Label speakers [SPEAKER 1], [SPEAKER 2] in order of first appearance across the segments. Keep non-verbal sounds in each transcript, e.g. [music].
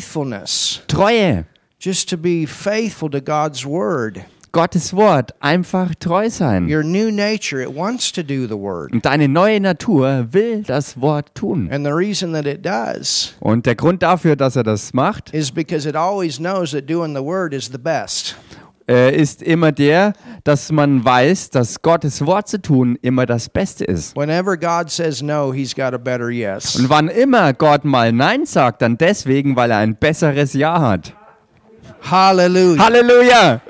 [SPEAKER 1] faithfulness,
[SPEAKER 2] Treue.
[SPEAKER 1] just to be faithful to God's word.
[SPEAKER 2] Gottes Wort. Einfach treu sein.
[SPEAKER 1] Your new nature, it wants to do the word.
[SPEAKER 2] Und deine neue Natur will das Wort tun.
[SPEAKER 1] And the reason that it does
[SPEAKER 2] Und der Grund dafür, dass er das macht,
[SPEAKER 1] is because it always knows that doing the word is the best.
[SPEAKER 2] äh, ist immer der, dass man weiß, dass Gottes Wort zu tun immer das Beste ist.
[SPEAKER 1] Whenever God says no, he's got a better yes.
[SPEAKER 2] Und wann immer Gott mal Nein sagt, dann deswegen, weil er ein besseres Ja hat.
[SPEAKER 1] Hallelujah.
[SPEAKER 2] Halleluja!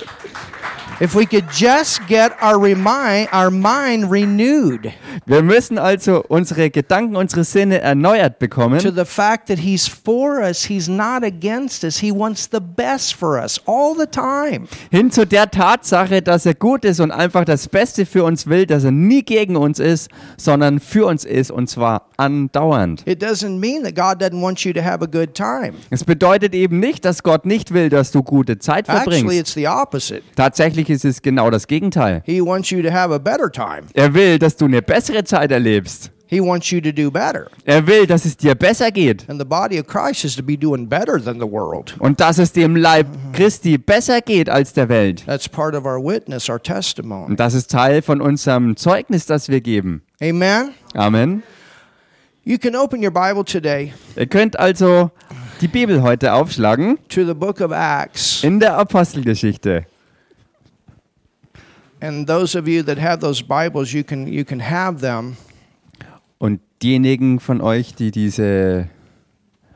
[SPEAKER 1] If we could just get our remind our mind renewed
[SPEAKER 2] Wir müssen also unsere Gedanken, unsere Sinne erneuert
[SPEAKER 1] to
[SPEAKER 2] bekommen,
[SPEAKER 1] the fact that he's for us, he's not against us. He wants the best for us all the time.
[SPEAKER 2] hin zu der Tatsache, dass er gut ist und einfach das Beste für uns will, dass er nie gegen uns ist, sondern für uns ist und zwar andauernd.
[SPEAKER 1] It doesn't mean that God doesn't want you to have a good time.
[SPEAKER 2] Es bedeutet eben nicht, dass Gott nicht will, dass du gute Zeit
[SPEAKER 1] Actually,
[SPEAKER 2] verbringst.
[SPEAKER 1] it's the opposite.
[SPEAKER 2] Tatsächlich ist es genau das Gegenteil.
[SPEAKER 1] He wants you to have a better time.
[SPEAKER 2] Er will, dass du eine bessere Zeit erlebst.
[SPEAKER 1] He wants you to do better.
[SPEAKER 2] Er will, dass es dir besser geht
[SPEAKER 1] And the body of Christ is to be doing better than the world.
[SPEAKER 2] und dass es dem Leib Christi besser geht als der Welt.
[SPEAKER 1] That's part of our witness, our testimony.
[SPEAKER 2] Und das ist Teil von unserem Zeugnis, das wir geben.
[SPEAKER 1] Amen.
[SPEAKER 2] Amen.
[SPEAKER 1] You can open your Bible today
[SPEAKER 2] Ihr könnt also die Bibel heute aufschlagen
[SPEAKER 1] to the book of Acts.
[SPEAKER 2] in der Apostelgeschichte.
[SPEAKER 1] And those of you that have those Bibles, you can you can have them.
[SPEAKER 2] Und diejenigen von euch, die diese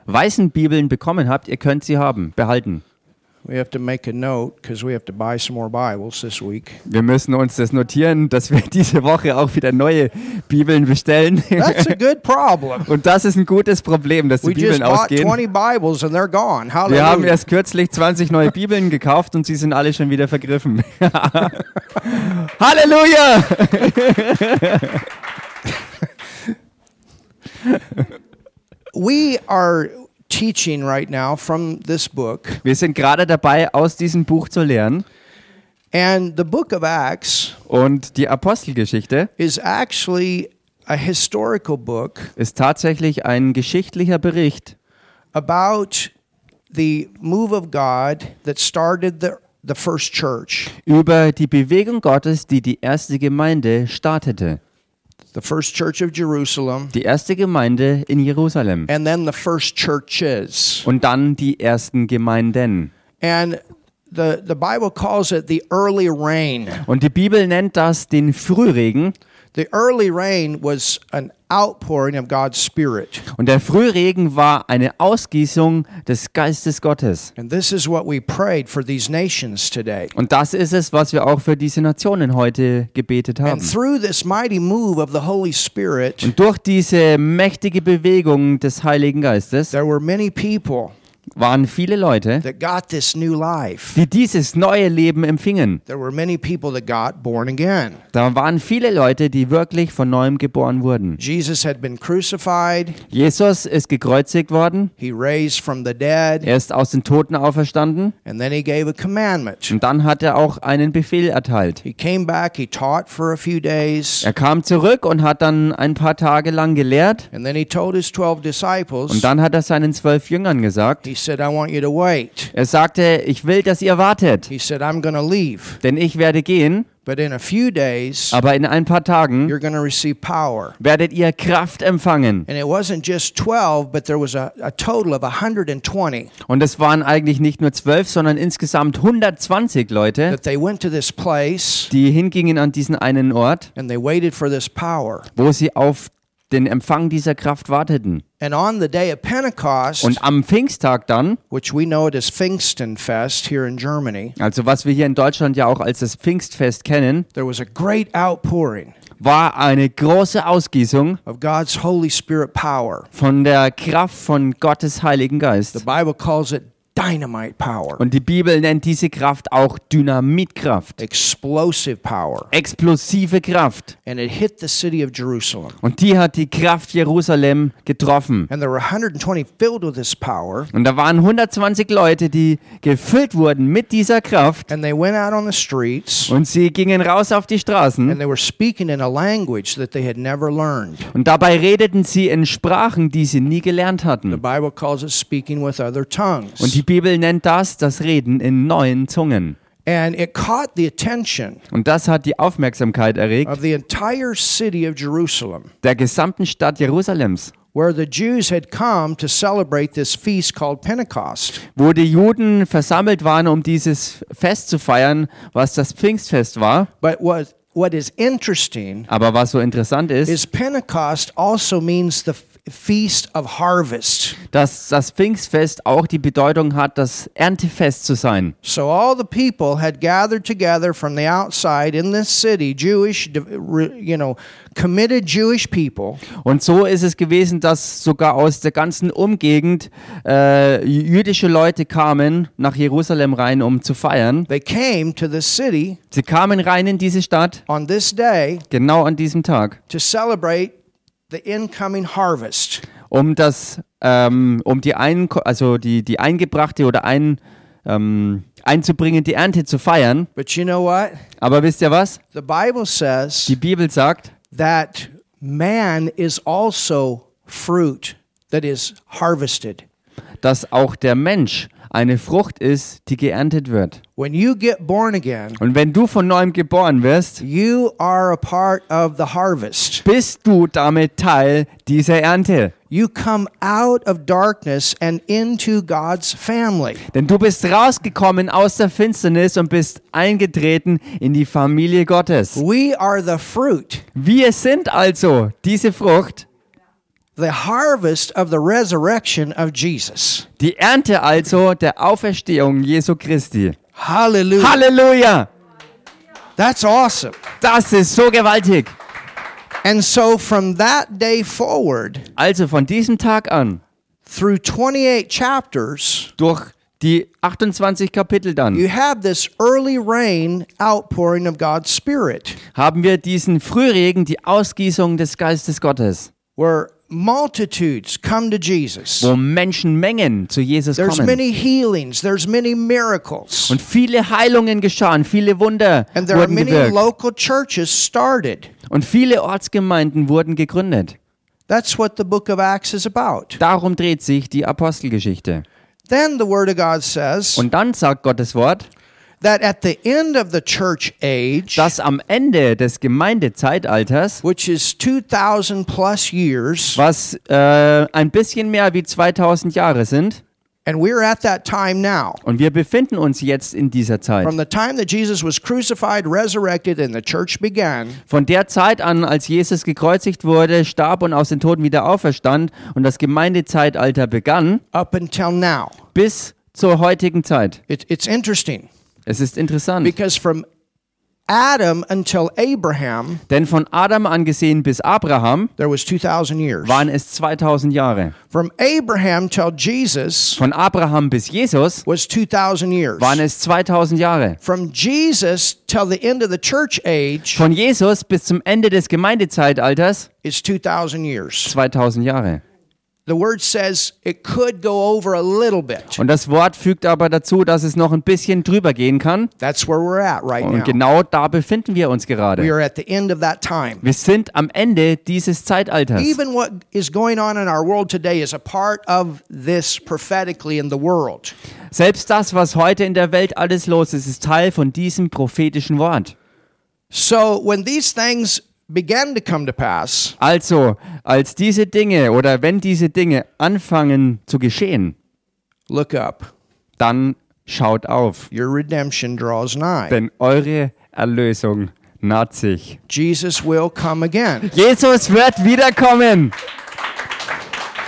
[SPEAKER 2] weißen Bibeln bekommen habt, ihr könnt sie haben, behalten.
[SPEAKER 1] We have to make a note because we have to buy some more Bibles this week.
[SPEAKER 2] Wir müssen uns das notieren, dass wir [laughs] diese Woche auch wieder neue Bibeln bestellen. [laughs]
[SPEAKER 1] That's a good [laughs] problem.
[SPEAKER 2] Und das ist ein gutes Problem, dass die
[SPEAKER 1] We just
[SPEAKER 2] Bibeln
[SPEAKER 1] bought
[SPEAKER 2] ausgehen.
[SPEAKER 1] 20 Bibles and they're gone.
[SPEAKER 2] Wir haben
[SPEAKER 1] Hallelujah.
[SPEAKER 2] erst kürzlich 20 neue Bibeln gekauft und sie sind alle schon wieder vergriffen. [laughs] Halleluja!
[SPEAKER 1] We are teaching right now from this book.
[SPEAKER 2] Wir sind gerade dabei, aus diesem Buch zu lernen.
[SPEAKER 1] And the book of Acts
[SPEAKER 2] Und die Apostelgeschichte
[SPEAKER 1] is actually a historical book
[SPEAKER 2] ist tatsächlich ein geschichtlicher Bericht
[SPEAKER 1] about the move of God that started the, the first church.
[SPEAKER 2] über die Bewegung Gottes, die die erste Gemeinde startete.
[SPEAKER 1] The first church of Jerusalem
[SPEAKER 2] Die erste Gemeinde in Jerusalem.
[SPEAKER 1] and then the first churches.
[SPEAKER 2] Und dann die ersten Gemeinden.
[SPEAKER 1] And the, the Bible calls it the early rain.
[SPEAKER 2] Und die Bibel nennt das den Frühregen.
[SPEAKER 1] The early rain was an outpouring of God's Spirit.
[SPEAKER 2] Und der Frühregen war eine Ausgießung des Geistes Gottes.
[SPEAKER 1] And this is what we prayed for these nations today.
[SPEAKER 2] Und das ist es, was wir auch für diese Nationen heute gebetet
[SPEAKER 1] And
[SPEAKER 2] haben.
[SPEAKER 1] through this mighty move of the Holy Spirit,
[SPEAKER 2] Und durch diese mächtige Bewegung des Heiligen Geistes
[SPEAKER 1] there were many people
[SPEAKER 2] waren viele Leute,
[SPEAKER 1] that got this new life.
[SPEAKER 2] die dieses neue Leben empfingen.
[SPEAKER 1] There were many people that got born again.
[SPEAKER 2] Da waren viele Leute, die wirklich von neuem geboren wurden.
[SPEAKER 1] Jesus had been crucified,
[SPEAKER 2] Jesus ist gekreuzigt worden,
[SPEAKER 1] he raised from the dead,
[SPEAKER 2] er ist aus den Toten auferstanden
[SPEAKER 1] and then he gave a commandment.
[SPEAKER 2] und dann hat er auch einen Befehl erteilt.
[SPEAKER 1] He came back, he taught for a few days,
[SPEAKER 2] Er kam zurück und hat dann ein paar Tage lang gelehrt
[SPEAKER 1] and then he told his 12 disciples,
[SPEAKER 2] und dann hat er seinen zwölf Jüngern gesagt,
[SPEAKER 1] he said, I want you to wait.
[SPEAKER 2] er sagte, ich will, dass ihr wartet,
[SPEAKER 1] He said, I'm going to leave,
[SPEAKER 2] denn ich werde gehen,
[SPEAKER 1] but in a few days,
[SPEAKER 2] aber in ein paar Tagen
[SPEAKER 1] you're going to receive power.
[SPEAKER 2] werdet ihr Kraft empfangen.
[SPEAKER 1] And it wasn't just 12, but there was a, a total of 120
[SPEAKER 2] Und es waren eigentlich nicht nur zwölf, sondern insgesamt 120 Leute,
[SPEAKER 1] that they went to this place
[SPEAKER 2] die hingingen an diesen einen Ort
[SPEAKER 1] and they waited for this power.
[SPEAKER 2] wo sie auf den Empfang dieser Kraft warteten.
[SPEAKER 1] And on the day of Pentecost,
[SPEAKER 2] Und am Pfingsttag dann,
[SPEAKER 1] which we know it as Pfingstenfest here in Germany,
[SPEAKER 2] also was wir hier in Deutschland ja auch als das Pfingstfest kennen,
[SPEAKER 1] there was a great outpouring
[SPEAKER 2] war eine große Ausgießung
[SPEAKER 1] of God's Holy Spirit power.
[SPEAKER 2] von der Kraft von Gottes Heiligen
[SPEAKER 1] The
[SPEAKER 2] Geist.
[SPEAKER 1] Bible calls it dynamite power,
[SPEAKER 2] Und die Bibel nennt diese Kraft auch Dynamitkraft,
[SPEAKER 1] explosive power.
[SPEAKER 2] explosive Kraft.
[SPEAKER 1] And it hit the city of Jerusalem.
[SPEAKER 2] Und die hat die Kraft Jerusalem getroffen.
[SPEAKER 1] And there were 120 filled with this power.
[SPEAKER 2] Und da waren 120 Leute, die gefüllt wurden mit dieser Kraft.
[SPEAKER 1] And they went out on the streets
[SPEAKER 2] Und sie gingen raus auf die Straßen.
[SPEAKER 1] and they were speaking in a language that they had never learned.
[SPEAKER 2] Und dabei redeten sie in Sprachen, die sie nie gelernt
[SPEAKER 1] The
[SPEAKER 2] hatten.
[SPEAKER 1] Bible calls it speaking with other tongues.
[SPEAKER 2] Und die Bibel nennt das das Reden in neuen Zungen.
[SPEAKER 1] and it caught the attention
[SPEAKER 2] Und das hat die Aufmerksamkeit erregt
[SPEAKER 1] of the entire city of Jerusalem,
[SPEAKER 2] der gesamten Stadt Jerusalems,
[SPEAKER 1] where the Jews had come to celebrate this feast called Pentecost.
[SPEAKER 2] wo die Juden versammelt waren, um dieses Fest zu feiern, was das Pfingstfest war.
[SPEAKER 1] But what, what is interesting
[SPEAKER 2] Aber was so interessant ist,
[SPEAKER 1] is Pentecost also means the f- feast of harvest.
[SPEAKER 2] dass das Pfingstfest auch die Bedeutung hat, das Erntefest zu sein.
[SPEAKER 1] So all the people had gathered together from the outside in this city, Jewish, div- re- you know, committed Jewish people,
[SPEAKER 2] Und so ist es gewesen, dass sogar aus der ganzen Umgegend äh, jüdische Leute kamen nach Jerusalem rein, um zu feiern.
[SPEAKER 1] they came to the city
[SPEAKER 2] Sie kamen rein in diese Stadt,
[SPEAKER 1] on this day
[SPEAKER 2] genau an diesem Tag,
[SPEAKER 1] to celebrate the incoming harvest.
[SPEAKER 2] um das, ähm, um die ein, also die, die eingebrachte oder ein, ähm, einzubringen, die Ernte zu feiern.
[SPEAKER 1] But you know what?
[SPEAKER 2] Aber wisst ihr was?
[SPEAKER 1] The Bible says
[SPEAKER 2] Die Bibel sagt,
[SPEAKER 1] that man is also fruit that is harvested.
[SPEAKER 2] dass auch der Mensch eine Frucht ist, die geerntet wird.
[SPEAKER 1] When you get born again,
[SPEAKER 2] Und wenn du von neuem geboren wirst,
[SPEAKER 1] you are a part of the harvest.
[SPEAKER 2] bist du damit Teil dieser Ernte.
[SPEAKER 1] You come out of darkness and into God's family.
[SPEAKER 2] Denn du bist rausgekommen aus der Finsternis und bist eingetreten in die Familie Gottes.
[SPEAKER 1] We are the fruit,
[SPEAKER 2] Wir sind also diese Frucht,
[SPEAKER 1] the harvest of the resurrection of Jesus.
[SPEAKER 2] die Ernte also der Auferstehung Jesu Christi.
[SPEAKER 1] Hallelujah.
[SPEAKER 2] Halleluja!
[SPEAKER 1] That's awesome.
[SPEAKER 2] Das ist so gewaltig.
[SPEAKER 1] And so from that day forward,
[SPEAKER 2] Also von diesem Tag an,
[SPEAKER 1] through 28 chapters,
[SPEAKER 2] durch die 28 Kapitel dann,
[SPEAKER 1] you have this early rain outpouring of God's Spirit,
[SPEAKER 2] haben wir diesen Frühregen, die Ausgießung des Geistes Gottes,
[SPEAKER 1] where multitudes come to Jesus.
[SPEAKER 2] wo Menschenmengen zu Jesus
[SPEAKER 1] There's
[SPEAKER 2] kommen.
[SPEAKER 1] many healings, there's many miracles.
[SPEAKER 2] Und viele Heilungen geschahen, viele Wunder
[SPEAKER 1] And there are
[SPEAKER 2] wurden
[SPEAKER 1] many
[SPEAKER 2] gewirkt.
[SPEAKER 1] local churches started.
[SPEAKER 2] Und viele Ortsgemeinden wurden gegründet.
[SPEAKER 1] That's what the book of Acts is about.
[SPEAKER 2] Darum dreht sich die Apostelgeschichte.
[SPEAKER 1] Then the Word of God says
[SPEAKER 2] Und dann sagt Gottes Wort,
[SPEAKER 1] that at the end of the church age,
[SPEAKER 2] dass am Ende des Gemeindezeitalters,
[SPEAKER 1] which is 2,000 plus years,
[SPEAKER 2] was äh, ein bisschen mehr wie 2000 Jahre sind,
[SPEAKER 1] and we're at that time now.
[SPEAKER 2] und wir befinden uns jetzt in dieser
[SPEAKER 1] From
[SPEAKER 2] Zeit,
[SPEAKER 1] the time that Jesus was crucified, resurrected, and the church began,
[SPEAKER 2] von der Zeit an, als Jesus gekreuzigt wurde, starb und aus den Toten wieder auferstand und das Gemeindezeitalter begann,
[SPEAKER 1] up until now.
[SPEAKER 2] bis zur heutigen Zeit.
[SPEAKER 1] It, it's interesting
[SPEAKER 2] Es ist interessant.
[SPEAKER 1] because from Adam until Abraham,
[SPEAKER 2] Denn von Adam angesehen bis Abraham
[SPEAKER 1] there was 2,000 years.
[SPEAKER 2] waren es 2000 Jahre.
[SPEAKER 1] From Abraham till Jesus
[SPEAKER 2] Von Abraham bis Jesus
[SPEAKER 1] was 2,000 years.
[SPEAKER 2] waren es 2000 Jahre.
[SPEAKER 1] From Jesus till the end of the church age
[SPEAKER 2] Von Jesus bis zum Ende des Gemeindezeitalters
[SPEAKER 1] is 2,000 years.
[SPEAKER 2] 2000 Jahre.
[SPEAKER 1] The word says it could go over a little bit.
[SPEAKER 2] Und das Wort fügt aber dazu, dass es noch ein bisschen drüber gehen kann.
[SPEAKER 1] That's where we're at right
[SPEAKER 2] Und
[SPEAKER 1] now.
[SPEAKER 2] genau da befinden wir uns
[SPEAKER 1] We
[SPEAKER 2] gerade.
[SPEAKER 1] are at the end of that time.
[SPEAKER 2] Wir sind am Ende dieses Zeitalters.
[SPEAKER 1] Even what is going on in our world today is a part of this prophetically in the world.
[SPEAKER 2] Selbst das, was heute in der Welt alles los ist, ist Teil von diesem prophetischen Wort.
[SPEAKER 1] So when these things began to come to pass,
[SPEAKER 2] Also, als diese Dinge oder wenn diese Dinge anfangen zu geschehen,
[SPEAKER 1] look up.
[SPEAKER 2] dann schaut auf,
[SPEAKER 1] Your redemption draws nigh.
[SPEAKER 2] denn eure Erlösung naht sich.
[SPEAKER 1] Jesus will come again.
[SPEAKER 2] Jesus wird wiederkommen.
[SPEAKER 1] [laughs]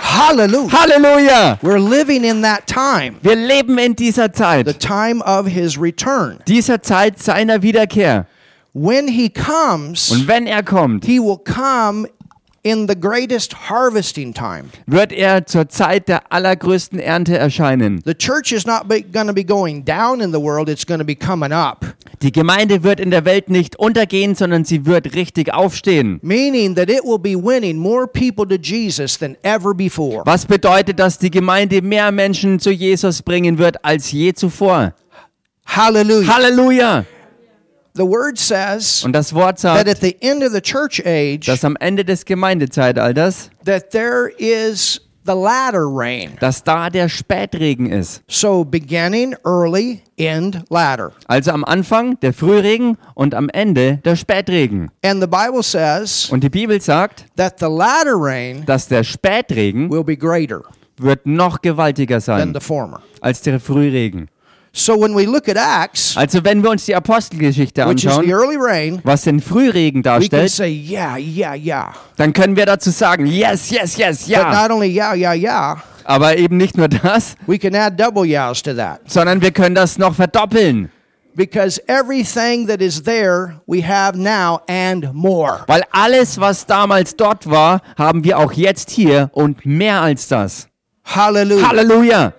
[SPEAKER 1] Hallelujah.
[SPEAKER 2] Halleluja!
[SPEAKER 1] We're living in that time,
[SPEAKER 2] Wir leben in dieser
[SPEAKER 1] the
[SPEAKER 2] Zeit,
[SPEAKER 1] time of his return.
[SPEAKER 2] dieser Zeit seiner Wiederkehr.
[SPEAKER 1] When he comes,
[SPEAKER 2] Und wenn er kommt,
[SPEAKER 1] he will come in the greatest harvesting time.
[SPEAKER 2] wird er zur Zeit der allergrößten Ernte erscheinen.
[SPEAKER 1] The church is not going to be going down in the world, it's going to be coming up,
[SPEAKER 2] Die Gemeinde wird in der Welt nicht untergehen, sondern sie wird richtig aufstehen.
[SPEAKER 1] meaning that it will be winning more people to Jesus than ever before.
[SPEAKER 2] Was bedeutet, dass die Gemeinde mehr Menschen zu Jesus bringen wird als je zuvor.
[SPEAKER 1] Hallelujah.
[SPEAKER 2] Halleluja!
[SPEAKER 1] the word says
[SPEAKER 2] Und das Wort
[SPEAKER 1] that
[SPEAKER 2] sagt,
[SPEAKER 1] at the end of the church age
[SPEAKER 2] dass am Ende des Gemeindezeitalters,
[SPEAKER 1] that there is the latter rain.
[SPEAKER 2] dass da der Spätregen ist.
[SPEAKER 1] So beginning early, end latter.
[SPEAKER 2] Also am Anfang der Frühregen und am Ende der Spätregen.
[SPEAKER 1] And the Bible says
[SPEAKER 2] Und die Bibel sagt,
[SPEAKER 1] that the latter rain
[SPEAKER 2] dass der Spätregen
[SPEAKER 1] will be greater
[SPEAKER 2] wird noch gewaltiger
[SPEAKER 1] than
[SPEAKER 2] sein
[SPEAKER 1] the former.
[SPEAKER 2] als der Frühregen.
[SPEAKER 1] So when we look at Acts,
[SPEAKER 2] Also wenn wir uns die Apostelgeschichte
[SPEAKER 1] which is the
[SPEAKER 2] anschauen,
[SPEAKER 1] early rain,
[SPEAKER 2] was den Frühregen
[SPEAKER 1] we can
[SPEAKER 2] darstellt,
[SPEAKER 1] say yeah, yeah, yeah.
[SPEAKER 2] dann können wir dazu sagen, yes, yes, yes,
[SPEAKER 1] But
[SPEAKER 2] ja.
[SPEAKER 1] not only yeah, yeah, yeah,
[SPEAKER 2] Aber eben nicht nur das,
[SPEAKER 1] we can add double yeahs to that
[SPEAKER 2] sondern wir können das noch verdoppeln.
[SPEAKER 1] because everything that is there we have now and more.
[SPEAKER 2] Weil alles, was damals dort war, haben wir auch jetzt hier und mehr als das.
[SPEAKER 1] Hallelujah.
[SPEAKER 2] Halleluja!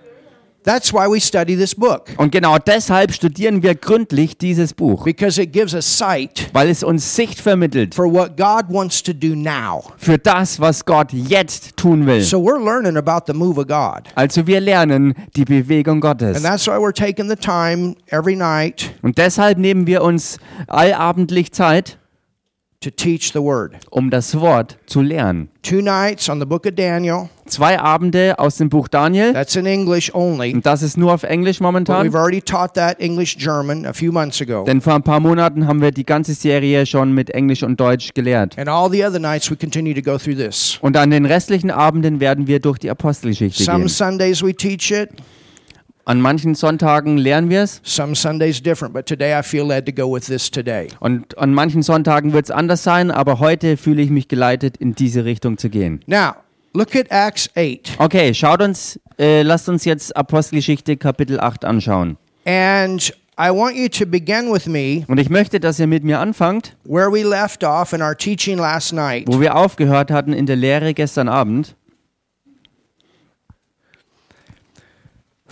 [SPEAKER 1] That's why we study this book
[SPEAKER 2] Und genau deshalb studieren wir gründlich dieses Buch,
[SPEAKER 1] because it gives us sight
[SPEAKER 2] weil es uns Sicht vermittelt
[SPEAKER 1] for what God wants to do now.
[SPEAKER 2] für das, was Gott jetzt tun will.
[SPEAKER 1] So we're learning about the move of God.
[SPEAKER 2] Also wir lernen die Bewegung
[SPEAKER 1] And
[SPEAKER 2] Gottes.
[SPEAKER 1] that's why we're taking the time every night
[SPEAKER 2] Und deshalb nehmen wir uns allabendlich Zeit,
[SPEAKER 1] to teach the word.
[SPEAKER 2] um das Wort zu lernen.
[SPEAKER 1] Two nights on the book of Daniel.
[SPEAKER 2] Zwei Abende aus dem Buch Daniel.
[SPEAKER 1] That's in English only.
[SPEAKER 2] Und das ist nur auf Englisch
[SPEAKER 1] But we've
[SPEAKER 2] momentan.
[SPEAKER 1] already taught that English German a few months ago.
[SPEAKER 2] Denn vor ein paar Monaten haben wir die ganze Serie schon mit Englisch und Deutsch gelehrt.
[SPEAKER 1] And all the other nights we continue to go through this.
[SPEAKER 2] Und an den restlichen Abenden werden wir durch die Apostelgeschichte
[SPEAKER 1] Some
[SPEAKER 2] gehen.
[SPEAKER 1] Sundays we teach it,
[SPEAKER 2] An manchen Sonntagen lernen wir es
[SPEAKER 1] some Sundays different, but today I feel led to go with this today.
[SPEAKER 2] und an manchen Sonntagen wird es anders sein, aber heute fühle ich mich geleitet, in diese Richtung zu gehen.
[SPEAKER 1] Now, look at Acts 8.
[SPEAKER 2] Okay, schaut uns, äh, lasst uns jetzt Apostelgeschichte Kapitel 8 anschauen.
[SPEAKER 1] And I want you to begin with me
[SPEAKER 2] Und ich möchte, dass ihr mit mir anfangt,
[SPEAKER 1] where we left off in our teaching last night.
[SPEAKER 2] wo wir aufgehört hatten in der Lehre gestern Abend.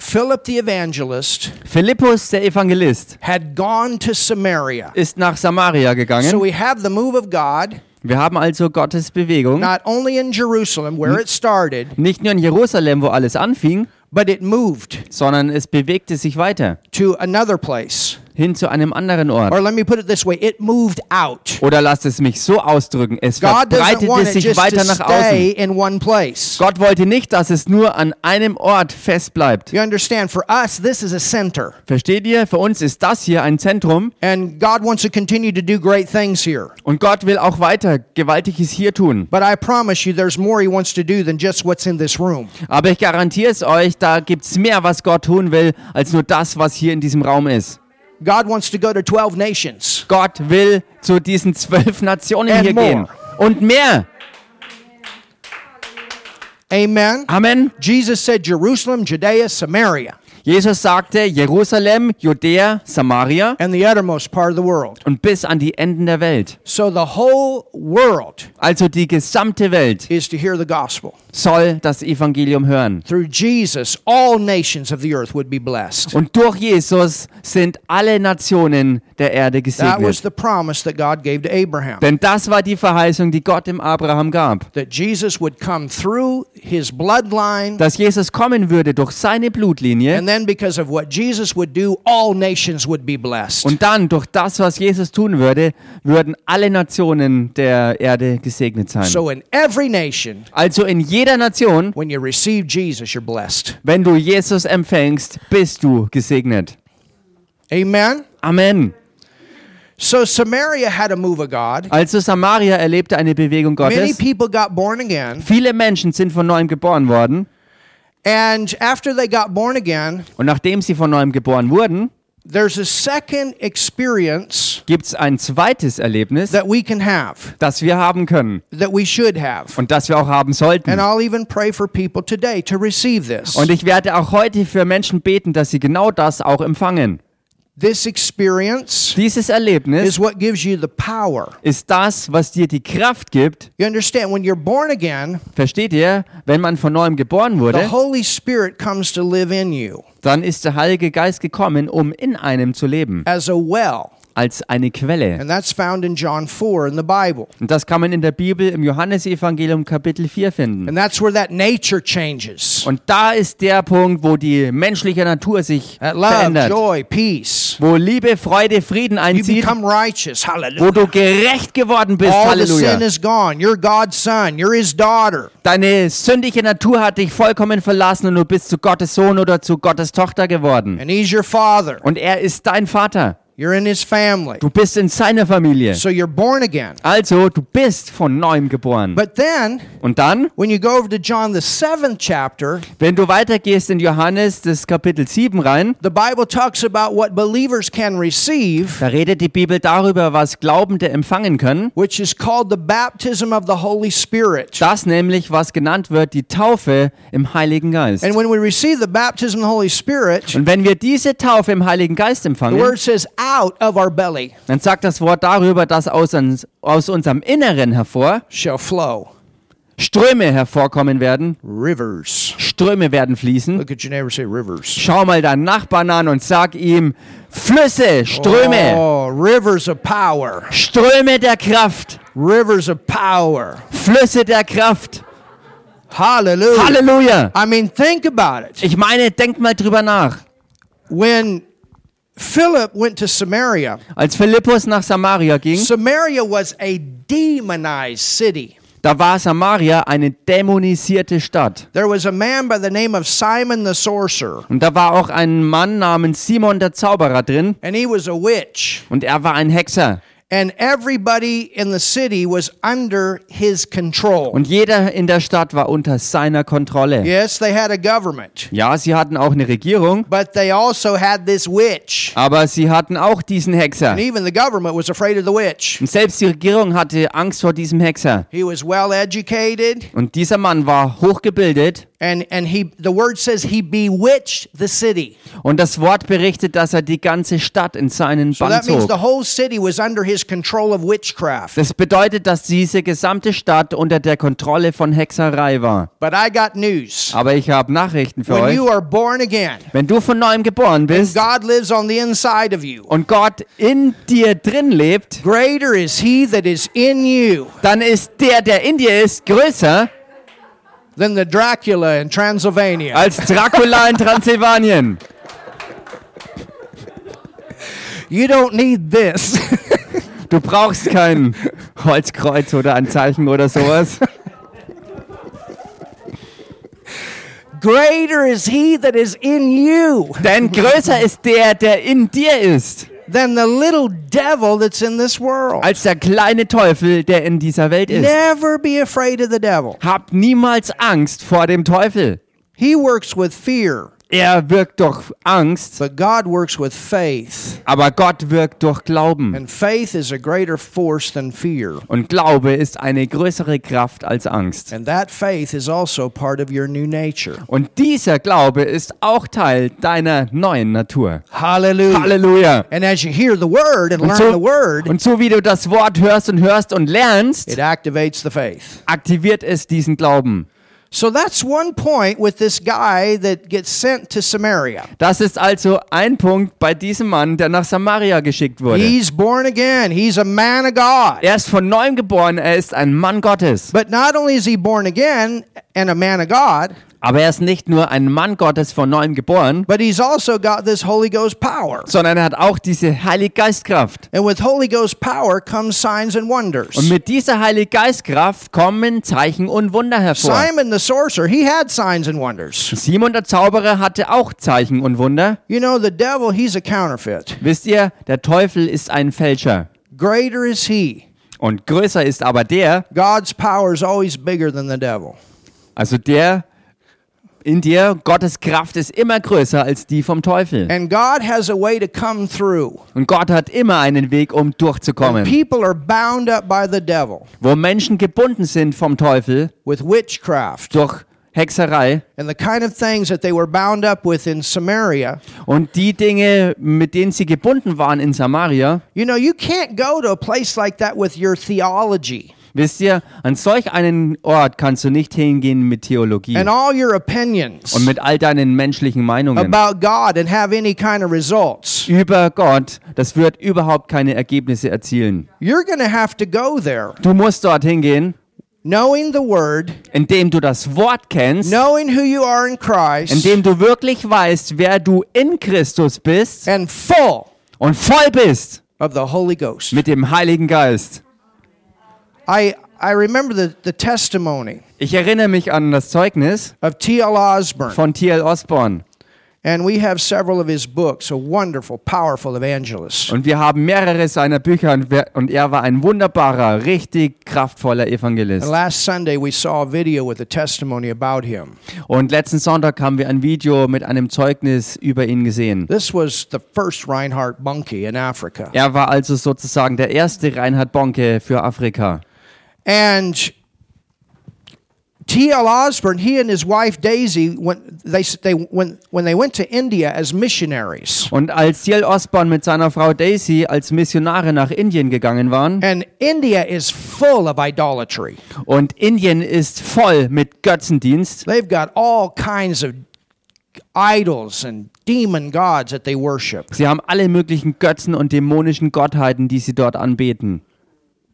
[SPEAKER 1] Philip the evangelist
[SPEAKER 2] Philippus, der Evangelist,
[SPEAKER 1] had gone to Samaria.
[SPEAKER 2] ist nach Samaria
[SPEAKER 1] So
[SPEAKER 2] gegangen.
[SPEAKER 1] we have the move of God,
[SPEAKER 2] Wir haben also Gottes Bewegung.
[SPEAKER 1] not only in Jerusalem where it started,
[SPEAKER 2] Nicht nur in Jerusalem, wo alles anfing,
[SPEAKER 1] but it moved
[SPEAKER 2] sondern es bewegte sich weiter
[SPEAKER 1] to another place.
[SPEAKER 2] hin zu einem anderen Ort.
[SPEAKER 1] Or let me put it this way it moved out.
[SPEAKER 2] Oder lasst es mich so ausdrücken, es
[SPEAKER 1] God doesn't want
[SPEAKER 2] verbreitete
[SPEAKER 1] it
[SPEAKER 2] sich
[SPEAKER 1] just to
[SPEAKER 2] weiter nach
[SPEAKER 1] stay
[SPEAKER 2] außen.
[SPEAKER 1] in one place.
[SPEAKER 2] Gott wollte nicht, dass es nur an einem Ort fest bleibt.
[SPEAKER 1] You understand? For us, this is a center.
[SPEAKER 2] Versteht ihr? Für uns ist das hier ein Zentrum
[SPEAKER 1] And God wants to continue to do great things here.
[SPEAKER 2] und Gott will auch weiter Gewaltiges hier tun.
[SPEAKER 1] But I promise you, there's more He wants to do than just what's in this room.
[SPEAKER 2] Aber ich garantiere es euch, da gibt es mehr, was Gott tun will, als nur das, was hier in diesem Raum ist.
[SPEAKER 1] God wants to go to 12 nations.
[SPEAKER 2] Gott will zu diesen zwölf Nationen
[SPEAKER 1] And
[SPEAKER 2] hier
[SPEAKER 1] more.
[SPEAKER 2] gehen. Und mehr.
[SPEAKER 1] Amen.
[SPEAKER 2] Amen.
[SPEAKER 1] Jesus said, Jerusalem, Judea, Samaria,
[SPEAKER 2] Jesus sagte, Jerusalem, Judäa, Samaria
[SPEAKER 1] and the uttermost part of the world.
[SPEAKER 2] und bis an die Enden der Welt.
[SPEAKER 1] So the whole world
[SPEAKER 2] Also die gesamte Welt
[SPEAKER 1] is to hear the gospel.
[SPEAKER 2] soll das Evangelium hören.
[SPEAKER 1] Through Jesus, all nations of the earth would be blessed.
[SPEAKER 2] Und durch Jesus sind alle Nationen der Erde
[SPEAKER 1] That was
[SPEAKER 2] gesegnet.
[SPEAKER 1] the promise that God gave to Abraham
[SPEAKER 2] Denn das war die Verheißung, die Gott dem Abraham gab.
[SPEAKER 1] that Jesus would come through his bloodline.
[SPEAKER 2] Dass Jesus kommen würde durch seine Blutlinie
[SPEAKER 1] And then, because of what Jesus would do, all nations would be blessed.
[SPEAKER 2] Und dann, durch das, was Jesus tun würde, würden alle Nationen der Erde gesegnet sein.
[SPEAKER 1] So, in every nation,
[SPEAKER 2] Also in jeder Nation,
[SPEAKER 1] when you receive Jesus, you're blessed.
[SPEAKER 2] wenn du Jesus empfängst, bist du gesegnet.
[SPEAKER 1] Amen.
[SPEAKER 2] Amen.
[SPEAKER 1] So, Samaria had a move of God.
[SPEAKER 2] Also Samaria erlebte eine Bewegung
[SPEAKER 1] Many
[SPEAKER 2] Gottes.
[SPEAKER 1] people got born again.
[SPEAKER 2] Viele Menschen sind von neuem geboren worden.
[SPEAKER 1] And after they got born again,
[SPEAKER 2] Und nachdem sie von neuem geboren wurden,
[SPEAKER 1] there's a second experience
[SPEAKER 2] gibt es ein zweites Erlebnis,
[SPEAKER 1] that we can have,
[SPEAKER 2] das wir haben können
[SPEAKER 1] that we should have.
[SPEAKER 2] und das wir auch haben sollten.
[SPEAKER 1] And I'll even pray for people today to receive this.
[SPEAKER 2] Und ich werde auch heute für Menschen beten, dass sie genau das auch empfangen.
[SPEAKER 1] This experience
[SPEAKER 2] Dieses Erlebnis
[SPEAKER 1] is what gives you the power.
[SPEAKER 2] ist das, was dir die Kraft gibt.
[SPEAKER 1] You understand, when you're born again,
[SPEAKER 2] Versteht ihr? Wenn man von neuem geboren
[SPEAKER 1] the
[SPEAKER 2] wurde,
[SPEAKER 1] Holy Spirit comes to live in you
[SPEAKER 2] dann ist der Heilige Geist gekommen, um in einem zu leben,
[SPEAKER 1] as a well.
[SPEAKER 2] als eine Quelle.
[SPEAKER 1] And that's found in John 4 in the Bible.
[SPEAKER 2] Und das kann man in der Bibel im Johannesevangelium Kapitel 4 finden.
[SPEAKER 1] And that's where that nature changes.
[SPEAKER 2] Und da ist der Punkt, wo die menschliche Natur sich
[SPEAKER 1] That love,
[SPEAKER 2] verändert.
[SPEAKER 1] joy, peace.
[SPEAKER 2] Wo Liebe, Freude, Frieden
[SPEAKER 1] You
[SPEAKER 2] einzieht,
[SPEAKER 1] become righteous.
[SPEAKER 2] wo
[SPEAKER 1] Hallelujah.
[SPEAKER 2] du gerecht geworden bist.
[SPEAKER 1] All the sin
[SPEAKER 2] Halleluja.
[SPEAKER 1] is gone. You're God's son. You're his daughter.
[SPEAKER 2] Deine sündige Natur hat dich vollkommen verlassen und du bist zu Gottes Sohn oder zu Gottes Tochter geworden.
[SPEAKER 1] And he's your father.
[SPEAKER 2] Und er ist dein Vater.
[SPEAKER 1] You're in his family.
[SPEAKER 2] Du bist in seiner Familie.
[SPEAKER 1] So you're born again.
[SPEAKER 2] Also, du bist von neuem geboren.
[SPEAKER 1] But then,
[SPEAKER 2] Und dann,
[SPEAKER 1] when you go over to John, the seventh chapter,
[SPEAKER 2] wenn du weitergehst in Johannes das Kapitel 7 rein,
[SPEAKER 1] the Bible talks about what believers can receive,
[SPEAKER 2] da redet die Bibel darüber, was Glaubende empfangen können.
[SPEAKER 1] which is called the baptism of the Holy Spirit.
[SPEAKER 2] Das nämlich, was genannt wird, die Taufe im Heiligen Geist.
[SPEAKER 1] And when we receive the baptism of the Holy Spirit,
[SPEAKER 2] Und wenn wir diese Taufe im Heiligen Geist
[SPEAKER 1] the
[SPEAKER 2] empfangen,
[SPEAKER 1] word says, out of our belly
[SPEAKER 2] dann sagt das Wort darüber, dass aus, uns, aus unserem Inneren hervor
[SPEAKER 1] shall flow
[SPEAKER 2] Ströme hervorkommen werden.
[SPEAKER 1] rivers.
[SPEAKER 2] Ströme werden fließen.
[SPEAKER 1] Look at your neighbor and say, rivers.
[SPEAKER 2] Schau mal deinen Nachbarn an und sag ihm, Flüsse, Ströme,
[SPEAKER 1] Oh, rivers of power.
[SPEAKER 2] Ströme der Kraft,
[SPEAKER 1] Rivers of power.
[SPEAKER 2] Flüsse der Kraft.
[SPEAKER 1] Hallelujah.
[SPEAKER 2] Halleluja.
[SPEAKER 1] I mean, think about it.
[SPEAKER 2] Ich meine, denk mal drüber nach.
[SPEAKER 1] When Philip went to Samaria,
[SPEAKER 2] Als Philippus nach Samaria ging,
[SPEAKER 1] Samaria was a demonized city.
[SPEAKER 2] da war Samaria eine dämonisierte Stadt.
[SPEAKER 1] There was a man by the name of Simon the sorcerer,
[SPEAKER 2] Und da war auch ein Mann namens Simon der Zauberer drin
[SPEAKER 1] and he was a witch.
[SPEAKER 2] und er war ein Hexer.
[SPEAKER 1] And everybody in the city was under his control.
[SPEAKER 2] Und jeder in der Stadt war unter seiner Kontrolle.
[SPEAKER 1] Yes, they had a government,
[SPEAKER 2] Ja, sie hatten auch eine Regierung,
[SPEAKER 1] but they also had this witch.
[SPEAKER 2] aber sie hatten auch diesen Hexer.
[SPEAKER 1] And even the government was afraid of the witch.
[SPEAKER 2] Und selbst die Regierung hatte Angst vor diesem Hexer.
[SPEAKER 1] He was well educated,
[SPEAKER 2] Und dieser Mann war hochgebildet
[SPEAKER 1] and, and he the word says he bewitched the city.
[SPEAKER 2] und das Wort berichtet, dass er die ganze Stadt in seinen
[SPEAKER 1] So
[SPEAKER 2] Bann
[SPEAKER 1] that means
[SPEAKER 2] zog.
[SPEAKER 1] the whole city was under his control of witchcraft.
[SPEAKER 2] Das bedeutet, dass diese gesamte Stadt unter der Kontrolle von Hexerei war.
[SPEAKER 1] But I got news.
[SPEAKER 2] Aber ich habe Nachrichten für
[SPEAKER 1] When
[SPEAKER 2] euch.
[SPEAKER 1] you are born again,
[SPEAKER 2] Wenn du von neuem geboren bist
[SPEAKER 1] God lives on the inside of you.
[SPEAKER 2] und Gott in dir drin lebt,
[SPEAKER 1] Greater is he that is in you
[SPEAKER 2] dann ist der, der in dir ist, größer
[SPEAKER 1] than the Dracula in Transylvania.
[SPEAKER 2] als Dracula in Transsilvanien.
[SPEAKER 1] You don't need this. [laughs]
[SPEAKER 2] Du brauchst kein Holzkreuz oder ein Zeichen oder sowas.
[SPEAKER 1] Greater is he that is in you
[SPEAKER 2] Denn größer ist der, der in dir ist,
[SPEAKER 1] than the little devil that's in this world.
[SPEAKER 2] als der kleine Teufel, der in dieser Welt ist.
[SPEAKER 1] Never be afraid of the devil.
[SPEAKER 2] Hab niemals Angst vor dem Teufel.
[SPEAKER 1] He works with fear,
[SPEAKER 2] Er wirkt durch Angst,
[SPEAKER 1] but God works with faith.
[SPEAKER 2] aber Gott wirkt durch Glauben.
[SPEAKER 1] And faith is a greater force than fear.
[SPEAKER 2] Und Glaube ist eine größere Kraft als Angst.
[SPEAKER 1] And that faith is also part of your new nature.
[SPEAKER 2] Und dieser Glaube ist auch Teil deiner neuen Natur.
[SPEAKER 1] Hallelujah.
[SPEAKER 2] Halleluja.
[SPEAKER 1] And as you hear the word and
[SPEAKER 2] Und
[SPEAKER 1] learn
[SPEAKER 2] so,
[SPEAKER 1] the word,
[SPEAKER 2] und so wie du das Wort hörst und hörst und
[SPEAKER 1] it
[SPEAKER 2] lernst,
[SPEAKER 1] activates the faith.
[SPEAKER 2] aktiviert es diesen Glauben.
[SPEAKER 1] So that's one point with this guy that gets sent to Samaria.
[SPEAKER 2] Das ist also ein Punkt bei diesem Mann, der nach Samaria geschickt wurde.
[SPEAKER 1] He's born again, he's a man of God.
[SPEAKER 2] Er ist von neuem geboren, er ist ein Mann Gottes.
[SPEAKER 1] But not only is he born again and a man of God,
[SPEAKER 2] Aber er ist nicht nur ein Mann Gottes von neuem geboren,
[SPEAKER 1] but he's also got this Holy Ghost power.
[SPEAKER 2] sondern er hat auch diese Heiliggeistkraft.
[SPEAKER 1] And with Holy Ghost power comes signs and wonders.
[SPEAKER 2] Und mit dieser Heiliggeistkraft kommen Zeichen und Wunder hervor.
[SPEAKER 1] Simon the sorcerer, he had signs and wonders.
[SPEAKER 2] Simon der Zauberer hatte auch Zeichen und Wunder.
[SPEAKER 1] You know, the devil, he's a counterfeit.
[SPEAKER 2] Wisst ihr, der Teufel ist ein Fälscher.
[SPEAKER 1] Greater is he.
[SPEAKER 2] Und größer ist aber der,
[SPEAKER 1] God's power is always bigger than the devil.
[SPEAKER 2] also der in dir, Gottes Kraft ist immer größer als die vom Teufel.
[SPEAKER 1] And God has a way to come through.
[SPEAKER 2] Und Gott hat immer einen Weg, um durchzukommen.
[SPEAKER 1] People are bound up by the devil
[SPEAKER 2] Wo Menschen gebunden sind vom Teufel
[SPEAKER 1] with witchcraft,
[SPEAKER 2] durch Hexerei
[SPEAKER 1] and the kind of things that they were bound up with in Samaria.
[SPEAKER 2] und die Dinge, mit denen sie gebunden waren in Samaria.
[SPEAKER 1] You know, you can't go to a place like that with your theology
[SPEAKER 2] Wisst ihr, an solch einen Ort kannst du nicht hingehen mit Theologie
[SPEAKER 1] and also- all your opinions
[SPEAKER 2] und mit all deinen menschlichen Meinungen
[SPEAKER 1] about God and have any kind of results.
[SPEAKER 2] über Gott. Das wird überhaupt keine Ergebnisse erzielen.
[SPEAKER 1] You're going to have to go there
[SPEAKER 2] Du musst dorthin gehen,
[SPEAKER 1] knowing the word,
[SPEAKER 2] indem du das Wort kennst,
[SPEAKER 1] knowing who you are in Christ,
[SPEAKER 2] indem du wirklich weißt, wer du in Christus bist
[SPEAKER 1] and full
[SPEAKER 2] und voll bist
[SPEAKER 1] of the Holy Ghost.
[SPEAKER 2] mit dem Heiligen Geist.
[SPEAKER 1] I, I remember the, the testimony
[SPEAKER 2] Ich erinnere mich an das Zeugnis
[SPEAKER 1] of T.L. Osborne,
[SPEAKER 2] von T.L. Osborne.
[SPEAKER 1] and we have several of his books, a wonderful, powerful evangelist.
[SPEAKER 2] Und wir haben mehrere seiner Bücher und, wer, und er war ein wunderbarer, richtig kraftvoller
[SPEAKER 1] And
[SPEAKER 2] Evangelist.
[SPEAKER 1] last Sunday, we saw a video with a testimony about him.
[SPEAKER 2] Und letzten Sonntag haben wir ein Video mit einem Zeugnis über ihn gesehen.
[SPEAKER 1] This was the first Reinhard Bunke in Africa.
[SPEAKER 2] Er war also sozusagen der erste Reinhard Bonke für Afrika.
[SPEAKER 1] And T.L. Osborne, he and his wife Daisy, when they, they, when, when they went to India as missionaries,
[SPEAKER 2] Und als T.L. Osborne mit seiner Frau Daisy als Missionare nach Indien gegangen waren,
[SPEAKER 1] and India is full of idolatry.
[SPEAKER 2] und Indien ist voll mit Götzendienst,
[SPEAKER 1] They've got all kinds of idols and demon gods that they worship.
[SPEAKER 2] sie haben alle möglichen Götzen und dämonischen Gottheiten, die sie dort anbeten.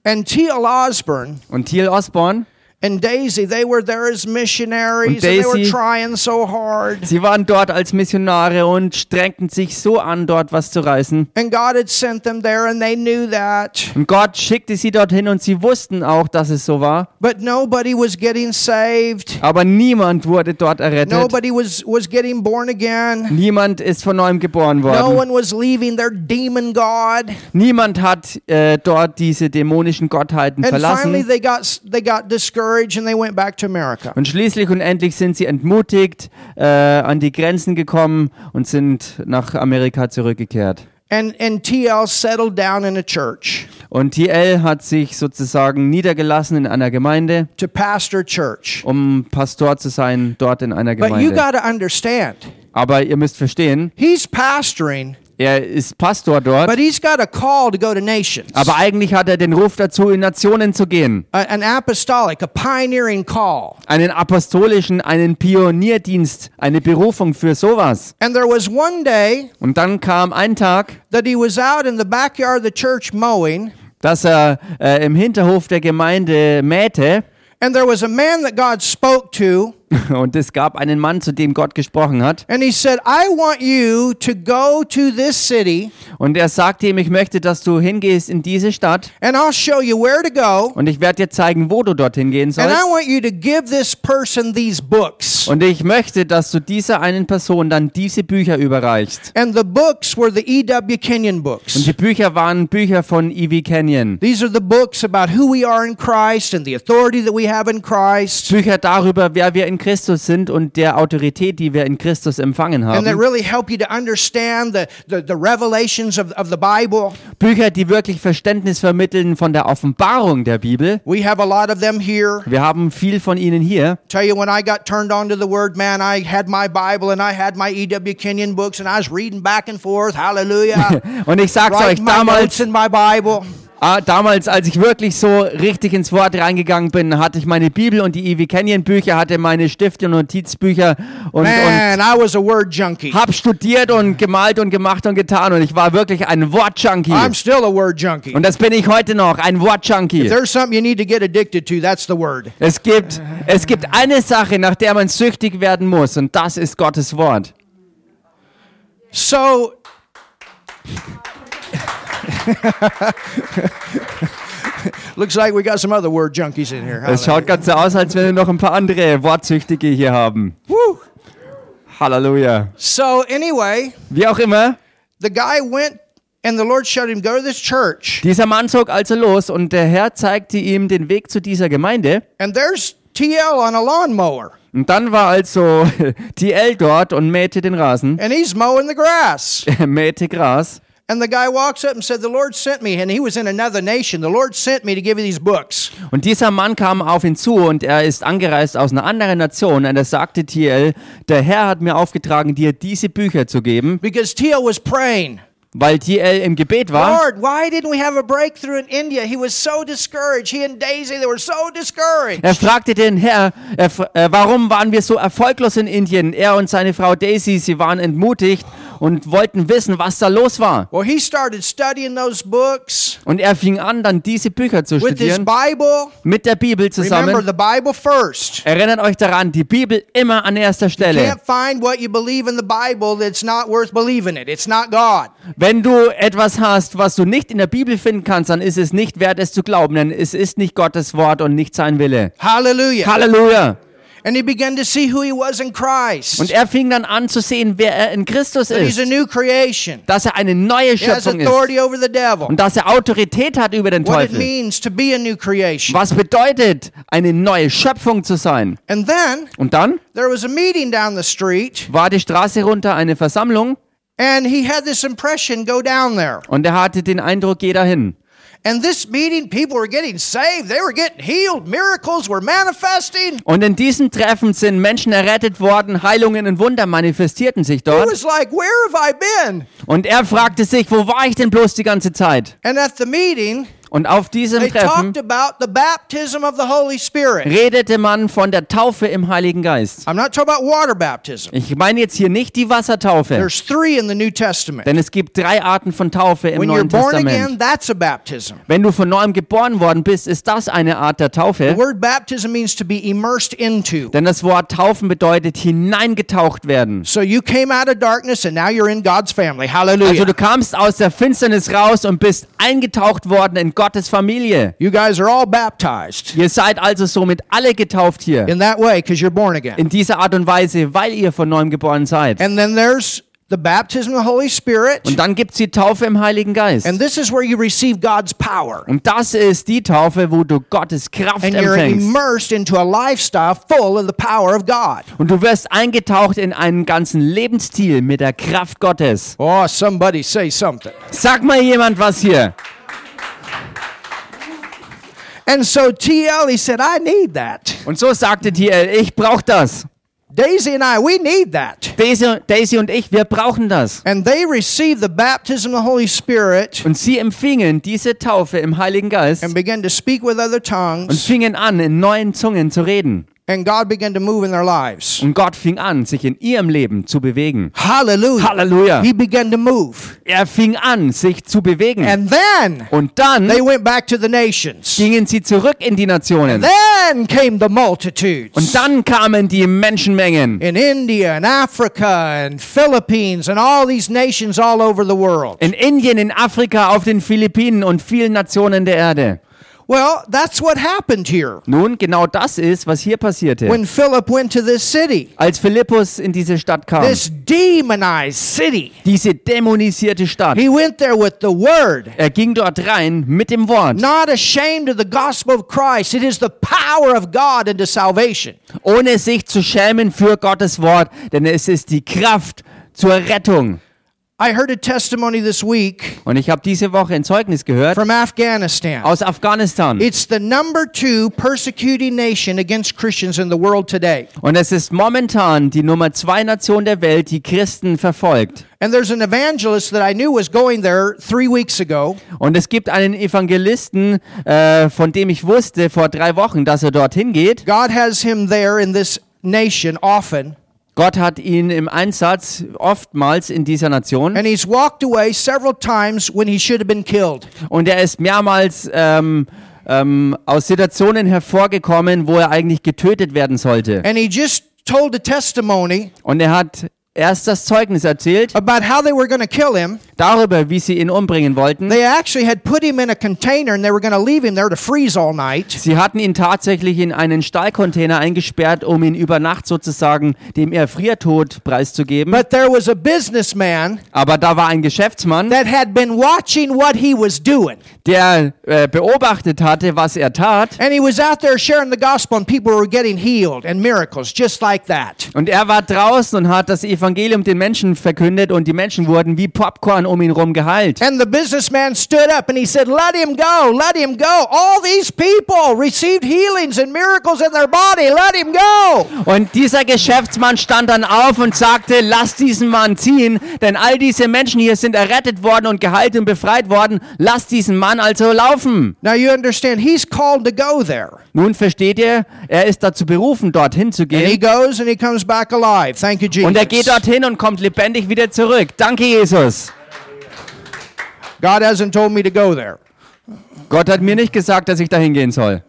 [SPEAKER 1] And T.L. Osborne
[SPEAKER 2] Und T.L. Osborne,
[SPEAKER 1] and Daisy, they were there as missionaries,
[SPEAKER 2] Und
[SPEAKER 1] and they were
[SPEAKER 2] Daisy-
[SPEAKER 1] trying so hard.
[SPEAKER 2] sie waren dort als Missionare und strengten sich so an, dort was zu reißen.
[SPEAKER 1] And God had sent them there, and they knew that.
[SPEAKER 2] Und Gott schickte sie dorthin und sie wussten auch, dass es so war.
[SPEAKER 1] But nobody was getting saved.
[SPEAKER 2] Aber niemand wurde dort errettet.
[SPEAKER 1] Nobody was, was getting born again.
[SPEAKER 2] Niemand ist von neuem geboren
[SPEAKER 1] No
[SPEAKER 2] worden.
[SPEAKER 1] one was leaving their demon God.
[SPEAKER 2] Niemand hat äh, dort diese dämonischen Gottheiten
[SPEAKER 1] And finally,
[SPEAKER 2] verlassen.
[SPEAKER 1] they got, s- they got discouraged and they went back to America.
[SPEAKER 2] Und schließlich und endlich sind sie entmutigt äh, an die Grenzen gekommen und sind nach Amerika zurückgekehrt.
[SPEAKER 1] And, and TL settled down in a church
[SPEAKER 2] Und TL hat sich sozusagen niedergelassen in einer Gemeinde,
[SPEAKER 1] to pastor a church.
[SPEAKER 2] um Pastor zu sein dort in einer
[SPEAKER 1] But you
[SPEAKER 2] Gemeinde.
[SPEAKER 1] got to understand,
[SPEAKER 2] Aber ihr müsst verstehen,
[SPEAKER 1] he's pastoring,
[SPEAKER 2] er ist Pastor dort,
[SPEAKER 1] but he's got a call to go to nations.
[SPEAKER 2] aber eigentlich hat er den Ruf dazu, in Nationen zu gehen.
[SPEAKER 1] A- an apostolic, a pioneering call.
[SPEAKER 2] Einen apostolischen, einen Pionierdienst, eine Berufung für sowas.
[SPEAKER 1] And there was one day
[SPEAKER 2] Und dann kam ein Tag,
[SPEAKER 1] that he was out in the backyard of the church mowing,
[SPEAKER 2] dass er äh, im Hinterhof der Gemeinde mähte
[SPEAKER 1] and there was a man that God spoke to,
[SPEAKER 2] und es gab einen Mann, zu dem Gott gesprochen hat.
[SPEAKER 1] and he said, I want you to go to this city,
[SPEAKER 2] Und er sagte ihm, ich möchte, dass du hingehst in diese Stadt
[SPEAKER 1] and I'll show you where to go,
[SPEAKER 2] und ich werde dir zeigen, wo du dorthin gehen
[SPEAKER 1] and I
[SPEAKER 2] sollst.
[SPEAKER 1] want you to give this person these books.
[SPEAKER 2] Und ich möchte, dass du dieser einen Person dann diese Bücher überreichst.
[SPEAKER 1] And the books were the E.W. Kenyon
[SPEAKER 2] Und
[SPEAKER 1] books.
[SPEAKER 2] die Bücher waren Bücher von E.V. Kenyon.
[SPEAKER 1] These are the books about who we are in Christ and the authority that we have in Christ,
[SPEAKER 2] Bücher darüber, wer wir in Christus sind und der Autorität, die wir in Christus empfangen
[SPEAKER 1] and that
[SPEAKER 2] haben.
[SPEAKER 1] really help you to understand the, the, the revelations of, of the Bible.
[SPEAKER 2] Bücher, die wirklich Verständnis vermitteln von der Offenbarung der Bibel.
[SPEAKER 1] We have a lot of them here.
[SPEAKER 2] Wir haben viel von ihnen hier.
[SPEAKER 1] Tell you, when I got turned on to the Word, man, I had my Bible and I had my E.W. Kenyon books, and I was reading back and forth. Hallelujah.
[SPEAKER 2] Und ich sag's euch,
[SPEAKER 1] Writing my notes
[SPEAKER 2] damals,
[SPEAKER 1] in my Bible.
[SPEAKER 2] ah, damals, als ich wirklich so richtig ins Wort reingegangen bin, hatte ich meine Bibel und die Ivy Canyon Bücher, hatte meine Stifte und Notizbücher und, und
[SPEAKER 1] Man, I was a word junkie.
[SPEAKER 2] hab studiert und gemalt und gemacht und getan und ich war wirklich ein Wortjunkie.
[SPEAKER 1] I'm still a word junkie.
[SPEAKER 2] Und das bin ich heute noch, ein
[SPEAKER 1] If
[SPEAKER 2] Wortjunkie.
[SPEAKER 1] there's something you need to get addicted to, that's the Word.
[SPEAKER 2] Es gibt, es gibt eine Sache, nach der man süchtig werden muss und das ist Gottes Wort.
[SPEAKER 1] So, [laughs] looks like we got some other word junkies in here.
[SPEAKER 2] Es schaut ganz so aus, als wenn wir noch ein paar andere Wortsüchtige hier haben.
[SPEAKER 1] Woo.
[SPEAKER 2] Halleluja.
[SPEAKER 1] So, anyway,
[SPEAKER 2] Wie auch immer,
[SPEAKER 1] the guy went and the Lord showed him, Go to this church.
[SPEAKER 2] Dieser Mann zog also los und der Herr zeigte ihm den Weg zu dieser Gemeinde.
[SPEAKER 1] And there's TL on a lawnmower,
[SPEAKER 2] Und dann war also [laughs] TL dort und mähte den Rasen, [laughs] äh,
[SPEAKER 1] and he's mowing the grass.
[SPEAKER 2] mähte Gras.
[SPEAKER 1] And the guy walks up and said, The Lord sent me, and he was in another nation. The Lord sent me to give you these books.
[SPEAKER 2] Und dieser Mann kam auf ihn zu und er ist angereist aus einer anderen Nation und er sagte TL, der Herr hat mir aufgetragen, dir diese Bücher zu geben,
[SPEAKER 1] Because Teo was praying.
[SPEAKER 2] weil TL im Gebet war.
[SPEAKER 1] Lord, why didn't we have a breakthrough in India? He was so discouraged. He and Daisy, they were so discouraged.
[SPEAKER 2] Er fragte den Herr, er, fr- äh, warum waren wir so erfolglos in Indien? Er und seine Frau Daisy, sie waren entmutigt und wollten wissen, was da los war.
[SPEAKER 1] Well, he started studying those books
[SPEAKER 2] Und er fing an, dann diese Bücher zu
[SPEAKER 1] with his
[SPEAKER 2] studieren,
[SPEAKER 1] Bible.
[SPEAKER 2] mit der Bibel
[SPEAKER 1] Remember
[SPEAKER 2] zusammen.
[SPEAKER 1] the Bible first.
[SPEAKER 2] Erinnert euch daran, die Bibel immer an erster Stelle.
[SPEAKER 1] Can't find what you believe in the Bible that's not worth believing it. It's not God.
[SPEAKER 2] Wenn du etwas hast, was du nicht in der Bibel finden kannst, dann ist es nicht wert, es zu glauben, denn es ist nicht Gottes Wort und nicht sein Wille.
[SPEAKER 1] Hallelujah.
[SPEAKER 2] Halleluja!
[SPEAKER 1] And he began to see who he was in
[SPEAKER 2] Und
[SPEAKER 1] Christ.
[SPEAKER 2] er fing dann an zu sehen, wer er in Christus
[SPEAKER 1] That he's a
[SPEAKER 2] ist,
[SPEAKER 1] new creation.
[SPEAKER 2] dass er eine neue
[SPEAKER 1] He has
[SPEAKER 2] Schöpfung ist
[SPEAKER 1] authority over the devil.
[SPEAKER 2] und dass er Autorität hat über den
[SPEAKER 1] What it
[SPEAKER 2] Teufel.
[SPEAKER 1] means to be a new creation.
[SPEAKER 2] Was bedeutet, eine neue Schöpfung zu sein?
[SPEAKER 1] And then
[SPEAKER 2] Und dann
[SPEAKER 1] there was a meeting down the street,
[SPEAKER 2] war die Straße runter eine Versammlung
[SPEAKER 1] and he had this impression go down there.
[SPEAKER 2] und er hatte den Eindruck, geh dahin.
[SPEAKER 1] And this meeting, people were getting saved, they were getting healed, miracles were manifesting.
[SPEAKER 2] Und in diesem Treffen sind Menschen errettet worden, Heilungen und Wunder manifestierten sich
[SPEAKER 1] It
[SPEAKER 2] dort.
[SPEAKER 1] was like, Where have I been?
[SPEAKER 2] Und er fragte sich, wo war ich denn bloß die ganze Zeit?
[SPEAKER 1] And at the meeting,
[SPEAKER 2] Und auf diesem
[SPEAKER 1] they
[SPEAKER 2] Treffen
[SPEAKER 1] talked about the baptism of the Holy Spirit.
[SPEAKER 2] redete man von der Taufe im Heiligen Geist.
[SPEAKER 1] I'm not talking about water baptism,
[SPEAKER 2] Ich meine jetzt hier nicht die Wassertaufe,
[SPEAKER 1] there's three in the New Testament.
[SPEAKER 2] denn es gibt drei Arten von Taufe im
[SPEAKER 1] When you're
[SPEAKER 2] Neuen
[SPEAKER 1] born
[SPEAKER 2] Testament.
[SPEAKER 1] again, that's a baptism.
[SPEAKER 2] Wenn du von neuem geboren worden bist, ist das eine Art der
[SPEAKER 1] The
[SPEAKER 2] Taufe.
[SPEAKER 1] word baptism means to be immersed into.
[SPEAKER 2] Denn das Wort Taufen bedeutet hineingetaucht werden.
[SPEAKER 1] So you came out of darkness and now you're in God's family. Hallelujah.
[SPEAKER 2] Also du kamst aus der Finsternis raus und bist eingetaucht worden in Gottes Familie.
[SPEAKER 1] you guys are all baptized
[SPEAKER 2] Ihr seid also somit alle getauft hier.
[SPEAKER 1] in that way because you're born again.
[SPEAKER 2] In dieser Art und Weise, weil ihr von neuem geboren seid.
[SPEAKER 1] And then there's the baptism of the Holy Spirit.
[SPEAKER 2] Und dann gibt es die Taufe im Heiligen Geist.
[SPEAKER 1] And this is where you receive God's power.
[SPEAKER 2] Und das ist die Taufe, wo du Gottes Kraft
[SPEAKER 1] And you're
[SPEAKER 2] empfängst.
[SPEAKER 1] immersed into a lifestyle full of the power of God.
[SPEAKER 2] Und du wirst eingetaucht in einen ganzen Lebensstil mit der Kraft Gottes.
[SPEAKER 1] Oh, somebody say something.
[SPEAKER 2] Sag mal jemand was hier.
[SPEAKER 1] And so TL, he said, I need that.
[SPEAKER 2] Und so sagte TL, ich brauche das.
[SPEAKER 1] Daisy and I, we need that.
[SPEAKER 2] Daisy, Daisy und ich, wir brauchen das.
[SPEAKER 1] And they received the baptism of the Holy Spirit
[SPEAKER 2] Und sie empfingen diese Taufe im Heiligen Geist
[SPEAKER 1] and began to speak with other
[SPEAKER 2] und
[SPEAKER 1] tongues.
[SPEAKER 2] fingen an, in neuen Zungen zu reden.
[SPEAKER 1] And God began to move in their lives.
[SPEAKER 2] Und Gott fing an, sich in ihrem Leben zu bewegen.
[SPEAKER 1] Hallelujah.
[SPEAKER 2] Halleluja.
[SPEAKER 1] He began to move.
[SPEAKER 2] Er fing an, sich zu bewegen.
[SPEAKER 1] And then
[SPEAKER 2] Und dann
[SPEAKER 1] they went back to the nations.
[SPEAKER 2] gingen sie zurück in die Nationen.
[SPEAKER 1] Then came the multitudes.
[SPEAKER 2] Und dann kamen die Menschenmengen
[SPEAKER 1] in India and Africa and Philippines and all these nations all over the world.
[SPEAKER 2] in Indien, in Afrika, auf den Philippinen und vielen Nationen der Erde.
[SPEAKER 1] Well, that's what happened here
[SPEAKER 2] Nun, genau das ist, was hier passierte.
[SPEAKER 1] when Philip went to this city,
[SPEAKER 2] Als Philippus in diese Stadt kam,
[SPEAKER 1] this demonized city.
[SPEAKER 2] diese dämonisierte Stadt,
[SPEAKER 1] He went there with the word,
[SPEAKER 2] er ging dort rein mit dem Wort,
[SPEAKER 1] not ashamed of the gospel of Christ. It is the power of God into salvation.
[SPEAKER 2] ohne sich zu schämen für Gottes Wort, denn es ist die Kraft zur Rettung.
[SPEAKER 1] I heard a testimony this week
[SPEAKER 2] Und ich habe diese Woche ein Zeugnis gehört
[SPEAKER 1] from Afghanistan.
[SPEAKER 2] aus Afghanistan.
[SPEAKER 1] It's the number two persecuting nation against Christians in the world today.
[SPEAKER 2] Und es ist momentan die Nummer zwei Nation der Welt, die Christen verfolgt.
[SPEAKER 1] And there's an evangelist that I knew was going there three weeks ago.
[SPEAKER 2] Und es gibt einen Evangelisten, äh, von dem ich wusste vor drei Wochen, dass er dorthin geht.
[SPEAKER 1] God has him there in this nation often,
[SPEAKER 2] Gott hat ihn im Einsatz oftmals in dieser Nation
[SPEAKER 1] and he's walked away several times when he should have been killed.
[SPEAKER 2] und er ist mehrmals ähm, ähm, aus Situationen hervorgekommen, wo er eigentlich getötet werden sollte.
[SPEAKER 1] And he just told a testimony
[SPEAKER 2] Und er hat erst das Zeugnis erzählt
[SPEAKER 1] about how they were going to kill him.
[SPEAKER 2] darüber, wie sie ihn umbringen wollten.
[SPEAKER 1] They actually had put him in a container and they were going to leave him there to freeze all night.
[SPEAKER 2] Sie hatten ihn tatsächlich in einen Stahlcontainer eingesperrt, um ihn über Nacht sozusagen dem Erfriertod preiszugeben.
[SPEAKER 1] But there was a businessman
[SPEAKER 2] Aber da war ein Geschäftsmann,
[SPEAKER 1] that had been watching what he was doing.
[SPEAKER 2] der äh, beobachtet hatte, was er tat.
[SPEAKER 1] And he was out there sharing the gospel, and people were getting healed and miracles just like that.
[SPEAKER 2] Und er war draußen und hat das Evangelium Evangelium den Menschen verkündet und die Menschen wurden wie Popcorn um ihn rum geheilt.
[SPEAKER 1] And the businessman stood up and he said, Let him go, let him go. All these people received healings and miracles in their body. Let him go.
[SPEAKER 2] Und dieser Geschäftsmann stand dann auf und sagte, lass diesen Mann ziehen, denn all diese Menschen hier sind errettet worden und geheilt und befreit worden, lass diesen Mann also laufen.
[SPEAKER 1] Now you understand, he's called to go there.
[SPEAKER 2] Nun versteht ihr, er ist dazu berufen, dorthin zu
[SPEAKER 1] And he
[SPEAKER 2] gehen.
[SPEAKER 1] goes and he comes back alive. Thank you, Jesus.
[SPEAKER 2] Und er geht dorthin und kommt lebendig wieder zurück. Danke, Jesus.
[SPEAKER 1] God hasn't told me to go there.
[SPEAKER 2] Gott hat mir nicht gesagt, dass ich dahin gehen soll.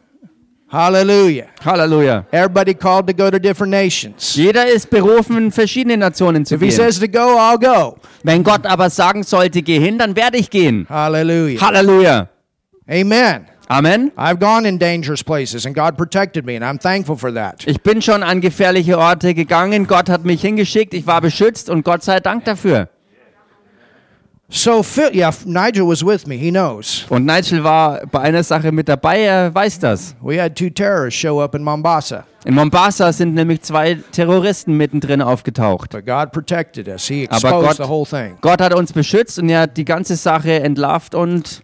[SPEAKER 1] Hallelujah.
[SPEAKER 2] Halleluja.
[SPEAKER 1] Everybody called to go to different nations.
[SPEAKER 2] Jeder ist berufen, verschiedene Nationen zu
[SPEAKER 1] If he
[SPEAKER 2] gehen.
[SPEAKER 1] says to go, I'll go.
[SPEAKER 2] Wenn Gott aber sagen sollte, geh hin, dann werde ich gehen.
[SPEAKER 1] Hallelujah.
[SPEAKER 2] Halleluja.
[SPEAKER 1] Amen.
[SPEAKER 2] Amen.
[SPEAKER 1] I've gone in dangerous places and God protected me, and I'm thankful for that.
[SPEAKER 2] Ich bin schon an gefährliche Orte gegangen. Gott hat mich hingeschickt. Ich war beschützt und Gott sei Dank dafür.
[SPEAKER 1] So, Phil, yeah, Nigel was with me. He knows.
[SPEAKER 2] Und Nigel war bei einer Sache mit dabei. Er weiß das.
[SPEAKER 1] We had two terrorists show up in Mombasa,
[SPEAKER 2] In Mombasa sind nämlich zwei Terroristen mittendrin aufgetaucht.
[SPEAKER 1] but God protected us. He
[SPEAKER 2] Aber Gott,
[SPEAKER 1] exposed the whole thing.
[SPEAKER 2] Gott hat uns beschützt und er hat die ganze Sache entlarvt und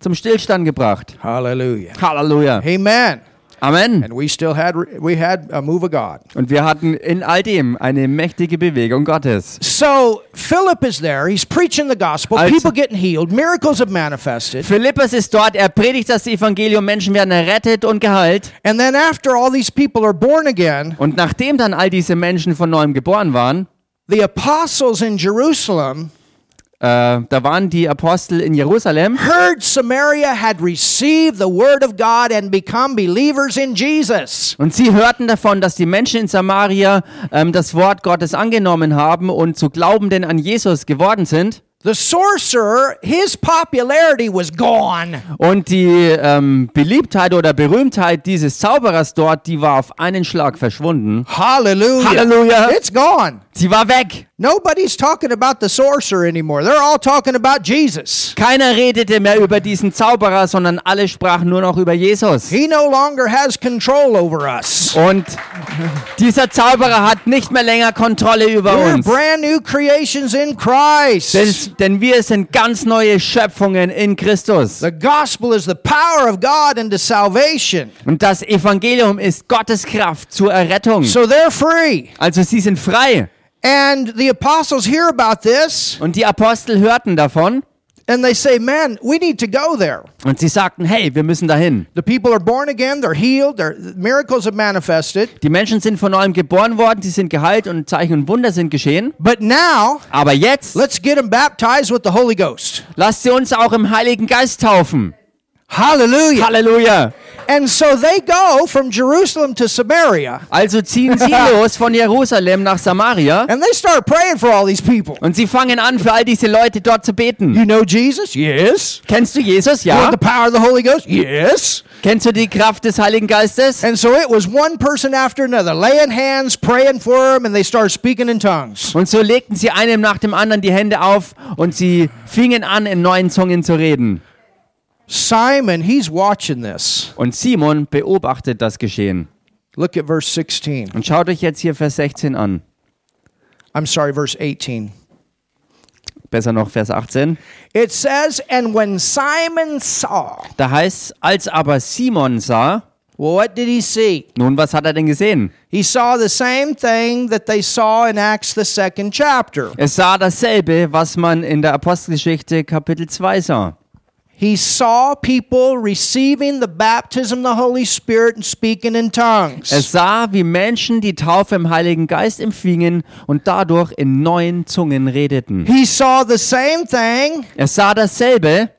[SPEAKER 2] zum Stillstand gebracht.
[SPEAKER 1] Hallelujah.
[SPEAKER 2] Halleluja.
[SPEAKER 1] Amen.
[SPEAKER 2] Amen.
[SPEAKER 1] And we still had we had a move of God.
[SPEAKER 2] Und wir hatten in all dem eine mächtige Bewegung Gottes.
[SPEAKER 1] So Philip is there. He's preaching the gospel.
[SPEAKER 2] Also-
[SPEAKER 1] People getting healed. Miracles have manifested.
[SPEAKER 2] Philippus ist dort, er predigt das Evangelium, Menschen werden errettet und geheilt.
[SPEAKER 1] And then after all these people are born again,
[SPEAKER 2] Und nachdem dann all diese Menschen von neuem geboren waren,
[SPEAKER 1] the apostles in Jerusalem
[SPEAKER 2] äh, da waren die Apostel in Jerusalem
[SPEAKER 1] heard Samaria had received the word of God and become believers in Jesus.
[SPEAKER 2] und sie hörten davon, dass die Menschen in Samaria ähm, das Wort Gottes angenommen haben und zu Glaubenden an Jesus geworden sind.
[SPEAKER 1] The sorcerer, his popularity was gone.
[SPEAKER 2] Und die ähm, Beliebtheit oder Berühmtheit dieses Zauberers dort, die war auf einen Schlag verschwunden.
[SPEAKER 1] Hallelujah.
[SPEAKER 2] Hallelujah.
[SPEAKER 1] It's gone.
[SPEAKER 2] Sie war weg.
[SPEAKER 1] Nobody's talking about the sorcerer anymore. They're all talking about Jesus.
[SPEAKER 2] Keiner redete mehr über diesen Zauberer, sondern alle sprachen nur noch über Jesus.
[SPEAKER 1] He no longer has control over us.
[SPEAKER 2] Und dieser Zauberer hat nicht mehr länger Kontrolle über
[SPEAKER 1] We're
[SPEAKER 2] uns.
[SPEAKER 1] brand new creations in Christ.
[SPEAKER 2] Denn, denn wir sind ganz neue Schöpfungen in Christus.
[SPEAKER 1] the gospel is the power of God into salvation.
[SPEAKER 2] Und das Evangelium ist Gottes Kraft zur Errettung.
[SPEAKER 1] So they're free.
[SPEAKER 2] Also sie sind frei.
[SPEAKER 1] And the apostles hear about this
[SPEAKER 2] Und die Apostel hörten davon
[SPEAKER 1] and they say, Man, we need to go there.
[SPEAKER 2] und sie sagten, hey, wir müssen dahin.
[SPEAKER 1] The people are born again, they're healed, their miracles have manifested.
[SPEAKER 2] Die Menschen sind von neuem geboren worden, sie sind geheilt und Zeichen und Wunder sind geschehen.
[SPEAKER 1] But now,
[SPEAKER 2] Aber jetzt
[SPEAKER 1] let's get them baptized with the Holy Ghost.
[SPEAKER 2] lasst sie uns auch im Heiligen Geist taufen.
[SPEAKER 1] Hallelujah.
[SPEAKER 2] Halleluja.
[SPEAKER 1] And so they go from Jerusalem to Samaria
[SPEAKER 2] Also ziehen sie los von Jerusalem nach Samaria
[SPEAKER 1] and they start praying for all these people.
[SPEAKER 2] und sie fangen an, für all diese Leute dort zu beten.
[SPEAKER 1] You know Jesus? Yes.
[SPEAKER 2] Kennst du Jesus?
[SPEAKER 1] You
[SPEAKER 2] Ja.
[SPEAKER 1] want the power of the Holy Ghost? Yes.
[SPEAKER 2] Kennst du die Kraft des Heiligen Geistes?
[SPEAKER 1] And so it was one person after another, laying hands, praying for them, and they start speaking in tongues.
[SPEAKER 2] Und so legten sie einem nach dem anderen die Hände auf und sie fingen an, in neuen Zungen zu reden.
[SPEAKER 1] Simon, he's watching this.
[SPEAKER 2] Und Simon beobachtet das Geschehen.
[SPEAKER 1] Look at verse 16.
[SPEAKER 2] Und schaut euch jetzt hier Vers 16 an.
[SPEAKER 1] I'm sorry, verse 18.
[SPEAKER 2] Besser noch Vers 18.
[SPEAKER 1] It says, And when Simon saw,
[SPEAKER 2] Da heißt, als aber Simon sah,
[SPEAKER 1] well, what did he see?
[SPEAKER 2] nun, was hat er denn gesehen?
[SPEAKER 1] He saw the same thing that they saw in Acts, the second chapter.
[SPEAKER 2] Er sah dasselbe, was man in der Apostelgeschichte Kapitel 2 sah.
[SPEAKER 1] He saw people receiving the baptism of the Holy Spirit and speaking in tongues.
[SPEAKER 2] Er sah, wie Menschen die Taufe im Heiligen Geist empfingen und dadurch in neuen Zungen redeten.
[SPEAKER 1] he saw the same thing
[SPEAKER 2] Er sah dasselbe,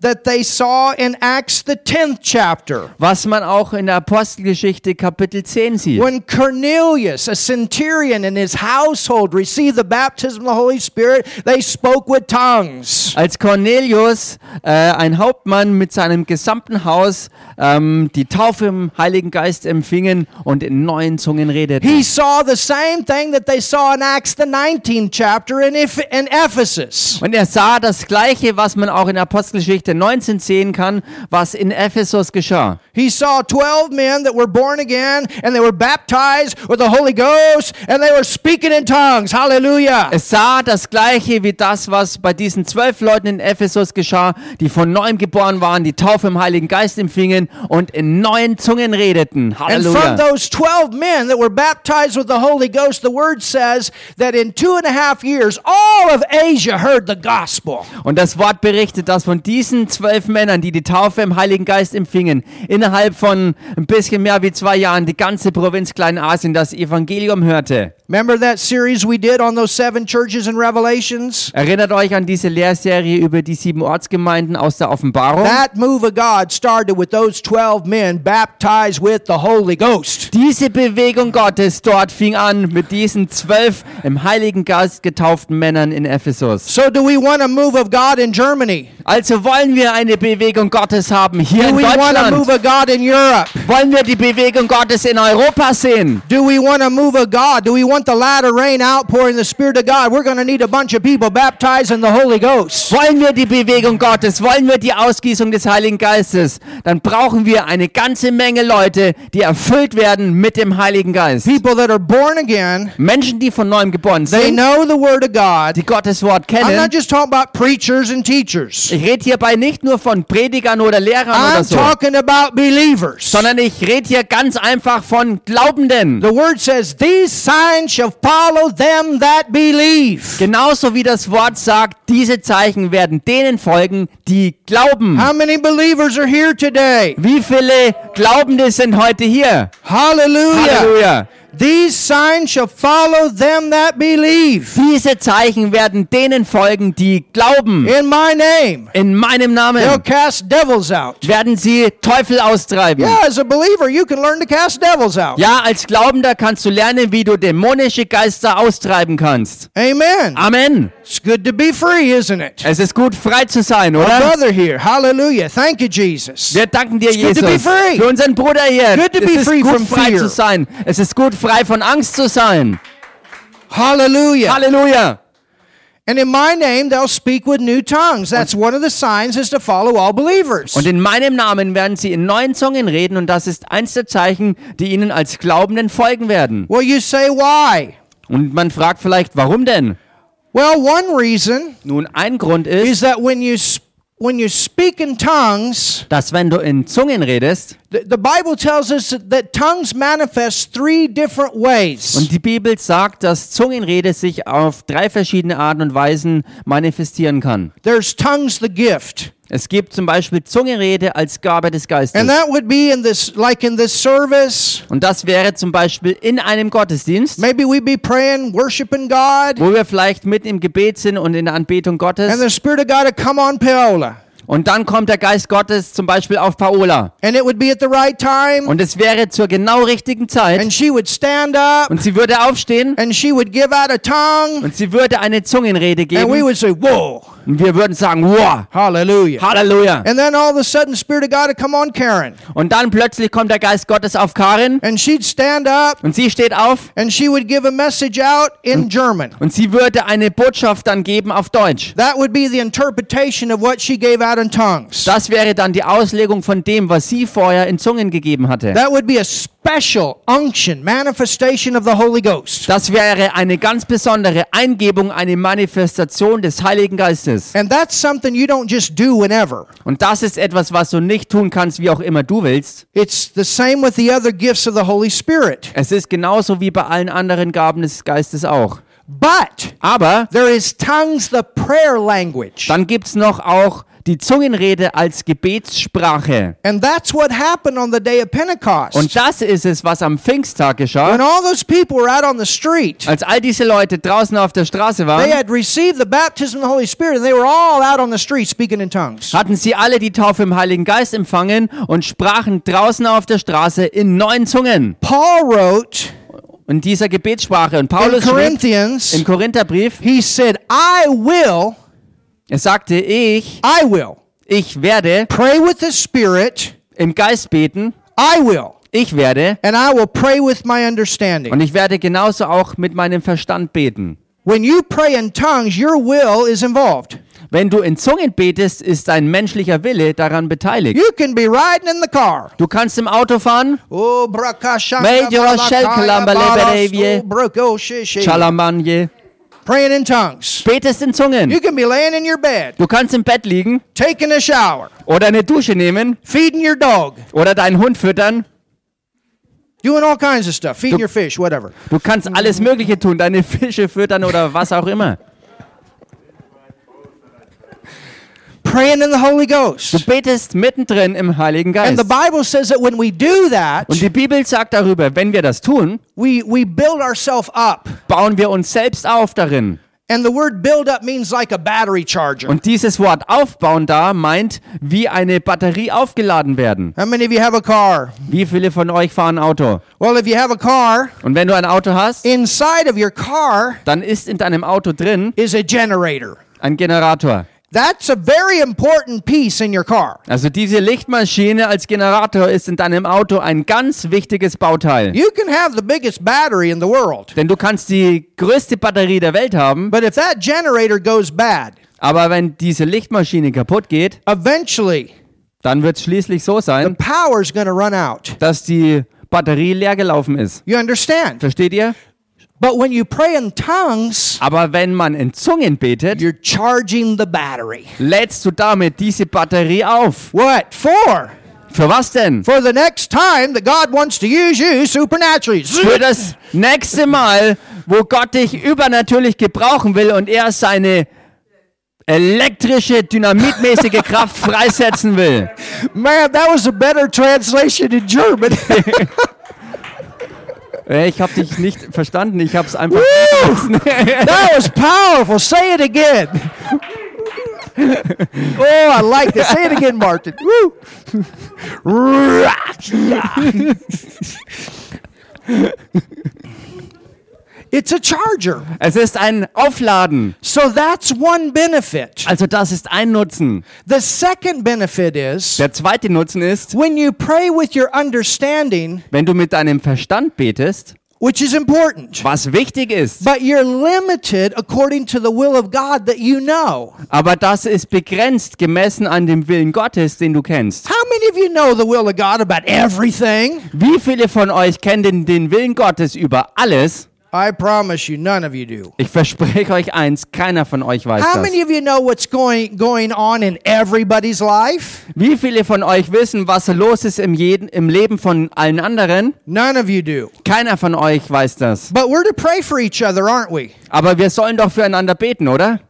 [SPEAKER 1] that they saw in Acts, the 10th chapter.
[SPEAKER 2] was man auch in der Apostelgeschichte Kapitel 10 sieht.
[SPEAKER 1] When Cornelius, a centurion, and his household received the baptism of the Holy Spirit, they spoke with tongues.
[SPEAKER 2] Als Cornelius, äh, ein Hauptmann mit seinem gesamten Haus, ähm, die Taufe im Heiligen Geist empfingen und in neuen Zungen redeten.
[SPEAKER 1] He saw the same thing that they saw in Acts, the 19th chapter, in, Eph- in Ephesus.
[SPEAKER 2] Und er sah das Gleiche, was man auch in der Apostelgeschichte Apostelgeschichte 19 sehen kann, was in Ephesus geschah.
[SPEAKER 1] He saw 12 men that were born again and they were baptized with the Holy Ghost and they were speaking in tongues. Hallelujah.
[SPEAKER 2] Es sah das Gleiche wie das, was bei diesen zwölf Leuten in Ephesus geschah, die von neuem geboren waren, die Taufe im Heiligen Geist empfingen und in neuen Zungen redeten.
[SPEAKER 1] And
[SPEAKER 2] Halleluja.
[SPEAKER 1] from those 12 men that were baptized with the Holy Ghost, the word says that in two and a half years, all of Asia heard the gospel.
[SPEAKER 2] Und das Wort berichtet, dass von diesen zwölf Männern, die die Taufe im Heiligen Geist empfingen, innerhalb von ein bisschen mehr wie zwei Jahren die ganze Provinz Kleinasien das Evangelium hörte.
[SPEAKER 1] Remember that series we did on those seven churches in Revelations?
[SPEAKER 2] Erinnert euch an diese Lehrserie über die sieben Ortsgemeinden aus der Offenbarung?
[SPEAKER 1] That move of God started with those 12 men baptized with the Holy Ghost.
[SPEAKER 2] Diese Bewegung Gottes dort fing an mit diesen zwölf im Heiligen Geist getauften Männern in Ephesus.
[SPEAKER 1] So, do we want a move of God in Germany?
[SPEAKER 2] Also wollen wir eine Bewegung Gottes haben hier
[SPEAKER 1] Do
[SPEAKER 2] in
[SPEAKER 1] we want a
[SPEAKER 2] Deutschland?
[SPEAKER 1] move of God in Europe?
[SPEAKER 2] Wollen wir die Bewegung Gottes in Europa sehen?
[SPEAKER 1] Do we want to move of God? Do we want the latter rain outpouring of the Spirit of God? We're going to need a bunch of people baptized in the Holy Ghost.
[SPEAKER 2] Wollen wir die Bewegung Gottes, wollen wir die Ausgießung des Heiligen Geistes, dann brauchen wir eine ganze Menge Leute, die erfüllt werden mit dem Heiligen Geist.
[SPEAKER 1] People that are born again,
[SPEAKER 2] Menschen, die von neuem geboren
[SPEAKER 1] they
[SPEAKER 2] sind,
[SPEAKER 1] know the Word of God.
[SPEAKER 2] die Gottes Wort
[SPEAKER 1] I'm
[SPEAKER 2] kennen.
[SPEAKER 1] not just talking about preachers and teachers,
[SPEAKER 2] Ich rede hierbei nicht nur von Predigern oder Lehrern oder
[SPEAKER 1] I'm
[SPEAKER 2] so,
[SPEAKER 1] talking about believers.
[SPEAKER 2] sondern ich rede hier ganz einfach von Glaubenden.
[SPEAKER 1] The Word says, These signs shall follow them that believe.
[SPEAKER 2] Genauso wie das Wort sagt, diese Zeichen werden denen folgen, die glauben.
[SPEAKER 1] How many believers are here today?
[SPEAKER 2] Wie viele Glaubende sind heute hier?
[SPEAKER 1] Hallelujah.
[SPEAKER 2] Halleluja.
[SPEAKER 1] These signs shall follow them that believe.
[SPEAKER 2] Diese Zeichen werden denen folgen, die glauben.
[SPEAKER 1] In my name,
[SPEAKER 2] In meinem
[SPEAKER 1] they'll
[SPEAKER 2] Namen
[SPEAKER 1] cast devils out.
[SPEAKER 2] werden sie Teufel austreiben.
[SPEAKER 1] Yeah, as a believer, you can learn to cast devils out.
[SPEAKER 2] Ja, als Glaubender kannst du lernen, wie du dämonische Geister austreiben kannst.
[SPEAKER 1] Amen.
[SPEAKER 2] Amen.
[SPEAKER 1] It's good to be free, isn't it?
[SPEAKER 2] Es ist gut, frei zu sein,
[SPEAKER 1] Our
[SPEAKER 2] oder?
[SPEAKER 1] brother here. Hallelujah. Thank you, Jesus.
[SPEAKER 2] Wir danken dir,
[SPEAKER 1] good to be
[SPEAKER 2] Jesus,
[SPEAKER 1] free.
[SPEAKER 2] für unseren Bruder hier.
[SPEAKER 1] Good to
[SPEAKER 2] es
[SPEAKER 1] be
[SPEAKER 2] ist
[SPEAKER 1] free
[SPEAKER 2] gut,
[SPEAKER 1] from
[SPEAKER 2] frei
[SPEAKER 1] fear.
[SPEAKER 2] zu sein. Es ist gut, frei von Angst zu sein.
[SPEAKER 1] Hallelujah.
[SPEAKER 2] Halleluja.
[SPEAKER 1] And in my name, they'll speak with new tongues. That's one of the signs is to follow all believers.
[SPEAKER 2] Und in meinem Namen werden sie in neuen Zungen reden und das ist eins der Zeichen, die ihnen als Glaubenden folgen werden.
[SPEAKER 1] Well, you say why?
[SPEAKER 2] Und man fragt vielleicht, warum denn?
[SPEAKER 1] Well, one reason
[SPEAKER 2] Nun, ein Grund ist,
[SPEAKER 1] is that when you s- when you speak in tongues,
[SPEAKER 2] dass wenn du in Zungen redest,
[SPEAKER 1] the, the Bible tells us that, that tongues manifest three different ways.
[SPEAKER 2] und die Bibel sagt, dass Zungenrede sich auf drei verschiedene Arten und Weisen manifestieren kann.
[SPEAKER 1] There's tongues, the gift.
[SPEAKER 2] Es gibt zum Beispiel Zungenrede als Gabe des
[SPEAKER 1] And
[SPEAKER 2] Geistes.
[SPEAKER 1] that would be in this, like in this service.
[SPEAKER 2] Und das wäre zum Beispiel in einem Gottesdienst,
[SPEAKER 1] Maybe we'd be praying, worshiping God,
[SPEAKER 2] wo wir vielleicht mitten im Gebet sind und in der Anbetung
[SPEAKER 1] and
[SPEAKER 2] Gottes.
[SPEAKER 1] the Spirit of God would come on Paola.
[SPEAKER 2] Und dann kommt der Geist Gottes zum Beispiel auf Paola.
[SPEAKER 1] And it would be at the right time,
[SPEAKER 2] Und es wäre zur genau richtigen Zeit.
[SPEAKER 1] and she would stand up,
[SPEAKER 2] Und sie würde aufstehen
[SPEAKER 1] and she would give out a tongue,
[SPEAKER 2] und sie würde eine Zungenrede
[SPEAKER 1] and we
[SPEAKER 2] geben.
[SPEAKER 1] would say, Whoa,
[SPEAKER 2] Und wir würden sagen, wow,
[SPEAKER 1] hallelujah.
[SPEAKER 2] Halleluja.
[SPEAKER 1] And then all of a sudden, Spirit of God would come on Karen,
[SPEAKER 2] Und dann plötzlich kommt der Geist Gottes auf Karin
[SPEAKER 1] and she'd stand up,
[SPEAKER 2] und sie steht auf
[SPEAKER 1] and she would give a message out in German.
[SPEAKER 2] und sie würde eine Botschaft dann geben auf Deutsch.
[SPEAKER 1] That would be the interpretation of what she gave out in tongues.
[SPEAKER 2] Das wäre dann die Auslegung von dem, was sie vorher in Zungen gegeben hatte.
[SPEAKER 1] That would be a special unction, manifestation of the Holy Ghost.
[SPEAKER 2] Das wäre eine ganz besondere Eingebung, eine Manifestation des Heiligen Geistes.
[SPEAKER 1] And that's something you don't just do whenever.
[SPEAKER 2] Und das ist etwas, was du nicht tun kannst, wie auch immer du willst.
[SPEAKER 1] It's the same with the other gifts of the Holy Spirit.
[SPEAKER 2] Es ist genauso wie bei allen anderen Gaben des Geistes auch.
[SPEAKER 1] But
[SPEAKER 2] Aber
[SPEAKER 1] there is tongues, the prayer language.
[SPEAKER 2] dann gibt es noch auch die Zungenrede als Gebetssprache.
[SPEAKER 1] And that's what happened on the day of Pentecost.
[SPEAKER 2] Und das ist es, was am Pfingsttag geschah.
[SPEAKER 1] When all those people were out on the street,
[SPEAKER 2] Als all diese Leute draußen auf der Straße
[SPEAKER 1] they
[SPEAKER 2] waren,
[SPEAKER 1] had received the baptism of the Holy Spirit and they were all out on the street speaking in tongues.
[SPEAKER 2] hatten sie alle die Taufe im Heiligen Geist empfangen und sprachen draußen auf der Straße in neuen Zungen.
[SPEAKER 1] Paul wrote
[SPEAKER 2] In dieser Gebetssprache. Und
[SPEAKER 1] in
[SPEAKER 2] Paulus schrieb
[SPEAKER 1] Corinthians,
[SPEAKER 2] im Korintherbrief,
[SPEAKER 1] he said, I will,
[SPEAKER 2] er sagte, ich,
[SPEAKER 1] I will
[SPEAKER 2] ich werde
[SPEAKER 1] pray with the Spirit,
[SPEAKER 2] im Geist beten,
[SPEAKER 1] I will,
[SPEAKER 2] ich werde
[SPEAKER 1] and I will pray with my understanding.
[SPEAKER 2] und ich werde genauso auch mit meinem Verstand beten.
[SPEAKER 1] When you pray in tongues, your will is involved.
[SPEAKER 2] Wenn du in Zungen betest, ist dein menschlicher Wille daran beteiligt.
[SPEAKER 1] You can be riding in the car.
[SPEAKER 2] Du kannst im Auto fahren,
[SPEAKER 1] Oh, brakashanga
[SPEAKER 2] Major
[SPEAKER 1] balakaya
[SPEAKER 2] Shelkalamba
[SPEAKER 1] balas-
[SPEAKER 2] leberevye.
[SPEAKER 1] oh, broko shishi.
[SPEAKER 2] Chalamanje,
[SPEAKER 1] Praying in tongues.
[SPEAKER 2] betest in Zungen.
[SPEAKER 1] You can be laying in your bed,
[SPEAKER 2] Du kannst im Bett liegen
[SPEAKER 1] taking a shower,
[SPEAKER 2] oder eine Dusche nehmen
[SPEAKER 1] feeding your dog,
[SPEAKER 2] oder deinen Hund füttern.
[SPEAKER 1] doing all kinds of stuff, feeding your fish, whatever.
[SPEAKER 2] Du kannst alles Mögliche tun, deine Fische füttern oder was auch immer.
[SPEAKER 1] Praying in the Holy
[SPEAKER 2] Du
[SPEAKER 1] Ghost.
[SPEAKER 2] betest mittendrin im Heiligen
[SPEAKER 1] And
[SPEAKER 2] Geist.
[SPEAKER 1] the Bible says that when we do that,
[SPEAKER 2] Und die Bibel sagt darüber, wenn wir das tun,
[SPEAKER 1] we, we build ourselves up.
[SPEAKER 2] bauen wir uns selbst auf darin.
[SPEAKER 1] And the word build up means like a battery charger.
[SPEAKER 2] Und dieses Wort aufbauen da meint, wie eine Batterie aufgeladen werden.
[SPEAKER 1] How many of you have a car?
[SPEAKER 2] Wie viele von euch fahren Auto?
[SPEAKER 1] Well, if you have a car,
[SPEAKER 2] Und wenn du ein Auto hast,
[SPEAKER 1] inside of your car
[SPEAKER 2] dann ist in deinem Auto drin
[SPEAKER 1] is a generator.
[SPEAKER 2] ein Generator.
[SPEAKER 1] That's a very important piece in your car.
[SPEAKER 2] Also diese Lichtmaschine als Generator ist in deinem Auto ein ganz wichtiges Bauteil.
[SPEAKER 1] You can have the biggest battery in the world,
[SPEAKER 2] Denn du kannst die größte Batterie der Welt haben,
[SPEAKER 1] but if that generator goes bad,
[SPEAKER 2] aber wenn diese Lichtmaschine kaputt geht,
[SPEAKER 1] eventually
[SPEAKER 2] dann wird es schließlich so
[SPEAKER 1] the
[SPEAKER 2] sein,
[SPEAKER 1] power's going to run out.
[SPEAKER 2] dass die Batterie leer gelaufen ist.
[SPEAKER 1] You understand?
[SPEAKER 2] Versteht ihr?
[SPEAKER 1] But when you pray in tongues,
[SPEAKER 2] Aber wenn man in Zungen betet,
[SPEAKER 1] you're charging the battery.
[SPEAKER 2] lädst du damit diese Batterie auf.
[SPEAKER 1] What for?
[SPEAKER 2] Für was denn?
[SPEAKER 1] For the next time that God wants to use you supernaturally.
[SPEAKER 2] Für das nächste Mal, wo Gott dich übernatürlich gebrauchen will und er seine elektrische, dynamitmäßige Kraft freisetzen will.
[SPEAKER 1] Man, that was a better translation in German.
[SPEAKER 2] Äh, Ich habe dich nicht verstanden, ich habe es einfach...
[SPEAKER 1] that was powerful. Say it again. oh, I like that. Say it again, Martin. Woo. [laughs] it's a charger.
[SPEAKER 2] [laughs] Es ist ein Aufladen.
[SPEAKER 1] So that's one benefit.
[SPEAKER 2] Also das ist ein Nutzen.
[SPEAKER 1] The second benefit is
[SPEAKER 2] Der zweite Nutzen ist,
[SPEAKER 1] when you pray with your understanding,
[SPEAKER 2] wenn du mit deinem Verstand betest,
[SPEAKER 1] which is important.
[SPEAKER 2] was wichtig ist,
[SPEAKER 1] But you're limited according to the will of God that you know.
[SPEAKER 2] aber das ist begrenzt gemessen an dem Willen Gottes, den du kennst.
[SPEAKER 1] How many of you know the will of God about everything?
[SPEAKER 2] Wie viele von euch kennen den, den Willen Gottes über alles?
[SPEAKER 1] I promise you, none of you do.
[SPEAKER 2] Ich verspreche euch eins, keiner von euch weiß
[SPEAKER 1] How
[SPEAKER 2] das.
[SPEAKER 1] many of you know what's going, going on in everybody's life?
[SPEAKER 2] Wie viele von euch wissen, was los ist im, jeden, im Leben von allen anderen?
[SPEAKER 1] None of you do.
[SPEAKER 2] Keiner von euch weiß das.
[SPEAKER 1] But we're to pray for each other, aren't we?
[SPEAKER 2] Aber wir sollen doch füreinander beten, oder?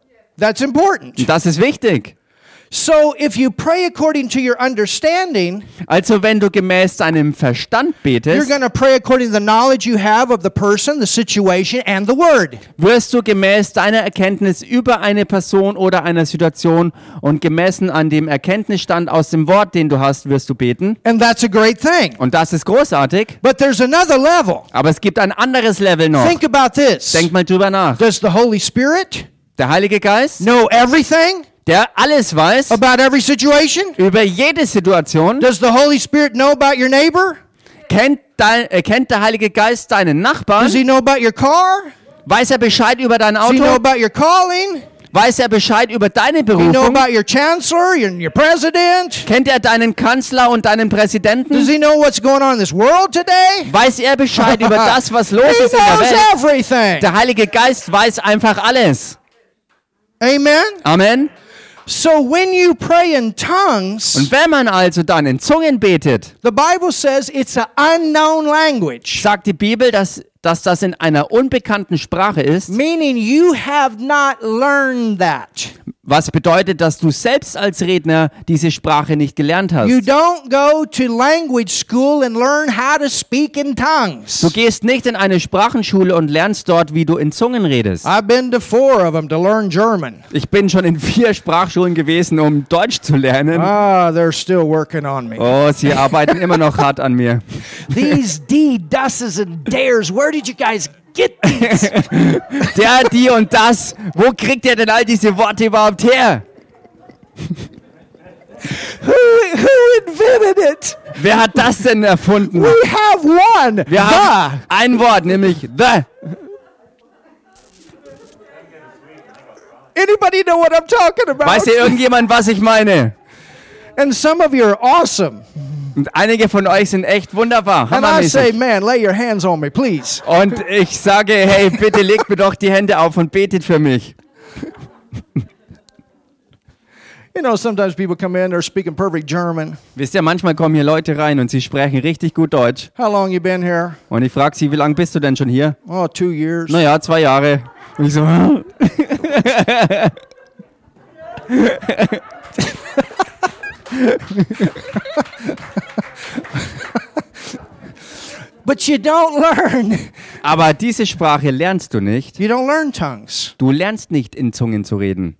[SPEAKER 1] That's important.
[SPEAKER 2] Das ist wichtig.
[SPEAKER 1] So if you pray according to your understanding,
[SPEAKER 2] Also wenn du gemäß deinem Verstand
[SPEAKER 1] you're
[SPEAKER 2] betest,
[SPEAKER 1] going to pray according to the knowledge you have of the person, the situation, and the word.
[SPEAKER 2] wirst du gemäß deiner Erkenntnis über eine Person oder einer Situation und gemessen an dem Erkenntnisstand aus dem Wort, den du hast, wirst du beten.
[SPEAKER 1] And that's a great thing.
[SPEAKER 2] Und das ist großartig.
[SPEAKER 1] But there's another level.
[SPEAKER 2] Aber es gibt ein anderes Level noch.
[SPEAKER 1] Think about this.
[SPEAKER 2] Denk mal drüber nach.
[SPEAKER 1] Does the Holy Spirit
[SPEAKER 2] Der Heilige Geist,
[SPEAKER 1] know everything
[SPEAKER 2] der alles weiß
[SPEAKER 1] about every situation?
[SPEAKER 2] über jede Situation,
[SPEAKER 1] Does the Holy Spirit know about your neighbor?
[SPEAKER 2] kennt, dein, äh, kennt der Heilige Geist deinen
[SPEAKER 1] Does
[SPEAKER 2] Nachbarn,
[SPEAKER 1] he know about your car?
[SPEAKER 2] weiß er Bescheid über dein
[SPEAKER 1] Does he know
[SPEAKER 2] Auto,
[SPEAKER 1] about your calling?
[SPEAKER 2] weiß er Bescheid über deine
[SPEAKER 1] Does he know
[SPEAKER 2] Berufung,
[SPEAKER 1] about your chancellor, your, your president?
[SPEAKER 2] kennt er deinen Kanzler und deinen Präsidenten,
[SPEAKER 1] Does he know what's going on in this world today?
[SPEAKER 2] weiß er Bescheid
[SPEAKER 1] [laughs]
[SPEAKER 2] über das, was los
[SPEAKER 1] He
[SPEAKER 2] ist in der
[SPEAKER 1] knows
[SPEAKER 2] Welt.
[SPEAKER 1] everything.
[SPEAKER 2] Der Heilige Geist weiß einfach alles.
[SPEAKER 1] Amen.
[SPEAKER 2] Amen.
[SPEAKER 1] So when you pray in tongues,
[SPEAKER 2] Und wenn man also dann in Zungen betet,
[SPEAKER 1] the Bible says it's an unknown language,
[SPEAKER 2] sagt die Bibel, dass, dass das in einer unbekannten Sprache ist,
[SPEAKER 1] meaning you have not learned that.
[SPEAKER 2] was bedeutet, dass du selbst als Redner diese Sprache nicht gelernt
[SPEAKER 1] You
[SPEAKER 2] hast.
[SPEAKER 1] don't go to language school and learn how to speak in tongues.
[SPEAKER 2] Du gehst nicht in eine Sprachenschule und lernst dort, wie du in Zungen redest.
[SPEAKER 1] I've been to four of them to learn German.
[SPEAKER 2] Ich bin schon in vier Sprachschulen gewesen, um Deutsch zu lernen.
[SPEAKER 1] Ah, they're still working on me.
[SPEAKER 2] Oh, sie arbeiten immer noch hart an mir.
[SPEAKER 1] [laughs] These D dusses and dares, where did you guys get these?
[SPEAKER 2] Der, die und das. Wo kriegt ihr denn all diese Worte überhaupt her?
[SPEAKER 1] [laughs] who, who invented it?
[SPEAKER 2] Wer hat das denn erfunden?
[SPEAKER 1] We have one.
[SPEAKER 2] Wir haben ein Wort, nämlich the.
[SPEAKER 1] Anybody know what I'm talking about?
[SPEAKER 2] Weiß hier irgendjemand, was ich meine?
[SPEAKER 1] And some of you are awesome.
[SPEAKER 2] Und einige von euch sind echt wunderbar,
[SPEAKER 1] And I say,
[SPEAKER 2] hammermäßig.
[SPEAKER 1] man, lay your hands on me, please.
[SPEAKER 2] Und ich sage, hey, bitte legt mir doch die Hände auf und betet für mich.
[SPEAKER 1] You know, sometimes people come in, they're speaking perfect German.
[SPEAKER 2] Wisst ihr, manchmal kommen hier Leute rein und sie sprechen richtig gut Deutsch.
[SPEAKER 1] How long you been here?
[SPEAKER 2] Und ich frage sie, wie lange bist du denn schon hier?
[SPEAKER 1] Oh, two years.
[SPEAKER 2] Naja, zwei Jahre. Und ich so,
[SPEAKER 1] But you don't learn.
[SPEAKER 2] aber diese Sprache lernst du
[SPEAKER 1] [laughs]
[SPEAKER 2] nicht.
[SPEAKER 1] You don't learn tongues.
[SPEAKER 2] Du lernst nicht, in Zungen zu reden.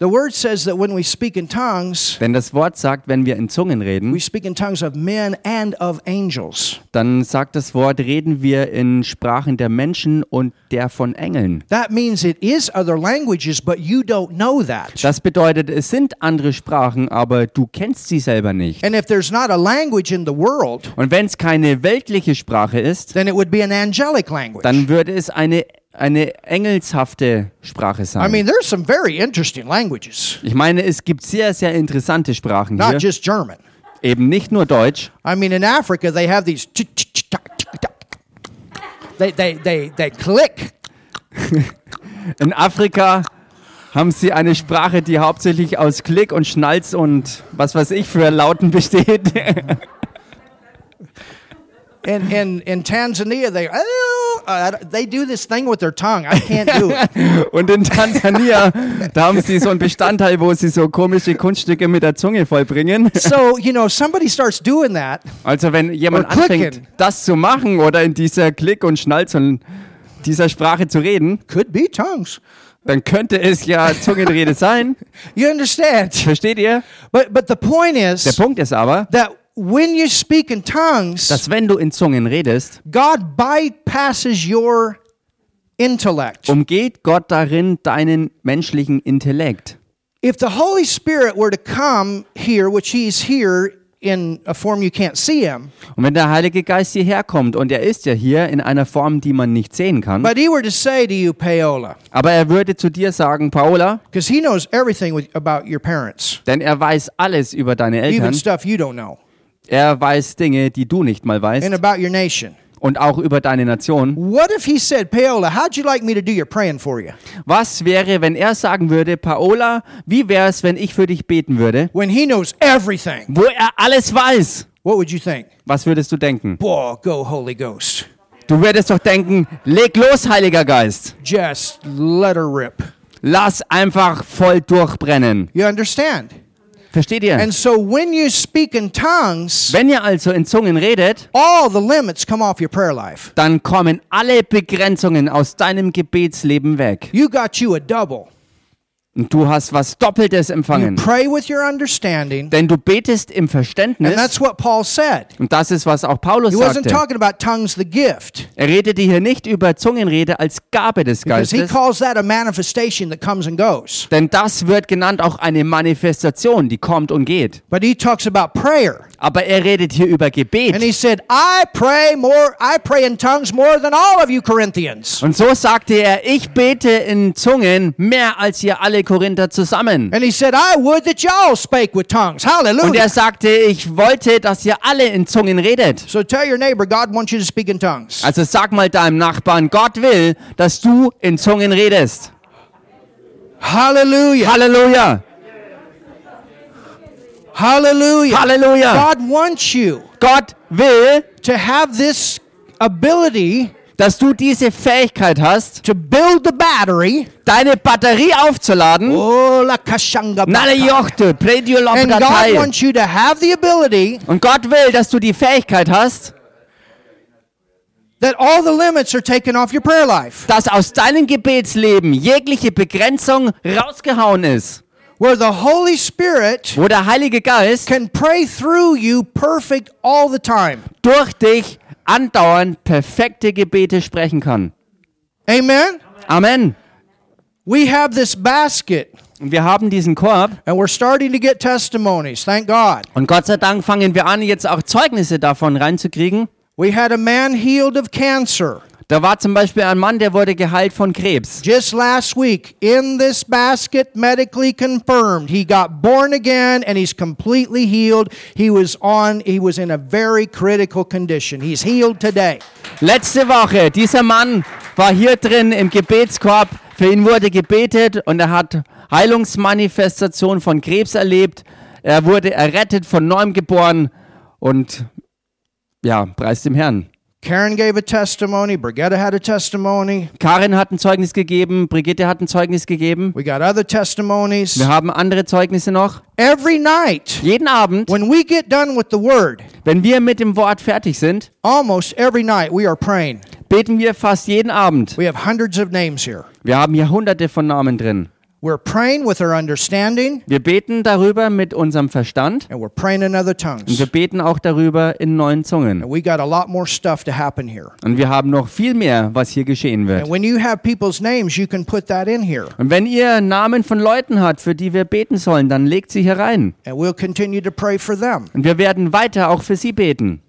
[SPEAKER 1] The word says that when we speak in tongues,
[SPEAKER 2] Denn das Wort sagt, wenn wir in Zungen
[SPEAKER 1] we
[SPEAKER 2] reden,
[SPEAKER 1] speak in tongues of men and of angels.
[SPEAKER 2] dann sagt das Wort, reden wir in Sprachen der Menschen und der von Engeln.
[SPEAKER 1] That means it is other languages, but you don't know that.
[SPEAKER 2] Das bedeutet, es sind andere Sprachen, aber du kennst sie selber nicht.
[SPEAKER 1] And if there's not a language in the world,
[SPEAKER 2] Und wenn es keine weltliche Sprache ist,
[SPEAKER 1] then it would be an angelic language.
[SPEAKER 2] dann würde es eine, eine engelshafte Sprache
[SPEAKER 1] I
[SPEAKER 2] sein.
[SPEAKER 1] mean, there's some very interesting languages,
[SPEAKER 2] ich meine, es gibt sehr, sehr interessante Sprachen
[SPEAKER 1] not
[SPEAKER 2] hier.
[SPEAKER 1] just German.
[SPEAKER 2] Eben nicht nur Deutsch.
[SPEAKER 1] I mean, in Africa, they have these. ch- ch- ch- ta- ch- ta- They, they, they, they click.
[SPEAKER 2] In Afrika haben sie eine Sprache, die hauptsächlich aus Klick und Schnalz und was weiß ich für Lauten besteht. [laughs]
[SPEAKER 1] In, in, in Tanzania, they, oh, I don't- they do this thing with their tongue. I can't do
[SPEAKER 2] [laughs]
[SPEAKER 1] it.
[SPEAKER 2] Und in Tansania, da haben sie so einen Bestandteil, wo sie so komische Kunststücke mit der Zunge vollbringen.
[SPEAKER 1] So, you know, somebody starts doing that.
[SPEAKER 2] Also wenn jemand
[SPEAKER 1] Or clicken.
[SPEAKER 2] anfängt, das zu machen oder in dieser Klick- und Schnalz- und dieser Sprache zu reden,
[SPEAKER 1] Could be tongues.
[SPEAKER 2] dann könnte es ja Zungenrede sein.
[SPEAKER 1] You understand?
[SPEAKER 2] [laughs] Versteht ihr?
[SPEAKER 1] But, but the point
[SPEAKER 2] Der
[SPEAKER 1] is
[SPEAKER 2] Punkt ist aber,
[SPEAKER 1] that when you speak in tongues,
[SPEAKER 2] dass wenn du in Zungen redest,
[SPEAKER 1] God bypasses your intellect.
[SPEAKER 2] umgeht Gott darin deinen menschlichen Intellekt.
[SPEAKER 1] If the Holy Spirit were to come here, which He's here in a form you can't see Him,
[SPEAKER 2] Und wenn der Heilige Geist hierher kommt, und er ist ja hier in einer Form, die man nicht sehen kann,
[SPEAKER 1] but He were to say to you, Paola,
[SPEAKER 2] aber er würde zu dir sagen, Paola,
[SPEAKER 1] because He knows everything with, about your parents,
[SPEAKER 2] denn er weiß alles über deine
[SPEAKER 1] even
[SPEAKER 2] Eltern,
[SPEAKER 1] stuff you don't know,
[SPEAKER 2] er weiß Dinge, die du nicht mal
[SPEAKER 1] and
[SPEAKER 2] weißt,
[SPEAKER 1] about your nation.
[SPEAKER 2] und auch über deine Nation.
[SPEAKER 1] What if He said, Paola, how'd you like me to do your praying for you?
[SPEAKER 2] Was wäre, wenn er sagen würde, Paola, wie wäre es, wenn ich für dich beten würde?
[SPEAKER 1] When He knows everything,
[SPEAKER 2] Wo er alles weiß.
[SPEAKER 1] what would you think?
[SPEAKER 2] Was würdest du denken?
[SPEAKER 1] Boah, go, Holy Ghost.
[SPEAKER 2] Du würdest doch denken, leg los, Heiliger Geist.
[SPEAKER 1] Just let her rip.
[SPEAKER 2] Lass einfach voll durchbrennen.
[SPEAKER 1] You understand?
[SPEAKER 2] Versteht ihr?
[SPEAKER 1] And so when you speak in tongues,
[SPEAKER 2] Wenn ihr also in Zungen redet,
[SPEAKER 1] all the limits come off your prayer life.
[SPEAKER 2] dann kommen alle Begrenzungen aus deinem Gebetsleben weg.
[SPEAKER 1] You got you a double.
[SPEAKER 2] Und du hast was Doppeltes empfangen.
[SPEAKER 1] Pray with your understanding.
[SPEAKER 2] Denn du betest im
[SPEAKER 1] And
[SPEAKER 2] Verständnis.
[SPEAKER 1] that's what Paul said.
[SPEAKER 2] Und das ist, was auch Paulus
[SPEAKER 1] He wasn't
[SPEAKER 2] sagte.
[SPEAKER 1] talking about tongues, the gift,
[SPEAKER 2] Er redete hier nicht über Zungenrede als Gabe des
[SPEAKER 1] because he
[SPEAKER 2] Geistes,
[SPEAKER 1] calls that a manifestation that comes and goes.
[SPEAKER 2] Denn das wird genannt auch eine Manifestation, die kommt und geht.
[SPEAKER 1] But he talks about prayer.
[SPEAKER 2] Aber er redet hier über
[SPEAKER 1] And he
[SPEAKER 2] Gebet.
[SPEAKER 1] said, I pray more, I pray in tongues more than all of you Corinthians.
[SPEAKER 2] Und so sagte er, ich bete in Zungen mehr als ihr alle Korinther zusammen.
[SPEAKER 1] And he said, I would that y'all spake with tongues.
[SPEAKER 2] Und er
[SPEAKER 1] Hallelujah.
[SPEAKER 2] sagte, ich wollte, dass ihr alle in Zungen redet.
[SPEAKER 1] So tell your neighbor, God wants you to speak in tongues.
[SPEAKER 2] Also sag mal deinem Nachbarn, Gott will, dass du in Zungen redest.
[SPEAKER 1] Hallelujah.
[SPEAKER 2] Halleluja!
[SPEAKER 1] Hallelujah.
[SPEAKER 2] Halleluja!
[SPEAKER 1] God wants you
[SPEAKER 2] Gott will,
[SPEAKER 1] to have this ability
[SPEAKER 2] dass du diese Fähigkeit hast,
[SPEAKER 1] to build the battery.
[SPEAKER 2] deine Batterie aufzuladen.
[SPEAKER 1] Oh, la kashanga
[SPEAKER 2] Nalle
[SPEAKER 1] baka.
[SPEAKER 2] Jochte,
[SPEAKER 1] And God wants you to have the ability
[SPEAKER 2] Und Gott will, dass du die Fähigkeit hast,
[SPEAKER 1] that all the limits are taken off your prayer life.
[SPEAKER 2] dass aus deinem Gebetsleben jegliche Begrenzung rausgehauen ist,
[SPEAKER 1] Where the Holy Spirit
[SPEAKER 2] wo der Heilige Geist
[SPEAKER 1] can pray through you perfect all the time.
[SPEAKER 2] durch dich andauernd perfekte Gebete sprechen kann.
[SPEAKER 1] Amen?
[SPEAKER 2] Amen.
[SPEAKER 1] We have this basket
[SPEAKER 2] Und wir haben diesen Korb
[SPEAKER 1] and we're starting to get testimonies. Thank God.
[SPEAKER 2] und Gott sei Dank fangen wir an, jetzt auch Zeugnisse davon reinzukriegen.
[SPEAKER 1] We had a man healed of cancer.
[SPEAKER 2] Da war zum Beispiel ein Mann, der wurde geheilt von Krebs.
[SPEAKER 1] Just last week, in this basket, medically confirmed, he got born again and he's completely healed. He was on, he was in a very critical condition. He's healed today.
[SPEAKER 2] Letzte Woche, dieser Mann war hier drin im Gebetskorb. Für ihn wurde gebetet und er hat Heilungsmanifestation von Krebs erlebt. Er wurde errettet, von neuem geboren und ja, preis dem Herrn.
[SPEAKER 1] Karen gave a testimony. Brigetta had a testimony.
[SPEAKER 2] Karin hat ein Zeugnis gegeben, Brigitte hat ein Zeugnis gegeben.
[SPEAKER 1] We got other testimonies.
[SPEAKER 2] Wir haben andere Zeugnisse noch.
[SPEAKER 1] Every night,
[SPEAKER 2] Jeden Abend,
[SPEAKER 1] when we get done with the word,
[SPEAKER 2] wenn wir mit dem Wort fertig sind,
[SPEAKER 1] almost every night we are praying.
[SPEAKER 2] beten wir fast jeden Abend.
[SPEAKER 1] We have hundreds of names here.
[SPEAKER 2] Wir haben hier hunderte von Namen drin.
[SPEAKER 1] We're praying with our understanding
[SPEAKER 2] Wir beten darüber mit unserem Verstand
[SPEAKER 1] and we're praying in other
[SPEAKER 2] und
[SPEAKER 1] tongues.
[SPEAKER 2] wir beten auch darüber in neuen Zungen.
[SPEAKER 1] And we got a lot more stuff to happen here.
[SPEAKER 2] Und wir haben noch viel mehr, was hier
[SPEAKER 1] And
[SPEAKER 2] geschehen wird.
[SPEAKER 1] when you have people's names, you can put that in here.
[SPEAKER 2] Und wenn ihr Namen von Leuten habt, für die wir beten sollen, dann legt sie hier rein.
[SPEAKER 1] And we'll continue to pray for them.
[SPEAKER 2] Und wir werden weiter auch für sie beten.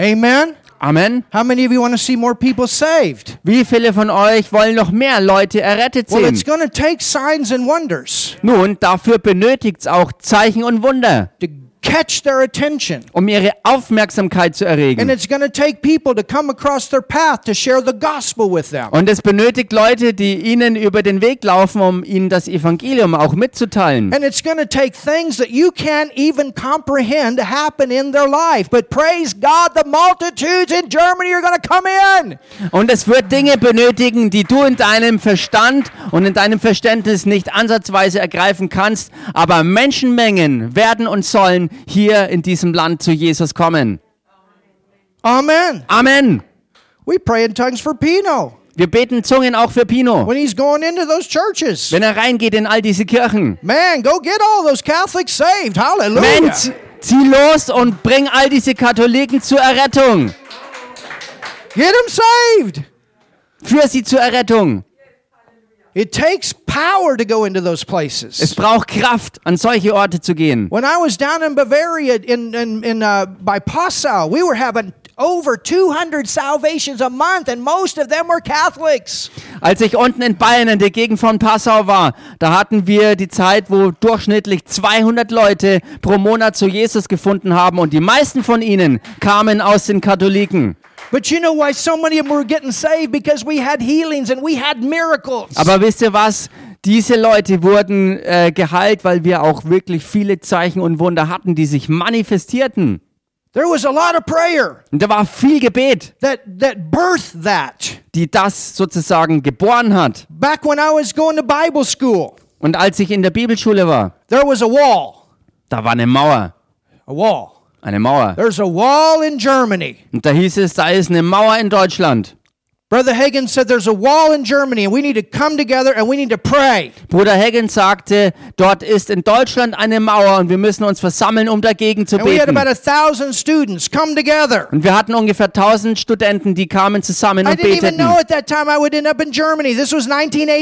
[SPEAKER 1] Amen.
[SPEAKER 2] Amen.
[SPEAKER 1] How many of you want to see more people saved?
[SPEAKER 2] Wie viele von euch wollen noch mehr Leute errettet
[SPEAKER 1] Well,
[SPEAKER 2] sehen?
[SPEAKER 1] it's going to take signs and wonders
[SPEAKER 2] Nun, dafür benötigt's auch Zeichen und Wunder,
[SPEAKER 1] to catch their attention.
[SPEAKER 2] um ihre Aufmerksamkeit zu
[SPEAKER 1] And
[SPEAKER 2] erregen.
[SPEAKER 1] it's going to take people to come across their path to share the gospel with them.
[SPEAKER 2] Und es benötigt Leute, die ihnen über den Weg laufen, um ihnen das Evangelium auch mitzuteilen.
[SPEAKER 1] And it's going to take things that you can't even comprehend to happen in their life. But praise God, the multitudes in Germany are going to come in.
[SPEAKER 2] Und es wird Dinge benötigen, die du in deinem Verstand und in deinem Verständnis nicht ansatzweise ergreifen kannst, aber Menschenmengen werden und sollen hier in diesem Land zu Jesus kommen.
[SPEAKER 1] Amen.
[SPEAKER 2] Amen.
[SPEAKER 1] We pray in tongues for Pino
[SPEAKER 2] Wir beten Zungen auch für Pino,
[SPEAKER 1] when he's going into those churches.
[SPEAKER 2] wenn er reingeht in all diese Kirchen.
[SPEAKER 1] Man, go get all those Catholics saved. Hallelujah.
[SPEAKER 2] Mensch, zieh los und bring all diese Katholiken zur Errettung.
[SPEAKER 1] Get them saved.
[SPEAKER 2] Führ sie zur Errettung.
[SPEAKER 1] It takes power to go into those
[SPEAKER 2] Es
[SPEAKER 1] places.
[SPEAKER 2] braucht Kraft, an solche Orte zu gehen.
[SPEAKER 1] When I was down in Bavaria in, in, in uh, by Passau, we were having over 200 salvations a month, and most of them were Catholics.
[SPEAKER 2] Als ich unten in Bayern in der Gegend von Passau war, da hatten wir die Zeit, wo durchschnittlich 200 Leute pro Monat zu Jesus gefunden haben und die meisten von ihnen kamen aus den Katholiken.
[SPEAKER 1] But you know why so many of them were getting saved? Because we had healings and we had miracles.
[SPEAKER 2] Aber wisst ihr was? Diese Leute wurden äh, geheilt, weil wir auch wirklich viele Zeichen und Wunder hatten, die sich manifestierten.
[SPEAKER 1] There was a lot of prayer
[SPEAKER 2] Und da war viel Gebet.
[SPEAKER 1] that, that birthed that.
[SPEAKER 2] die das sozusagen geboren hat.
[SPEAKER 1] Back when I was going to Bible school,
[SPEAKER 2] Und als ich in der Bibelschule war,
[SPEAKER 1] there was a wall.
[SPEAKER 2] da war eine Mauer,
[SPEAKER 1] A wall.
[SPEAKER 2] eine Mauer.
[SPEAKER 1] There's a wall in Germany.
[SPEAKER 2] Und da hieß es, da ist eine Mauer in Deutschland.
[SPEAKER 1] Brother Hagen said there's a wall in Germany and we need to come together and we need to pray.
[SPEAKER 2] Bruder Hagen sagte, dort ist in Deutschland eine Mauer und wir müssen uns versammeln, um dagegen zu
[SPEAKER 1] And we had
[SPEAKER 2] beten.
[SPEAKER 1] about a thousand students come together.
[SPEAKER 2] Und wir hatten ungefähr 1000 Studenten, die kamen zusammen
[SPEAKER 1] I
[SPEAKER 2] und
[SPEAKER 1] didn't even know
[SPEAKER 2] beteten.
[SPEAKER 1] at that time I would end up in Germany. This was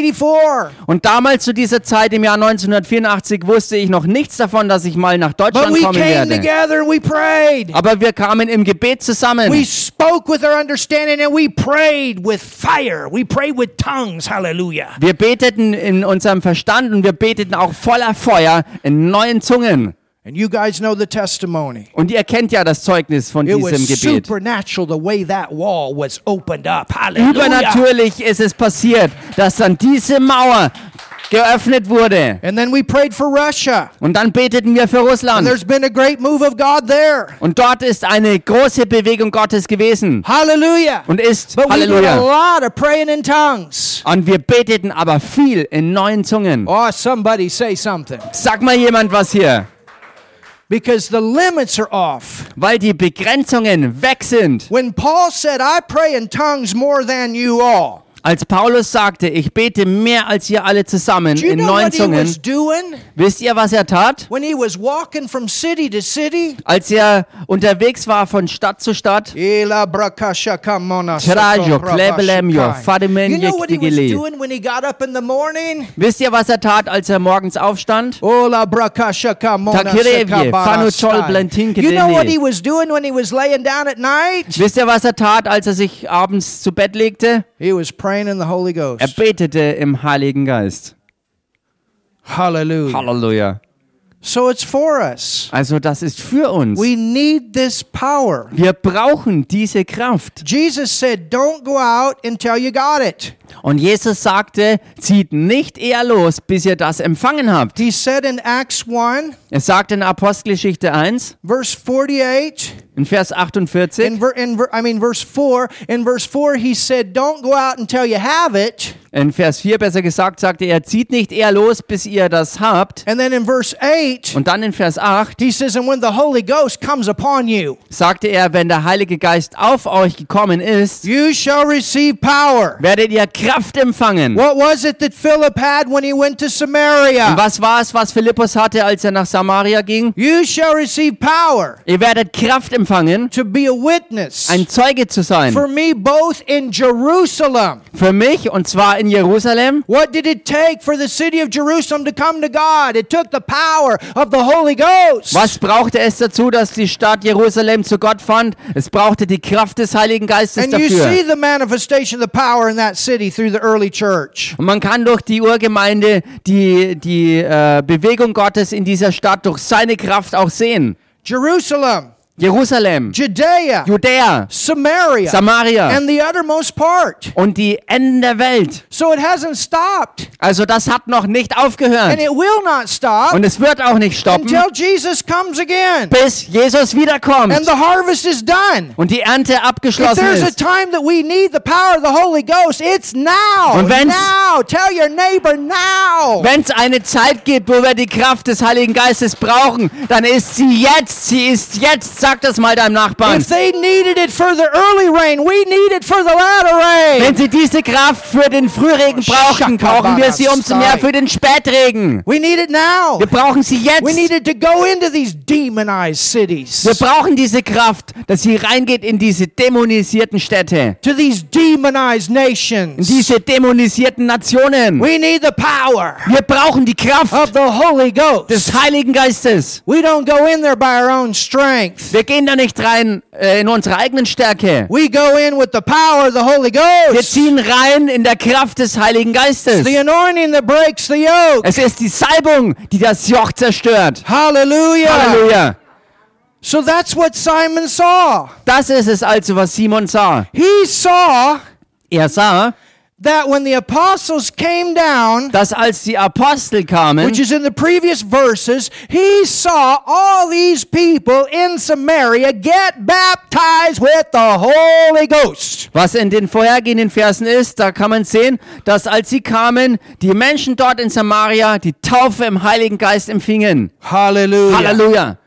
[SPEAKER 1] 1984.
[SPEAKER 2] Und damals zu dieser Zeit im Jahr 1984 wusste ich noch nichts davon, dass ich mal nach
[SPEAKER 1] But
[SPEAKER 2] Deutschland
[SPEAKER 1] we
[SPEAKER 2] kommen
[SPEAKER 1] came
[SPEAKER 2] werde.
[SPEAKER 1] together and we prayed.
[SPEAKER 2] Aber wir kamen im Gebet zusammen.
[SPEAKER 1] We spoke with our understanding and we prayed with fire. We prayed with tongues. Hallelujah.
[SPEAKER 2] Wir beteten in unserem Verstand und wir beteten auch voller Feuer in neuen Zungen.
[SPEAKER 1] And you guys know the testimony.
[SPEAKER 2] Und ihr kennt ja das Zeugnis von
[SPEAKER 1] It was
[SPEAKER 2] diesem Gebet.
[SPEAKER 1] supernatural the way that wall was opened up. Hallelujah.
[SPEAKER 2] Übernatürlich ist es passiert, dass dann diese Mauer geöffnet wurde.
[SPEAKER 1] And then we prayed for Russia.
[SPEAKER 2] Und dann beteten wir für
[SPEAKER 1] And
[SPEAKER 2] Russland.
[SPEAKER 1] there's been a great move of God there.
[SPEAKER 2] Und dort ist eine große Bewegung Gottes gewesen
[SPEAKER 1] Hallelujah.
[SPEAKER 2] und ist
[SPEAKER 1] But we did a
[SPEAKER 2] Halleluja.
[SPEAKER 1] lot of praying in tongues.
[SPEAKER 2] Und wir beteten aber viel in neuen Zungen.
[SPEAKER 1] Oh, somebody say something.
[SPEAKER 2] Sag mal jemand was hier,
[SPEAKER 1] Because the limits are off.
[SPEAKER 2] weil die Begrenzungen weg sind.
[SPEAKER 1] When Paul said, I pray in tongues more than you all,
[SPEAKER 2] Als Paulus sagte, ich bete mehr als ihr alle zusammen
[SPEAKER 1] Do you
[SPEAKER 2] in
[SPEAKER 1] know
[SPEAKER 2] neun
[SPEAKER 1] what he was
[SPEAKER 2] Zungen,
[SPEAKER 1] doing
[SPEAKER 2] wisst ihr, was er tat?
[SPEAKER 1] when he was walking from city to city?
[SPEAKER 2] Als er unterwegs war von Stadt zu Stadt,
[SPEAKER 1] Ela brakasha kamona
[SPEAKER 2] Trajo,
[SPEAKER 1] soko rabashikai.
[SPEAKER 2] klebelemjo, fademen
[SPEAKER 1] You know what he was
[SPEAKER 2] yektigele.
[SPEAKER 1] doing when he got up in the morning?
[SPEAKER 2] wisst ihr, was er tat, als er morgens aufstand?
[SPEAKER 1] Ola brakasha kamona
[SPEAKER 2] Takirevye,
[SPEAKER 1] sakabarastai.
[SPEAKER 2] fanuchol blantinkedele.
[SPEAKER 1] You know what he was doing when he was laying down at night?
[SPEAKER 2] Wisst ihr, was er tat, als er sich abends zu Bett legte?
[SPEAKER 1] He was praying in the Holy
[SPEAKER 2] Er
[SPEAKER 1] Ghost.
[SPEAKER 2] betete im Heiligen Geist.
[SPEAKER 1] Hallelujah.
[SPEAKER 2] Halleluja.
[SPEAKER 1] So it's for us.
[SPEAKER 2] Also das ist für uns.
[SPEAKER 1] We need this power.
[SPEAKER 2] Wir brauchen diese Kraft.
[SPEAKER 1] Jesus said, Don't go out until you got it.
[SPEAKER 2] Und Jesus sagte, zieht nicht eher los, bis ihr das empfangen habt.
[SPEAKER 1] He said in Acts 1,
[SPEAKER 2] Er sagt in Apostelgeschichte 1,
[SPEAKER 1] verse 48,
[SPEAKER 2] in Vers 48,
[SPEAKER 1] in ver, in ver, I mean, verse 4, in verse 4, he said, Don't go out until you have it.
[SPEAKER 2] in Vers 4 besser gesagt, sagte er, zieht nicht eher los, bis ihr das habt.
[SPEAKER 1] And then in verse 8,
[SPEAKER 2] Und dann in Vers 8
[SPEAKER 1] he says, And when the Holy Ghost comes upon you,
[SPEAKER 2] sagte er, wenn der Heilige Geist auf euch gekommen ist,
[SPEAKER 1] you shall receive power.
[SPEAKER 2] werdet ihr Kraft empfangen.
[SPEAKER 1] What was it that Philip had when he went to
[SPEAKER 2] Und
[SPEAKER 1] Samaria?
[SPEAKER 2] was war es, was Philippus hatte, als er nach Samaria ging?
[SPEAKER 1] You shall receive power
[SPEAKER 2] Ihr werdet Kraft empfangen,
[SPEAKER 1] to be a witness
[SPEAKER 2] ein Zeuge zu sein.
[SPEAKER 1] for me both in Jerusalem.
[SPEAKER 2] Für mich, und zwar in Jerusalem.
[SPEAKER 1] What did it take for the city of Jerusalem to come to God? It took the power of the Holy Ghost.
[SPEAKER 2] Was brauchte es dazu, dass die Stadt Jerusalem zu Gott fand? Es brauchte die Kraft des Heiligen Geistes
[SPEAKER 1] And you see
[SPEAKER 2] dafür.
[SPEAKER 1] the manifestation of the power in that city through the early church.
[SPEAKER 2] Und man kann durch die Urgemeinde die, die äh, Bewegung Gottes in dieser Stadt durch seine Kraft auch sehen.
[SPEAKER 1] Jerusalem,
[SPEAKER 2] Jerusalem,
[SPEAKER 1] Judea,
[SPEAKER 2] Judäa,
[SPEAKER 1] Samaria,
[SPEAKER 2] Samaria
[SPEAKER 1] and the uttermost part.
[SPEAKER 2] und die Enden der Welt.
[SPEAKER 1] So it hasn't stopped,
[SPEAKER 2] Also das hat noch nicht
[SPEAKER 1] and
[SPEAKER 2] aufgehört.
[SPEAKER 1] it will not stop
[SPEAKER 2] Und es wird auch nicht stoppen.
[SPEAKER 1] until Jesus comes again
[SPEAKER 2] bis Jesus wiederkommt
[SPEAKER 1] and the harvest is done.
[SPEAKER 2] und die Ernte
[SPEAKER 1] If
[SPEAKER 2] abgeschlossen
[SPEAKER 1] there's a
[SPEAKER 2] ist.
[SPEAKER 1] time that we need the power of the Holy Ghost, it's now.
[SPEAKER 2] Und wenn's-
[SPEAKER 1] now. Tell your neighbor now.
[SPEAKER 2] Wenn es eine Zeit gibt, wo wir die Kraft des Heiligen Geistes brauchen, dann ist sie jetzt. Sie ist jetzt. Sag das mal deinem Nachbarn.
[SPEAKER 1] If they needed it for the early rain, we need it for the latter rain.
[SPEAKER 2] Wenn sie diese Kraft für den Frühregen
[SPEAKER 1] Oh,
[SPEAKER 2] brauchen, brauchen wir sie umso mehr für den Spätregen.
[SPEAKER 1] We need it now.
[SPEAKER 2] Wir brauchen sie jetzt.
[SPEAKER 1] We need
[SPEAKER 2] Wir
[SPEAKER 1] it to go into these demonized cities,
[SPEAKER 2] brauchen diese Kraft, dass sie reingeht in diese dämonisierten Städte,
[SPEAKER 1] to these demonized
[SPEAKER 2] in
[SPEAKER 1] nations.
[SPEAKER 2] diese dämonisierten Nationen.
[SPEAKER 1] We need the power
[SPEAKER 2] Wir brauchen die
[SPEAKER 1] of
[SPEAKER 2] Kraft
[SPEAKER 1] the Holy Ghost.
[SPEAKER 2] des Heiligen Geistes.
[SPEAKER 1] We don't go in there by our own strength.
[SPEAKER 2] Wir gehen da nicht rein äh, in unsere eigenen Stärke.
[SPEAKER 1] We go in with the power of the Holy
[SPEAKER 2] Wir
[SPEAKER 1] Ghost.
[SPEAKER 2] ziehen rein in der Kraft des Heiligen Geistes.
[SPEAKER 1] The anointing that breaks the yoke.
[SPEAKER 2] Es ist die Salbung, die das Joch zerstört.
[SPEAKER 1] Hallelujah.
[SPEAKER 2] Halleluja.
[SPEAKER 1] So that's what Simon saw.
[SPEAKER 2] Das ist es also, was Simon sah.
[SPEAKER 1] He saw
[SPEAKER 2] Er sah,
[SPEAKER 1] that when the apostles came down,
[SPEAKER 2] dass als die Apostel
[SPEAKER 1] which
[SPEAKER 2] kamen,
[SPEAKER 1] is in the previous verses, he saw all these people in Samaria get baptized with the Holy Ghost.
[SPEAKER 2] was in den vorhergehenden Versen ist, da kann man sehen, dass als sie kamen, die Menschen dort in Samaria die Taufe im Heiligen Geist empfingen.
[SPEAKER 1] Hallelujah.
[SPEAKER 2] Halleluja.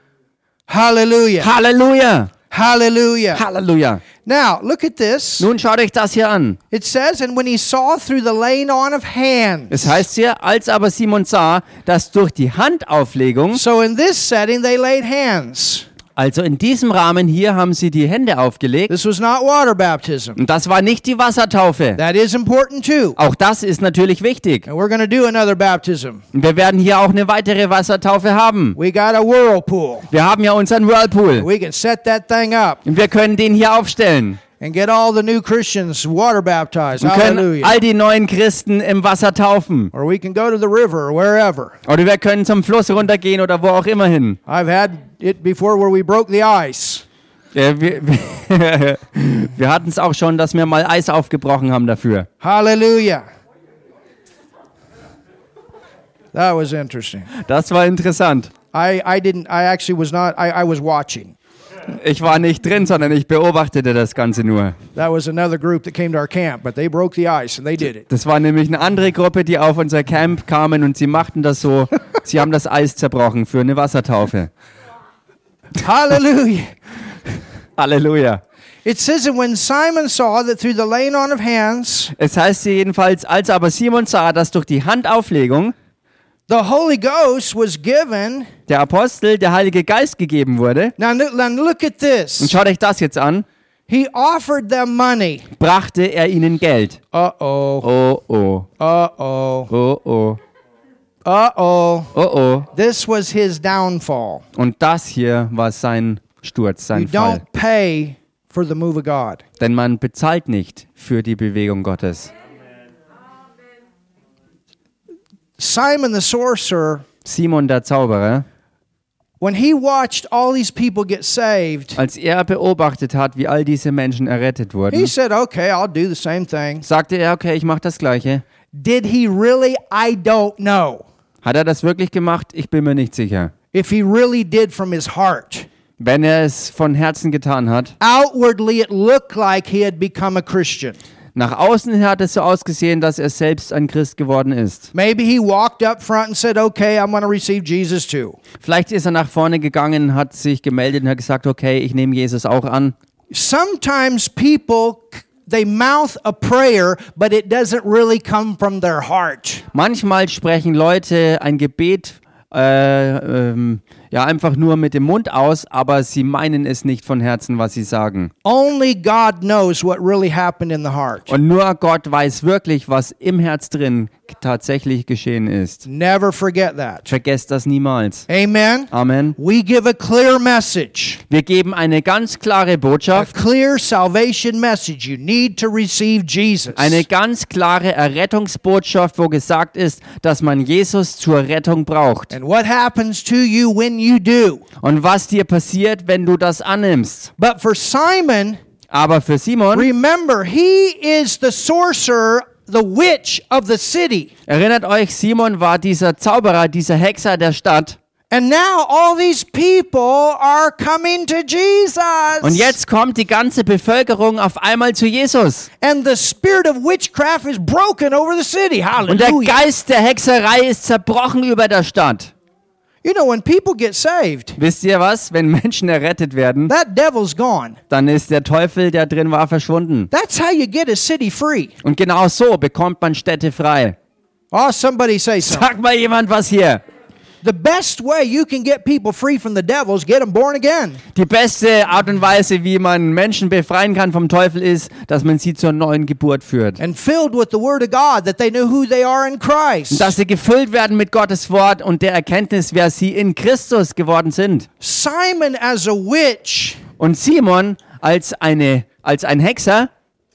[SPEAKER 1] Hallelujah.
[SPEAKER 2] Halleluja.
[SPEAKER 1] Hallelujah.
[SPEAKER 2] Halleluja.
[SPEAKER 1] Now, look at this.
[SPEAKER 2] Nun schaut euch das hier an.
[SPEAKER 1] It says, And when he saw through the laying on of hands.
[SPEAKER 2] Es heißt hier, als aber Simon sah, dass durch die Handauflegung,
[SPEAKER 1] So in this setting, they laid hands.
[SPEAKER 2] also in diesem Rahmen hier haben sie die Hände aufgelegt,
[SPEAKER 1] This was not water baptism.
[SPEAKER 2] und das war nicht die Wassertaufe.
[SPEAKER 1] That is important too.
[SPEAKER 2] Auch das ist natürlich wichtig.
[SPEAKER 1] And we're going to do another baptism.
[SPEAKER 2] Und Wir werden hier auch eine weitere Wassertaufe haben.
[SPEAKER 1] We got a whirlpool.
[SPEAKER 2] Wir haben ja unseren Whirlpool.
[SPEAKER 1] We can set that thing up.
[SPEAKER 2] Und wir können den hier aufstellen.
[SPEAKER 1] and get all the new Christians water baptized.
[SPEAKER 2] Wir können
[SPEAKER 1] Hallelujah.
[SPEAKER 2] all die neuen Christen im Wasser taufen.
[SPEAKER 1] Or we can go to the river or wherever.
[SPEAKER 2] Oder wir können zum Fluss runtergehen oder wo auch immer hin.
[SPEAKER 1] I've had it before where we broke the ice.
[SPEAKER 2] Ja, Äh, wir [laughs] wir, wir hatten es auch schon, dass wir mal Eis aufgebrochen haben dafür.
[SPEAKER 1] Hallelujah. That was interesting.
[SPEAKER 2] Das war interessant.
[SPEAKER 1] I, I didn't, I actually was not, I, I was watching.
[SPEAKER 2] Ich war nicht drin, sondern ich beobachtete das Ganze nur.
[SPEAKER 1] That was another group that came to our camp, but they broke the ice and they did
[SPEAKER 2] [laughs]
[SPEAKER 1] it.
[SPEAKER 2] Das war nämlich eine andere Gruppe, die auf unser Camp kamen und sie machten das so. Sie haben das Eis zerbrochen für eine Wassertaufe.
[SPEAKER 1] Hallelujah.
[SPEAKER 2] Halleluja.
[SPEAKER 1] It says that when Simon saw that through the laying on of hands,
[SPEAKER 2] Es heißt hier jedenfalls, als aber Simon sah, dass durch die Handauflegung
[SPEAKER 1] the Holy Ghost was given.
[SPEAKER 2] der Apostel der Heilige Geist gegeben wurde.
[SPEAKER 1] Now, n- now look at
[SPEAKER 2] Und
[SPEAKER 1] this.
[SPEAKER 2] schaut euch das jetzt an.
[SPEAKER 1] He offered them money.
[SPEAKER 2] Brachte er ihnen Geld.
[SPEAKER 1] Uh oh.
[SPEAKER 2] Oh, oh,
[SPEAKER 1] Uh oh.
[SPEAKER 2] oh, oh,
[SPEAKER 1] Uh oh.
[SPEAKER 2] oh, oh.
[SPEAKER 1] This was his downfall.
[SPEAKER 2] Und das hier war sein Sturz,
[SPEAKER 1] You
[SPEAKER 2] sein Fall.
[SPEAKER 1] don't pay for the move of God.
[SPEAKER 2] Denn man bezahlt nicht für die Bewegung Gottes.
[SPEAKER 1] Simon the sorcerer,
[SPEAKER 2] Simon der Zauberer,
[SPEAKER 1] when he watched all these people get saved,
[SPEAKER 2] als er beobachtet hat, wie all diese Menschen errettet
[SPEAKER 1] he
[SPEAKER 2] wurden,
[SPEAKER 1] said, Okay, I'll do the same thing.
[SPEAKER 2] sagte er, okay, ich mache das Gleiche.
[SPEAKER 1] Did he really? I don't know.
[SPEAKER 2] Hat er das wirklich gemacht? Ich bin mir nicht sicher.
[SPEAKER 1] If he really did from his heart.
[SPEAKER 2] Wenn er es von Herzen getan hat,
[SPEAKER 1] Outwardly, it looked like he had become a Christian.
[SPEAKER 2] nach außen her hat es so ausgesehen, dass er selbst ein Christ geworden ist.
[SPEAKER 1] Maybe he walked up front and said, Okay, I'm going to receive Jesus too.
[SPEAKER 2] Vielleicht ist er nach vorne gegangen, hat sich gemeldet und hat gesagt, okay, ich nehme Jesus auch an.
[SPEAKER 1] Sometimes people, they mouth a prayer, but it doesn't really come from their heart.
[SPEAKER 2] Manchmal sprechen Leute ein Gebet äh, ähm, ja einfach nur mit dem Mund aus, aber sie meinen es nicht von Herzen, was sie sagen.
[SPEAKER 1] Only God knows what really happened in the heart.
[SPEAKER 2] Und nur Gott weiß wirklich, was im Herz drin tatsächlich geschehen ist.
[SPEAKER 1] Never forget that.
[SPEAKER 2] Vergesst das niemals.
[SPEAKER 1] Amen.
[SPEAKER 2] Amen.
[SPEAKER 1] We give a clear message,
[SPEAKER 2] Wir geben eine ganz klare
[SPEAKER 1] a
[SPEAKER 2] Botschaft.
[SPEAKER 1] clear salvation message. You need to receive Jesus.
[SPEAKER 2] Eine ganz klare Errettungsbotschaft, wo gesagt ist, dass man Jesus zur Rettung braucht.
[SPEAKER 1] And what happens to you when you do?
[SPEAKER 2] Und was dir passiert, wenn du das annimmst.
[SPEAKER 1] But for Simon,
[SPEAKER 2] Aber für Simon,
[SPEAKER 1] remember, he is the sorcerer, the witch of the city.
[SPEAKER 2] erinnert euch, Simon war dieser Zauberer, dieser Hexer der Stadt.
[SPEAKER 1] And now all these people are coming to Jesus.
[SPEAKER 2] Und jetzt kommt die ganze Bevölkerung auf einmal zu Jesus.
[SPEAKER 1] and the spirit of witchcraft is broken over the city.
[SPEAKER 2] Und der
[SPEAKER 1] Hallelujah.
[SPEAKER 2] Geist der Hexerei ist zerbrochen über der Stadt.
[SPEAKER 1] You know, when people get saved,
[SPEAKER 2] Wisst ihr was? Wenn Menschen errettet werden,
[SPEAKER 1] that devil's gone.
[SPEAKER 2] dann ist der Teufel, der drin war, verschwunden.
[SPEAKER 1] That's how you get a city free.
[SPEAKER 2] Und genau so bekommt man Städte frei.
[SPEAKER 1] Oh, somebody say something.
[SPEAKER 2] Sag mal jemand was hier.
[SPEAKER 1] The best way you can get people free from the devil is get them born again.
[SPEAKER 2] Die beste Art und Weise, wie man Menschen befreien kann vom Teufel, ist, dass man sie zur neuen Geburt führt.
[SPEAKER 1] and filled with the Word of God that they know who they are in Christ.
[SPEAKER 2] Dass sie gefüllt werden mit Gottes Wort und der Erkenntnis, wer sie in Christus geworden sind.
[SPEAKER 1] Simon, as a witch,
[SPEAKER 2] Und Simon als, eine, als ein Hexer,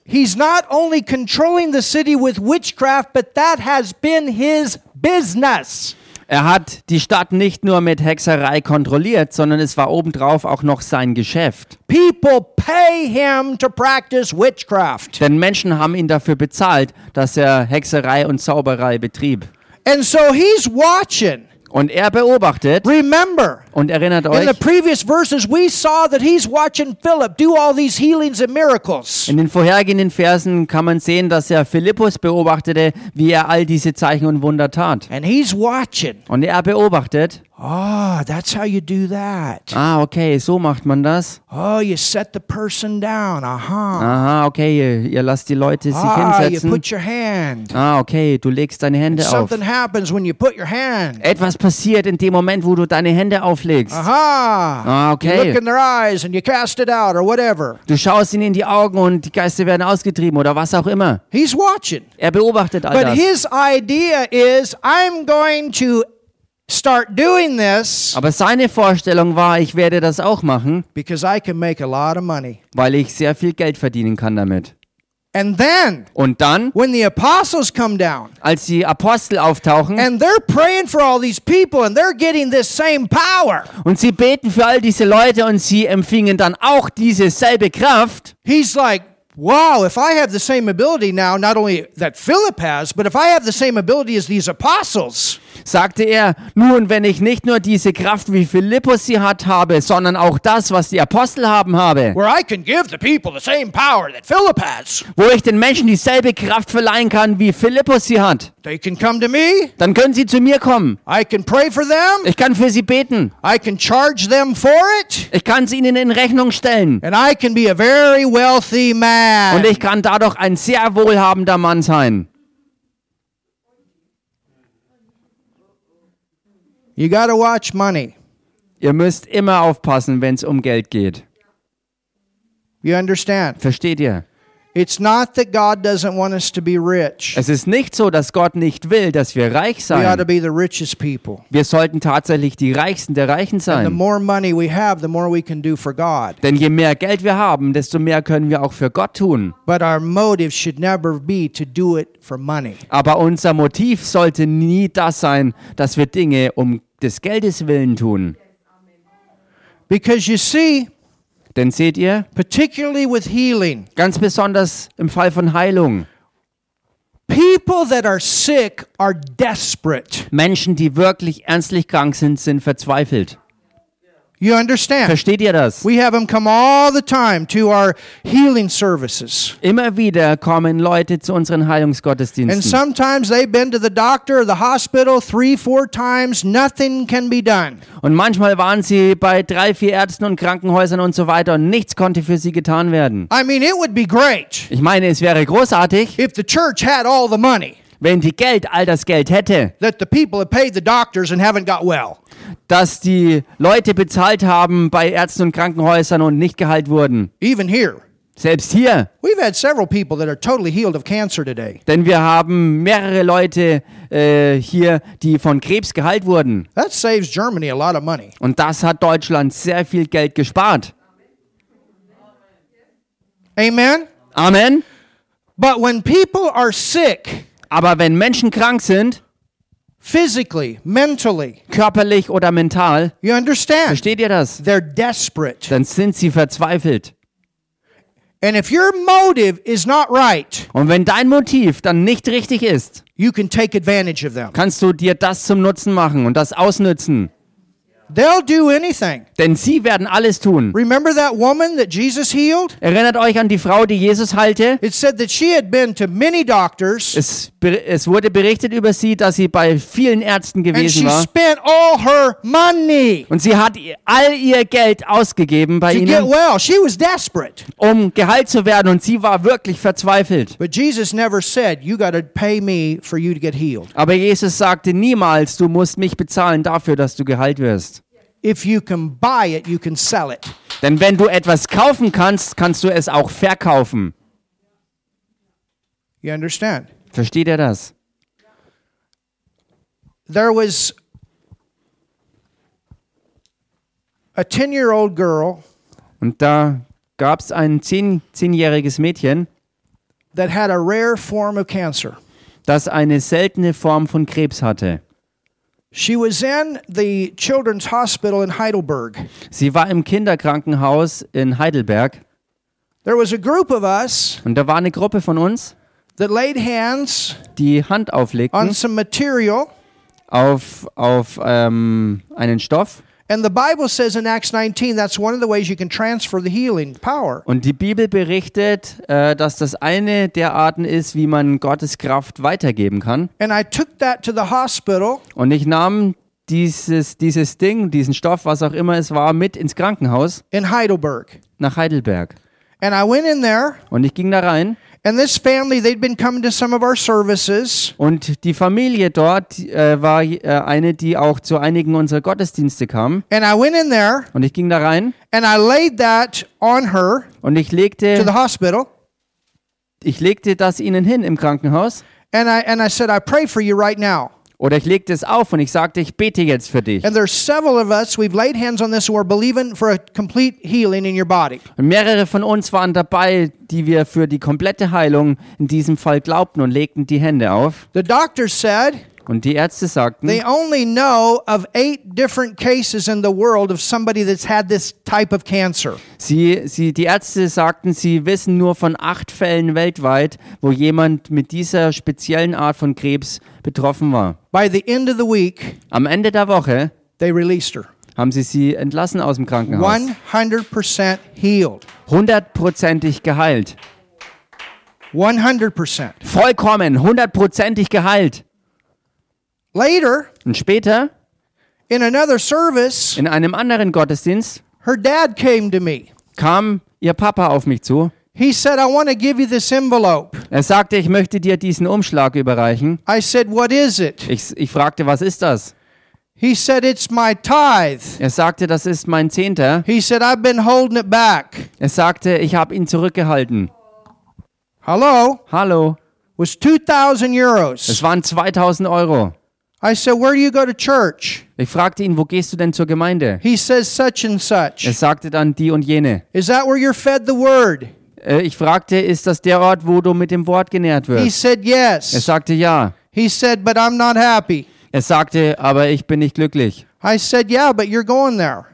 [SPEAKER 1] he's not only controlling the city with witchcraft, but that has been his business.
[SPEAKER 2] er hat die Stadt nicht nur mit Hexerei kontrolliert, sondern es war obendrauf auch noch sein Geschäft.
[SPEAKER 1] People pay him to practice witchcraft.
[SPEAKER 2] Denn Menschen haben ihn dafür bezahlt, dass er Hexerei und Zauberei betrieb.
[SPEAKER 1] And so he's watching.
[SPEAKER 2] Und er beobachtet
[SPEAKER 1] Remember,
[SPEAKER 2] und erinnert
[SPEAKER 1] in
[SPEAKER 2] euch,
[SPEAKER 1] the previous verses, we saw that he's watching Philip do all these healings and miracles.
[SPEAKER 2] in den vorhergehenden Versen kann man sehen, dass er Philippus beobachtete, wie er all diese Zeichen und Wunder tat.
[SPEAKER 1] And he's watching.
[SPEAKER 2] Und er beobachtet,
[SPEAKER 1] Ah, that's how you do that.
[SPEAKER 2] ah, okay, so macht man das.
[SPEAKER 1] Oh, you set the person down. Aha.
[SPEAKER 2] Aha, okay, ihr, ihr lasst die Leute sich
[SPEAKER 1] Ah, you
[SPEAKER 2] hinsetzen.
[SPEAKER 1] put your hand.
[SPEAKER 2] Ah, okay, du legst deine Hände auf.
[SPEAKER 1] Something happens when you put your hand.
[SPEAKER 2] Etwas passiert in dem Moment, wo du deine Hände auflegst.
[SPEAKER 1] Aha.
[SPEAKER 2] Ah,
[SPEAKER 1] You look
[SPEAKER 2] okay.
[SPEAKER 1] in their eyes and you cast it out or whatever.
[SPEAKER 2] Du schaust ihnen in die Augen und die Geister werden ausgetrieben oder was auch immer.
[SPEAKER 1] He's watching.
[SPEAKER 2] Er beobachtet all
[SPEAKER 1] But
[SPEAKER 2] das.
[SPEAKER 1] his idea is I'm going to start doing this
[SPEAKER 2] Aber seine Vorstellung war, ich werde das auch machen,
[SPEAKER 1] because I can make a lot of money.
[SPEAKER 2] weil ich sehr viel Geld verdienen kann damit.
[SPEAKER 1] And then
[SPEAKER 2] Und dann,
[SPEAKER 1] when the apostles come down
[SPEAKER 2] als die Apostel auftauchen
[SPEAKER 1] and they're praying for all these people and they're getting this same power,
[SPEAKER 2] und sie beten für all diese Leute und sie empfingen dann auch diese selbe Kraft,
[SPEAKER 1] he's like, Wow, if I have the same ability now, not only that Philip has, but if I have the same ability as these apostles,
[SPEAKER 2] sagte er, nun, wenn ich nicht nur diese Kraft, wie Philippus sie hat, habe, sondern auch das, was die Apostel haben, habe,
[SPEAKER 1] where I can give the people the same power that Philip has.
[SPEAKER 2] wo ich den Menschen dieselbe Kraft verleihen kann, wie Philippus sie hat,
[SPEAKER 1] They can come to me.
[SPEAKER 2] dann können sie zu mir kommen.
[SPEAKER 1] I can pray for them.
[SPEAKER 2] Ich kann für sie beten.
[SPEAKER 1] I can charge them for it.
[SPEAKER 2] Ich kann es ihnen in Rechnung stellen.
[SPEAKER 1] And I can be a very wealthy
[SPEAKER 2] Und
[SPEAKER 1] man.
[SPEAKER 2] ich kann dadurch ein sehr wohlhabender Mann sein.
[SPEAKER 1] You got to watch money.
[SPEAKER 2] Ihr müsst immer aufpassen, wenn es um Geld geht.
[SPEAKER 1] You understand?
[SPEAKER 2] Versteht ihr?
[SPEAKER 1] It's not that God doesn't want us to be rich.
[SPEAKER 2] Es ist nicht so, dass Gott nicht will, dass wir reich
[SPEAKER 1] We ought to
[SPEAKER 2] sein.
[SPEAKER 1] be the richest people.
[SPEAKER 2] Wir sollten tatsächlich die Reichsten der Reichen
[SPEAKER 1] The
[SPEAKER 2] sein.
[SPEAKER 1] more money we have, the more we can do for God.
[SPEAKER 2] Denn je mehr Geld wir haben, desto mehr können wir auch für Gott tun.
[SPEAKER 1] But our motive should never be to do it for money.
[SPEAKER 2] Aber unser Motiv sollte nie das sein, dass wir Dinge um des Geldes willen tun.
[SPEAKER 1] Because you see,
[SPEAKER 2] Denn seht ihr,
[SPEAKER 1] particularly with healing,
[SPEAKER 2] ganz besonders im Fall von Heilung,
[SPEAKER 1] people that are sick are desperate.
[SPEAKER 2] Menschen, die wirklich ernstlich krank sind, sind verzweifelt.
[SPEAKER 1] You understand?
[SPEAKER 2] Versteht ihr das?
[SPEAKER 1] We have them come all the time to our healing services.
[SPEAKER 2] Immer wieder kommen Leute zu unseren
[SPEAKER 1] And
[SPEAKER 2] Heilungsgottesdiensten.
[SPEAKER 1] sometimes they've been to the doctor or the hospital three, four times. Nothing can be done.
[SPEAKER 2] Und manchmal waren sie bei drei, vier Ärzten und Krankenhäusern und so weiter und nichts konnte für sie getan werden.
[SPEAKER 1] I mean, it would be great
[SPEAKER 2] Ich meine, es wäre großartig,
[SPEAKER 1] if the church had all the money
[SPEAKER 2] wenn die Geld all das Geld hätte,
[SPEAKER 1] that the people have paid the doctors and haven't got well.
[SPEAKER 2] dass die Leute bezahlt haben bei Ärzten und Krankenhäusern und nicht geheilt wurden.
[SPEAKER 1] Even here,
[SPEAKER 2] Selbst hier.
[SPEAKER 1] we've had several people that are totally healed of cancer today.
[SPEAKER 2] Denn wir haben mehrere Leute äh, hier, die von Krebs geheilt wurden.
[SPEAKER 1] That saves Germany a lot of money.
[SPEAKER 2] Und das hat Deutschland sehr viel Geld gespart.
[SPEAKER 1] Amen?
[SPEAKER 2] Amen.
[SPEAKER 1] But when people are sick,
[SPEAKER 2] Aber wenn Menschen krank sind,
[SPEAKER 1] physically, mentally,
[SPEAKER 2] körperlich oder mental,
[SPEAKER 1] you understand?
[SPEAKER 2] versteht ihr das?
[SPEAKER 1] They're desperate.
[SPEAKER 2] Dann sind sie verzweifelt.
[SPEAKER 1] And if your motive is not right,
[SPEAKER 2] Und wenn dein Motiv dann nicht richtig ist,
[SPEAKER 1] you can take advantage of them.
[SPEAKER 2] kannst du dir das zum Nutzen machen und das ausnützen.
[SPEAKER 1] They'll do anything.
[SPEAKER 2] Denn sie werden alles tun.
[SPEAKER 1] Remember that woman that Jesus healed?
[SPEAKER 2] Erinnert euch an die Frau, die Jesus heilte?
[SPEAKER 1] It said that she had been to many doctors
[SPEAKER 2] Es, ber- es wurde berichtet über sie, dass sie bei vielen Ärzten
[SPEAKER 1] and
[SPEAKER 2] gewesen
[SPEAKER 1] she
[SPEAKER 2] war.
[SPEAKER 1] spent all her money
[SPEAKER 2] Und sie hat ihr- all ihr Geld ausgegeben bei
[SPEAKER 1] to get
[SPEAKER 2] ihnen,
[SPEAKER 1] well. She was desperate.
[SPEAKER 2] um geheilt zu werden. Und sie war wirklich verzweifelt.
[SPEAKER 1] But Jesus never said, You got to pay me for you to get healed.
[SPEAKER 2] Aber Jesus sagte niemals, du musst mich bezahlen dafür, dass du geheilt wirst.
[SPEAKER 1] If you can buy it, you can sell it.
[SPEAKER 2] Denn wenn du etwas kaufen kannst, kannst du es auch verkaufen.
[SPEAKER 1] You understand?
[SPEAKER 2] Versteht ihr das?
[SPEAKER 1] There was a 10 year old girl
[SPEAKER 2] Und da gab es ein zehn, zehnjähriges Mädchen,
[SPEAKER 1] that had a rare form of cancer.
[SPEAKER 2] das eine seltene Form von Krebs hatte.
[SPEAKER 1] She was in the children's hospital in Heidelberg.
[SPEAKER 2] Sie war im Kinderkrankenhaus in Heidelberg
[SPEAKER 1] There was a group of us
[SPEAKER 2] und da war eine Gruppe von uns,
[SPEAKER 1] that laid hands
[SPEAKER 2] die Hand
[SPEAKER 1] on
[SPEAKER 2] auflegten
[SPEAKER 1] some material,
[SPEAKER 2] auf, auf ähm, einen Stoff.
[SPEAKER 1] and the Bible says in Acts 19 that's one of the ways you can transfer the healing power.
[SPEAKER 2] Und die Bibel berichtet, äh, dass das eine der Arten ist, wie man Gottes Kraft weitergeben kann.
[SPEAKER 1] And I took that to the hospital,
[SPEAKER 2] Und ich nahm dieses, dieses Ding, diesen Stoff, was auch immer es war, mit ins Krankenhaus
[SPEAKER 1] in Heidelberg.
[SPEAKER 2] nach Heidelberg.
[SPEAKER 1] And I went in there,
[SPEAKER 2] Und ich ging da rein
[SPEAKER 1] and this family, they'd been coming to some of our services,
[SPEAKER 2] und die Familie dort äh, war äh, eine, die auch zu einigen unserer Gottesdienste kam.
[SPEAKER 1] and I went in there
[SPEAKER 2] Und ich ging da rein
[SPEAKER 1] and I laid that on her
[SPEAKER 2] und ich
[SPEAKER 1] to the
[SPEAKER 2] legte,
[SPEAKER 1] hospital.
[SPEAKER 2] ich legte das ihnen hin im Krankenhaus.
[SPEAKER 1] And I, and I said, I pray for you right now.
[SPEAKER 2] Oder ich legte es auf und ich sagte, ich bete jetzt für dich.
[SPEAKER 1] And there's several of us, we've laid hands on this, who are believing for a complete healing in your body.
[SPEAKER 2] Und mehrere von uns waren dabei, die wir für die komplette Heilung in diesem Fall glaubten und legten die Hände auf.
[SPEAKER 1] The doctor said,
[SPEAKER 2] Und die Ärzte sagten,
[SPEAKER 1] They only know of eight different cases in the world of somebody that's had this type of cancer.
[SPEAKER 2] sie, sie, die Ärzte sagten, sie wissen nur von acht Fällen weltweit, wo jemand mit dieser speziellen Art von Krebs betroffen war.
[SPEAKER 1] By the end of the week,
[SPEAKER 2] Am Ende der Woche
[SPEAKER 1] they released her.
[SPEAKER 2] haben sie sie entlassen aus dem Krankenhaus.
[SPEAKER 1] 100% healed.
[SPEAKER 2] Hundertprozentig geheilt.
[SPEAKER 1] 100%.
[SPEAKER 2] Vollkommen, hundertprozentig geheilt.
[SPEAKER 1] Later,
[SPEAKER 2] Und später,
[SPEAKER 1] in another service,
[SPEAKER 2] in einem anderen Gottesdienst,
[SPEAKER 1] her dad came to me.
[SPEAKER 2] kam ihr Papa auf mich zu.
[SPEAKER 1] He said, I want to give you this envelope.
[SPEAKER 2] Er sagte, ich möchte dir diesen Umschlag überreichen.
[SPEAKER 1] I said, What is it?
[SPEAKER 2] Ich, ich fragte, was ist das?
[SPEAKER 1] He said, It's my tithe.
[SPEAKER 2] Er sagte, das ist mein Zehnter.
[SPEAKER 1] He said, I've been holding it back.
[SPEAKER 2] Er sagte, ich habe ihn zurückgehalten.
[SPEAKER 1] Hello?
[SPEAKER 2] Hallo,
[SPEAKER 1] Was 2,000
[SPEAKER 2] es
[SPEAKER 1] euros.
[SPEAKER 2] waren 2000 Euro.
[SPEAKER 1] I said, Where do you go to church?
[SPEAKER 2] Ich fragte ihn, wo gehst du denn zur Gemeinde?
[SPEAKER 1] He says, Such and such.
[SPEAKER 2] Er sagte dann die und jene.
[SPEAKER 1] Is that where you're fed the word?
[SPEAKER 2] Äh, Ich fragte, ist das der Ort, wo du mit dem Wort genährt
[SPEAKER 1] He
[SPEAKER 2] wirst?
[SPEAKER 1] said,
[SPEAKER 2] Er
[SPEAKER 1] Yes.
[SPEAKER 2] sagte ja.
[SPEAKER 1] He said, But I'm not happy.
[SPEAKER 2] Er sagte, aber ich bin nicht glücklich.
[SPEAKER 1] I said, Yeah, but you're going there.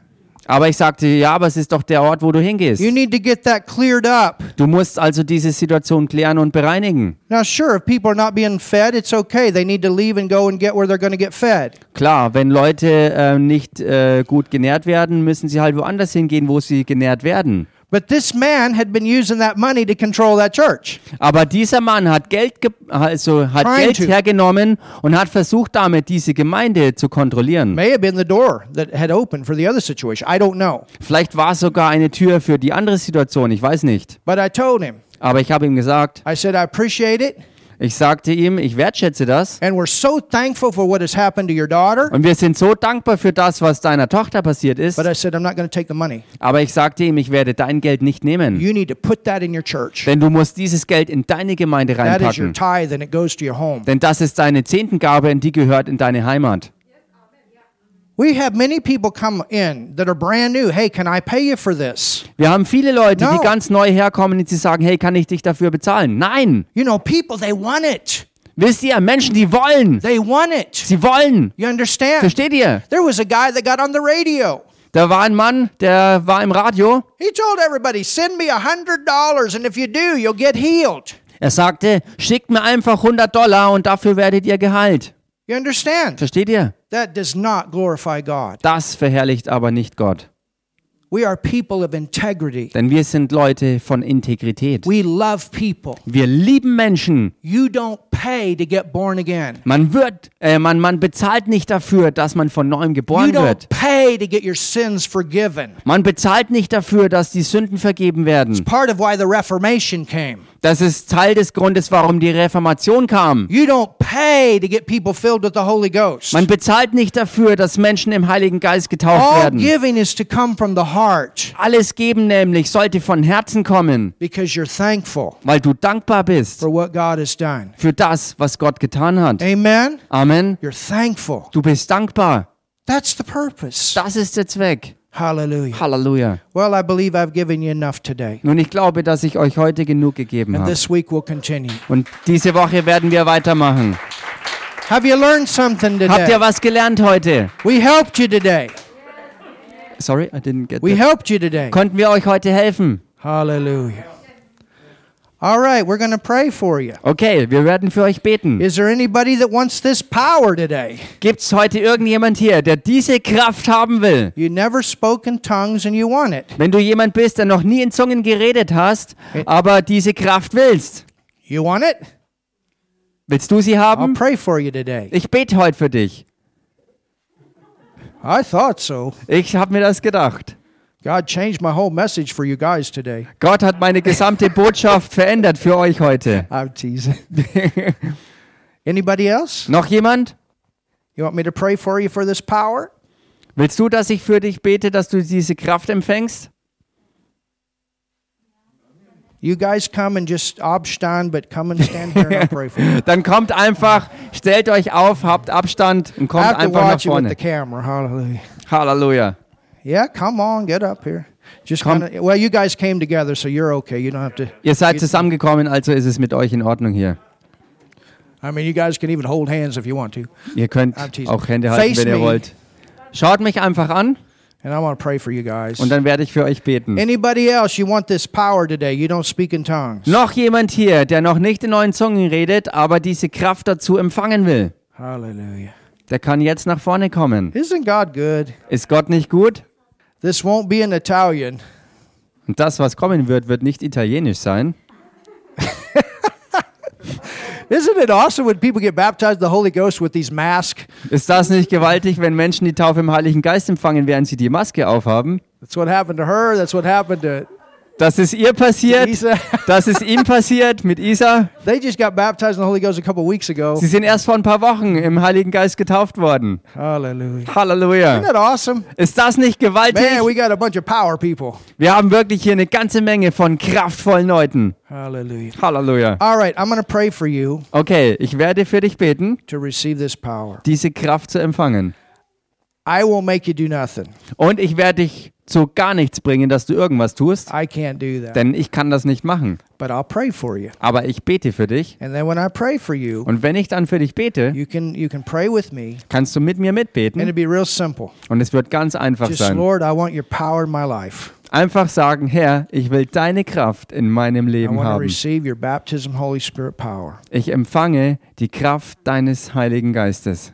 [SPEAKER 2] Aber ich sagte, ja, aber es ist doch der Ort, wo du hingehst.
[SPEAKER 1] You need to get that cleared up.
[SPEAKER 2] Du musst also diese Situation klären und bereinigen.
[SPEAKER 1] Now, sure, if people are not being fed, it's okay. They need to leave and go and get where they're going to get fed.
[SPEAKER 2] Klar, wenn Leute äh, nicht äh, gut genährt werden, müssen sie halt woanders hingehen, wo sie genährt werden.
[SPEAKER 1] But this man had been using that money to control that church.
[SPEAKER 2] Aber dieser Mann hat Geld, ge also hat
[SPEAKER 1] Trying
[SPEAKER 2] Geld
[SPEAKER 1] to.
[SPEAKER 2] hergenommen und hat versucht, damit diese Gemeinde zu kontrollieren.
[SPEAKER 1] May have been the door that had opened for the other situation. I don't know.
[SPEAKER 2] Vielleicht war es sogar eine Tür für die andere Situation, ich weiß nicht.
[SPEAKER 1] But I told him,
[SPEAKER 2] Aber ich habe ihm gesagt,
[SPEAKER 1] I said, I appreciate it.
[SPEAKER 2] ich sagte ihm, ich wertschätze das.
[SPEAKER 1] And we're so thankful for what has happened to your daughter.
[SPEAKER 2] Und wir sind so dankbar für das, was deiner Tochter passiert ist.
[SPEAKER 1] But I said, I'm not going to take the money.
[SPEAKER 2] Aber ich sagte ihm, ich werde dein Geld nicht nehmen.
[SPEAKER 1] You need to put that in your church.
[SPEAKER 2] Denn du musst dieses Geld in deine Gemeinde
[SPEAKER 1] That is your
[SPEAKER 2] reinpacken.
[SPEAKER 1] tithe, and it goes to your home.
[SPEAKER 2] Denn das ist deine Zehntengabe und die gehört in deine Heimat.
[SPEAKER 1] We have many people come in that are brand new. Hey, can I pay you for this?
[SPEAKER 2] Wir haben viele Leute,
[SPEAKER 1] No.
[SPEAKER 2] die ganz neu herkommen und sie sagen, hey, kann ich dich dafür bezahlen? Nein!
[SPEAKER 1] You know, people, they want it.
[SPEAKER 2] Wisst ihr, Menschen, die wollen,
[SPEAKER 1] They want it.
[SPEAKER 2] sie wollen.
[SPEAKER 1] You understand?
[SPEAKER 2] Versteht ihr?
[SPEAKER 1] There was a guy that got on the radio.
[SPEAKER 2] Da war ein Mann, der war im Radio.
[SPEAKER 1] He told everybody, send me a $100, and if you do, you'll get healed.
[SPEAKER 2] Er sagte, schickt mir einfach 100 Dollar und dafür werdet ihr geheilt.
[SPEAKER 1] You understand?
[SPEAKER 2] Versteht ihr?
[SPEAKER 1] That does not glorify God.
[SPEAKER 2] Das verherrlicht aber nicht Gott.
[SPEAKER 1] We are people of integrity.
[SPEAKER 2] Denn wir sind Leute von Integrität.
[SPEAKER 1] We love people.
[SPEAKER 2] Wir lieben Menschen.
[SPEAKER 1] You don't pay to get born again.
[SPEAKER 2] Man wird, äh, man, man bezahlt nicht dafür, dass man von neuem
[SPEAKER 1] You
[SPEAKER 2] geboren
[SPEAKER 1] don't
[SPEAKER 2] wird.
[SPEAKER 1] pay to get your sins forgiven.
[SPEAKER 2] Man bezahlt nicht dafür, dass die Sünden vergeben werden.
[SPEAKER 1] Part of why the Reformation came.
[SPEAKER 2] Das ist Teil des Grundes, warum die Reformation kam.
[SPEAKER 1] You don't pay to get people filled with the Holy Ghost.
[SPEAKER 2] Man bezahlt nicht dafür, dass Menschen im Heiligen Geist getauft
[SPEAKER 1] All
[SPEAKER 2] werden.
[SPEAKER 1] giving is to come from the heart
[SPEAKER 2] Alles geben nämlich sollte von Herzen kommen,
[SPEAKER 1] because you're thankful
[SPEAKER 2] weil du dankbar bist
[SPEAKER 1] for what God has done.
[SPEAKER 2] für das, was Gott getan hat.
[SPEAKER 1] Amen.
[SPEAKER 2] Amen.
[SPEAKER 1] You're thankful.
[SPEAKER 2] Du bist dankbar.
[SPEAKER 1] That's the purpose.
[SPEAKER 2] Das ist der Zweck.
[SPEAKER 1] Hallelujah.
[SPEAKER 2] Halleluja.
[SPEAKER 1] Well, I believe I've given you enough today.
[SPEAKER 2] Nun, ich glaube, dass ich euch heute genug gegeben
[SPEAKER 1] And
[SPEAKER 2] habe.
[SPEAKER 1] this week we'll continue.
[SPEAKER 2] Und diese Woche werden wir weitermachen.
[SPEAKER 1] Have you learned something
[SPEAKER 2] Habt
[SPEAKER 1] today?
[SPEAKER 2] ihr was gelernt heute?
[SPEAKER 1] We helped you today.
[SPEAKER 2] Sorry, I didn't get
[SPEAKER 1] We
[SPEAKER 2] that.
[SPEAKER 1] helped you today.
[SPEAKER 2] Konnten wir euch heute helfen?
[SPEAKER 1] Hallelujah. All right, we're going to pray for you.
[SPEAKER 2] Okay, wir werden für euch beten.
[SPEAKER 1] Is there anybody that wants this power today?
[SPEAKER 2] Gibt es heute irgendjemand hier, der diese Kraft haben will?
[SPEAKER 1] You never spoke in tongues and you want it.
[SPEAKER 2] Wenn du jemand bist, der noch nie in Zungen geredet hast, aber diese Kraft willst,
[SPEAKER 1] You want it?
[SPEAKER 2] willst du sie
[SPEAKER 1] I'll
[SPEAKER 2] haben?
[SPEAKER 1] pray for you today.
[SPEAKER 2] Ich bete heute für dich.
[SPEAKER 1] I thought so.
[SPEAKER 2] Ich habe mir das gedacht.
[SPEAKER 1] God changed my whole message for you guys today.
[SPEAKER 2] Gott hat meine
[SPEAKER 1] [laughs]
[SPEAKER 2] gesamte Botschaft verändert für euch heute.
[SPEAKER 1] I'm teasing. [laughs] anybody else?
[SPEAKER 2] Noch jemand?
[SPEAKER 1] You want me to pray for you for this power?
[SPEAKER 2] Willst du, dass ich für dich bete, dass du diese Kraft empfängst?
[SPEAKER 1] You guys come and just obstand, but come and stand here and I'll pray [laughs] for you.
[SPEAKER 2] Dann kommt einfach, stellt euch auf, habt Abstand und
[SPEAKER 1] I
[SPEAKER 2] kommt
[SPEAKER 1] have to
[SPEAKER 2] einfach nach
[SPEAKER 1] watch you with
[SPEAKER 2] vorne.
[SPEAKER 1] the camera. Hallelujah.
[SPEAKER 2] Halleluja.
[SPEAKER 1] Yeah, come on, get up here. Just
[SPEAKER 2] Come.
[SPEAKER 1] kind of. Well, you guys came together, so you're okay. You don't have to.
[SPEAKER 2] Ihr seid zusammengekommen, also ist es mit euch in Ordnung hier.
[SPEAKER 1] I mean, you guys can even hold hands if you want to.
[SPEAKER 2] Ihr könnt
[SPEAKER 1] I'm teasing.
[SPEAKER 2] auch Hände halten,
[SPEAKER 1] Face
[SPEAKER 2] wenn ihr
[SPEAKER 1] me.
[SPEAKER 2] wollt. Schaut mich einfach an
[SPEAKER 1] And I want to pray for you guys.
[SPEAKER 2] und dann werde ich für euch beten.
[SPEAKER 1] Anybody else, you want this power today? You don't speak in tongues.
[SPEAKER 2] Noch jemand hier, der noch nicht in neuen Zungen redet, aber diese Kraft dazu empfangen will,
[SPEAKER 1] Hallelujah.
[SPEAKER 2] der kann jetzt nach vorne kommen.
[SPEAKER 1] Isn't God good?
[SPEAKER 2] Ist Gott nicht gut?
[SPEAKER 1] This won't be in Italian.
[SPEAKER 2] Und das, was kommen wird, wird nicht italienisch sein.
[SPEAKER 1] Isn't it awesome when people get baptized in the Holy Ghost with these masks?
[SPEAKER 2] Ist das nicht gewaltig, wenn Menschen die Taufe im Heiligen Geist empfangen, während sie die Maske aufhaben?
[SPEAKER 1] That's what happened to her. That's what happened to
[SPEAKER 2] Das ist ihr passiert,
[SPEAKER 1] Isa.
[SPEAKER 2] das ist ihm passiert mit Isa.
[SPEAKER 1] [laughs] They just got baptized in the Holy Ghost a couple weeks
[SPEAKER 2] [laughs]
[SPEAKER 1] ago.
[SPEAKER 2] Sie sind erst vor ein paar Wochen im Heiligen Geist getauft worden.
[SPEAKER 1] Hallelujah. Isn't
[SPEAKER 2] Halleluja.
[SPEAKER 1] that awesome?
[SPEAKER 2] Ist das nicht gewaltig?
[SPEAKER 1] Man, we got a bunch of power people.
[SPEAKER 2] Wir haben wirklich hier eine ganze Menge von kraftvollen Leuten.
[SPEAKER 1] Hallelujah.
[SPEAKER 2] Halleluja.
[SPEAKER 1] All right, I'm going to pray for you
[SPEAKER 2] Okay, ich werde für dich beten,
[SPEAKER 1] to receive this power.
[SPEAKER 2] diese Kraft zu empfangen.
[SPEAKER 1] I will make you do nothing.
[SPEAKER 2] Und ich werde dich zu gar nichts bringen, dass du irgendwas tust,
[SPEAKER 1] I can't do that.
[SPEAKER 2] denn ich kann das nicht machen.
[SPEAKER 1] But I'll pray for you.
[SPEAKER 2] Aber ich bete für dich.
[SPEAKER 1] And then when I pray for you,
[SPEAKER 2] Und wenn ich dann für dich bete,
[SPEAKER 1] you can you can pray with me
[SPEAKER 2] kannst du mit mir
[SPEAKER 1] and
[SPEAKER 2] mitbeten.
[SPEAKER 1] it'd be real simple.
[SPEAKER 2] Und es wird ganz einfach
[SPEAKER 1] Just
[SPEAKER 2] sein.
[SPEAKER 1] Lord, I want your power in my life.
[SPEAKER 2] Einfach sagen, Herr, ich will deine Kraft in meinem
[SPEAKER 1] I
[SPEAKER 2] Leben
[SPEAKER 1] want to
[SPEAKER 2] haben.
[SPEAKER 1] receive your baptism Holy Spirit power.
[SPEAKER 2] Ich empfange die Kraft deines Heiligen Geistes.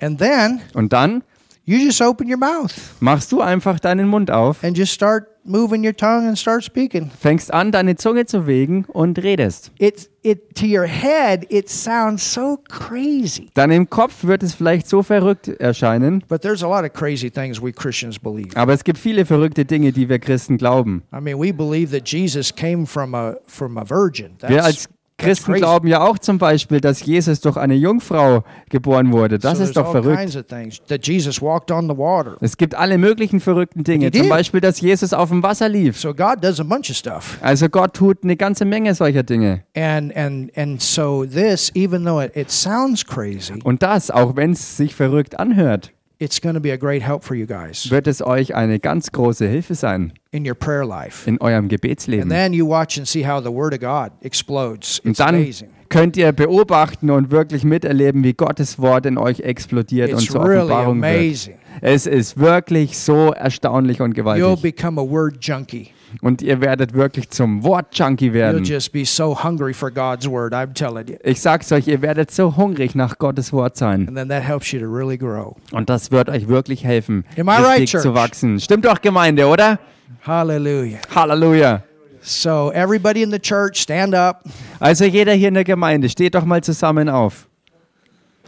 [SPEAKER 1] And then
[SPEAKER 2] Und dann
[SPEAKER 1] you just open your mouth
[SPEAKER 2] machst du einfach deinen Mund auf,
[SPEAKER 1] and just start moving your tongue and start speaking.
[SPEAKER 2] fängst an, deine Zunge zu wegen und redest.
[SPEAKER 1] It's it to your head it sounds so crazy.
[SPEAKER 2] Dann im Kopf wird es vielleicht so verrückt erscheinen,
[SPEAKER 1] But there's a lot of crazy things we Christians believe.
[SPEAKER 2] aber es gibt viele verrückte Dinge, die wir Christen glauben.
[SPEAKER 1] I mean, we believe that Jesus came from a from a virgin.
[SPEAKER 2] Wir
[SPEAKER 1] That's,
[SPEAKER 2] als Christen
[SPEAKER 1] crazy.
[SPEAKER 2] glauben ja auch zum Beispiel, dass Jesus durch eine Jungfrau geboren wurde. Das
[SPEAKER 1] so
[SPEAKER 2] ist
[SPEAKER 1] there's
[SPEAKER 2] doch
[SPEAKER 1] all
[SPEAKER 2] verrückt.
[SPEAKER 1] kinds of things that Jesus walked on the water.
[SPEAKER 2] Es gibt alle möglichen verrückten Dinge,
[SPEAKER 1] But he
[SPEAKER 2] zum
[SPEAKER 1] did.
[SPEAKER 2] Beispiel, dass Jesus auf dem Wasser lief.
[SPEAKER 1] So God does a bunch of stuff.
[SPEAKER 2] Also Gott tut eine ganze Menge solcher Dinge.
[SPEAKER 1] And and and so this, even though it, it sounds crazy,
[SPEAKER 2] Und das, auch wenn es sich verrückt anhört,
[SPEAKER 1] it's going to be a great help for you guys
[SPEAKER 2] wird es euch eine ganz große Hilfe sein
[SPEAKER 1] in your prayer life.
[SPEAKER 2] in eurem
[SPEAKER 1] And
[SPEAKER 2] Gebetsleben.
[SPEAKER 1] then you watch and see how the Word of God explodes.
[SPEAKER 2] Und
[SPEAKER 1] It's
[SPEAKER 2] dann
[SPEAKER 1] amazing.
[SPEAKER 2] könnt ihr beobachten und wirklich miterleben, wie Gottes Wort in euch explodiert und
[SPEAKER 1] It's
[SPEAKER 2] zur
[SPEAKER 1] really
[SPEAKER 2] Offenbarung wird.
[SPEAKER 1] amazing.
[SPEAKER 2] Es ist wirklich so erstaunlich und
[SPEAKER 1] You'll
[SPEAKER 2] gewaltig.
[SPEAKER 1] become a word junkie.
[SPEAKER 2] Und ihr werdet wirklich zum Wort-Junkie
[SPEAKER 1] You'll
[SPEAKER 2] werden.
[SPEAKER 1] just be so hungry for God's Word. I'm telling you.
[SPEAKER 2] Ich sag's euch, ihr werdet so hungrig nach Gottes Wort sein.
[SPEAKER 1] And then that helps you to really grow.
[SPEAKER 2] Und das wird euch wirklich helfen,
[SPEAKER 1] Am I right,
[SPEAKER 2] richtig zu
[SPEAKER 1] Church?
[SPEAKER 2] wachsen. Stimmt doch, Gemeinde, oder?
[SPEAKER 1] Hallelujah.
[SPEAKER 2] Halleluja.
[SPEAKER 1] So everybody in the church, stand up,
[SPEAKER 2] Also jeder hier in der Gemeinde, steht doch mal zusammen auf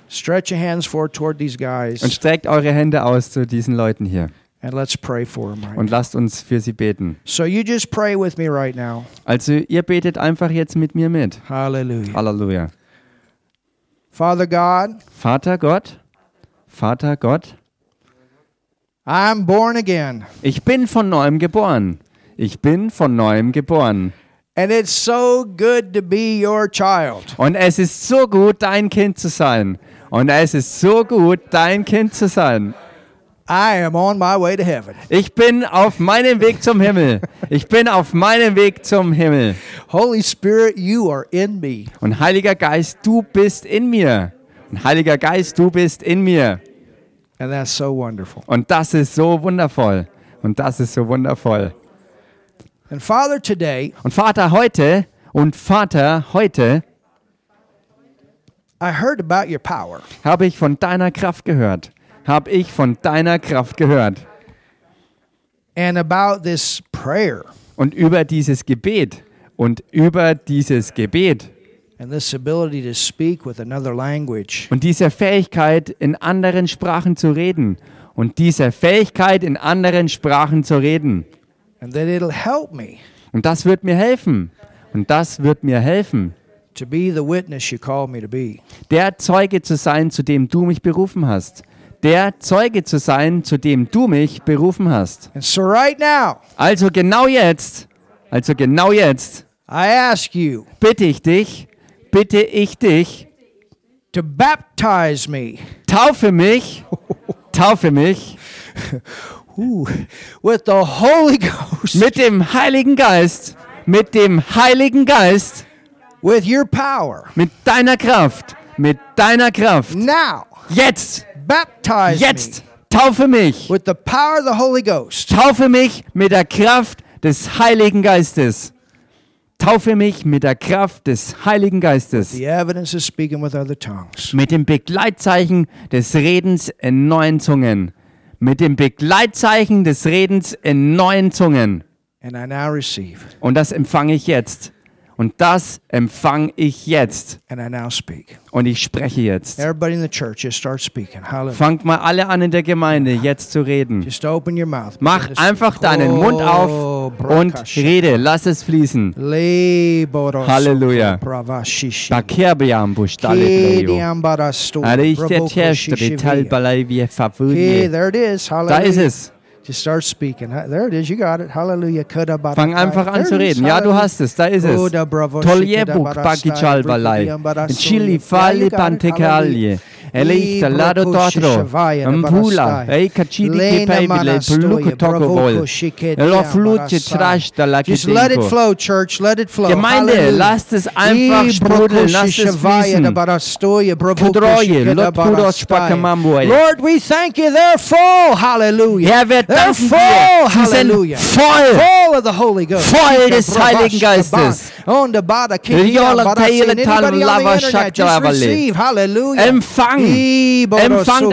[SPEAKER 1] stretch your hands forward toward these guys,
[SPEAKER 2] und streckt eure Hände aus zu diesen Leuten here
[SPEAKER 1] and let's pray for them. Right.
[SPEAKER 2] und lasst uns für sie beten.
[SPEAKER 1] So you just pray with me right now.
[SPEAKER 2] Also ihr betet einfach jetzt mit mir mit.
[SPEAKER 1] Hallelujah.
[SPEAKER 2] Halleluja.
[SPEAKER 1] Father God,
[SPEAKER 2] Vater Gott, Vater Gott,
[SPEAKER 1] I'm born again.
[SPEAKER 2] ich bin von neuem geboren. Ich bin von neuem geboren.
[SPEAKER 1] And it's so good to be your child.
[SPEAKER 2] Und es ist so gut, dein Kind zu sein. Und es ist so gut, dein Kind zu sein.
[SPEAKER 1] I am on my way to heaven.
[SPEAKER 2] Ich bin auf meinem Weg zum Himmel. Ich bin auf meinem Weg zum Himmel.
[SPEAKER 1] Holy Spirit, you are in me.
[SPEAKER 2] Und Heiliger Geist, du bist in mir. Und Heiliger Geist, du bist in mir.
[SPEAKER 1] And that's so wonderful.
[SPEAKER 2] Und das ist so wundervoll. Und das ist so wundervoll.
[SPEAKER 1] And Father, today,
[SPEAKER 2] Und Vater heute und Vater heute
[SPEAKER 1] I heard about your power.
[SPEAKER 2] habe ich von deiner Kraft gehört. Habe ich von deiner Kraft gehört.
[SPEAKER 1] and about this prayer
[SPEAKER 2] Und über dieses Gebet. Und über dieses Gebet.
[SPEAKER 1] and this ability to speak with another language.
[SPEAKER 2] Und dieser Fähigkeit, in anderen Sprachen zu reden. Und dieser Fähigkeit, in anderen Sprachen zu reden.
[SPEAKER 1] And that it'll help me
[SPEAKER 2] Und das wird mir helfen. Und das wird mir helfen,
[SPEAKER 1] to be the witness you called me to be.
[SPEAKER 2] der Zeuge zu sein, zu dem du mich berufen hast. Der Zeuge zu sein, zu dem du mich berufen hast.
[SPEAKER 1] And so, right now,
[SPEAKER 2] Also genau jetzt, also genau jetzt
[SPEAKER 1] I ask you
[SPEAKER 2] bitte ich dich, bitte ich dich,
[SPEAKER 1] to baptize me
[SPEAKER 2] taufe mich, taufe mich
[SPEAKER 1] ooh, with the Holy [laughs] Ghost,
[SPEAKER 2] mit dem Heiligen Geist, mit dem Heiligen Geist,
[SPEAKER 1] with your power,
[SPEAKER 2] mit deiner Kraft, mit deiner Kraft.
[SPEAKER 1] Now,
[SPEAKER 2] Jetzt,
[SPEAKER 1] baptize me
[SPEAKER 2] jetzt, taufe mich.
[SPEAKER 1] with the power of the Holy Ghost.
[SPEAKER 2] Taufe mich mit der Kraft des Heiligen Geistes. Taufe mich mit der Kraft des Heiligen Geistes.
[SPEAKER 1] The evidence is speaking with other tongues.
[SPEAKER 2] Mit dem Begleitzeichen des Redens in neuen Zungen. Mit dem Begleitzeichen des Redens in neuen Zungen.
[SPEAKER 1] And I now receive,
[SPEAKER 2] Und das empfange ich jetzt. Und das empfange ich jetzt.
[SPEAKER 1] and I now speak.
[SPEAKER 2] Und ich spreche jetzt.
[SPEAKER 1] Everybody in the church, just start speaking. Hallelujah.
[SPEAKER 2] Fangt mal alle an in der Gemeinde jetzt zu reden.
[SPEAKER 1] Just open your mouth.
[SPEAKER 2] Mach
[SPEAKER 1] Begin to
[SPEAKER 2] einfach
[SPEAKER 1] speak.
[SPEAKER 2] deinen Mund
[SPEAKER 1] Oh,
[SPEAKER 2] auf und
[SPEAKER 1] Brakash.
[SPEAKER 2] rede. Lass es fließen.
[SPEAKER 1] Leboro
[SPEAKER 2] Halleluja.
[SPEAKER 1] pravashishi.
[SPEAKER 2] Bakerbeam Bushtalebleio.
[SPEAKER 1] Kediambarastu,
[SPEAKER 2] Arichtestre
[SPEAKER 1] brabokoshishivi.
[SPEAKER 2] Talbalaivi
[SPEAKER 1] Okay,
[SPEAKER 2] Favulie.
[SPEAKER 1] there it is. Hallelujah.
[SPEAKER 2] Da ist es.
[SPEAKER 1] Just start speaking. Ha- There it is. You got it. Hallelujah. Kadabara-
[SPEAKER 2] Fang einfach an
[SPEAKER 1] There
[SPEAKER 2] zu
[SPEAKER 1] it is.
[SPEAKER 2] reden. Ja, du
[SPEAKER 1] Hallelujah.
[SPEAKER 2] hast es. Da ist es.
[SPEAKER 1] Oda bravo,
[SPEAKER 2] Toljebuk
[SPEAKER 1] shikida barastai,
[SPEAKER 2] Bakichalbalai.
[SPEAKER 1] brukidiyambarasui.
[SPEAKER 2] Chili
[SPEAKER 1] Ja,
[SPEAKER 2] Fali
[SPEAKER 1] you got it.
[SPEAKER 2] Pantekalie.
[SPEAKER 1] Hallelujah.
[SPEAKER 2] Eleita Lado
[SPEAKER 1] Ibrokushi
[SPEAKER 2] Totro.
[SPEAKER 1] shavaya
[SPEAKER 2] Mpula.
[SPEAKER 1] barastai.
[SPEAKER 2] Eikachidi
[SPEAKER 1] Lena
[SPEAKER 2] Kepevile.
[SPEAKER 1] manastoye,
[SPEAKER 2] Puluku Tokobol.
[SPEAKER 1] bravoko shikidi
[SPEAKER 2] Eloflute
[SPEAKER 1] ambarasai.
[SPEAKER 2] Trashta
[SPEAKER 1] Just let it
[SPEAKER 2] Lakidinko.
[SPEAKER 1] flow, church. Let it flow.
[SPEAKER 2] Gemeinde,
[SPEAKER 1] Hallelujah.
[SPEAKER 2] lasst es einfach sprudeln, lasst es
[SPEAKER 1] Ibrokushi shavaya
[SPEAKER 2] fließen.
[SPEAKER 1] dabarastoye, bravoko
[SPEAKER 2] Kedroje,
[SPEAKER 1] shikida
[SPEAKER 2] Lot Kudos
[SPEAKER 1] barastai.
[SPEAKER 2] Spakamambuele.
[SPEAKER 1] Lord, we thank you. They're full. Hallelujah.
[SPEAKER 2] Herr, wir
[SPEAKER 1] They're
[SPEAKER 2] danken
[SPEAKER 1] full.
[SPEAKER 2] dir. Sie sind
[SPEAKER 1] Hallelujah.
[SPEAKER 2] voll.
[SPEAKER 1] Full of the Holy Ghost.
[SPEAKER 2] Voll des Heiligen Geistes.
[SPEAKER 1] On the bada,
[SPEAKER 2] Riola Teile
[SPEAKER 1] Anybody on the
[SPEAKER 2] Tanlava
[SPEAKER 1] internet, just
[SPEAKER 2] Shakdravale.
[SPEAKER 1] receive. Hallelujah.
[SPEAKER 2] Empfang.
[SPEAKER 1] Ibo
[SPEAKER 2] Empfangt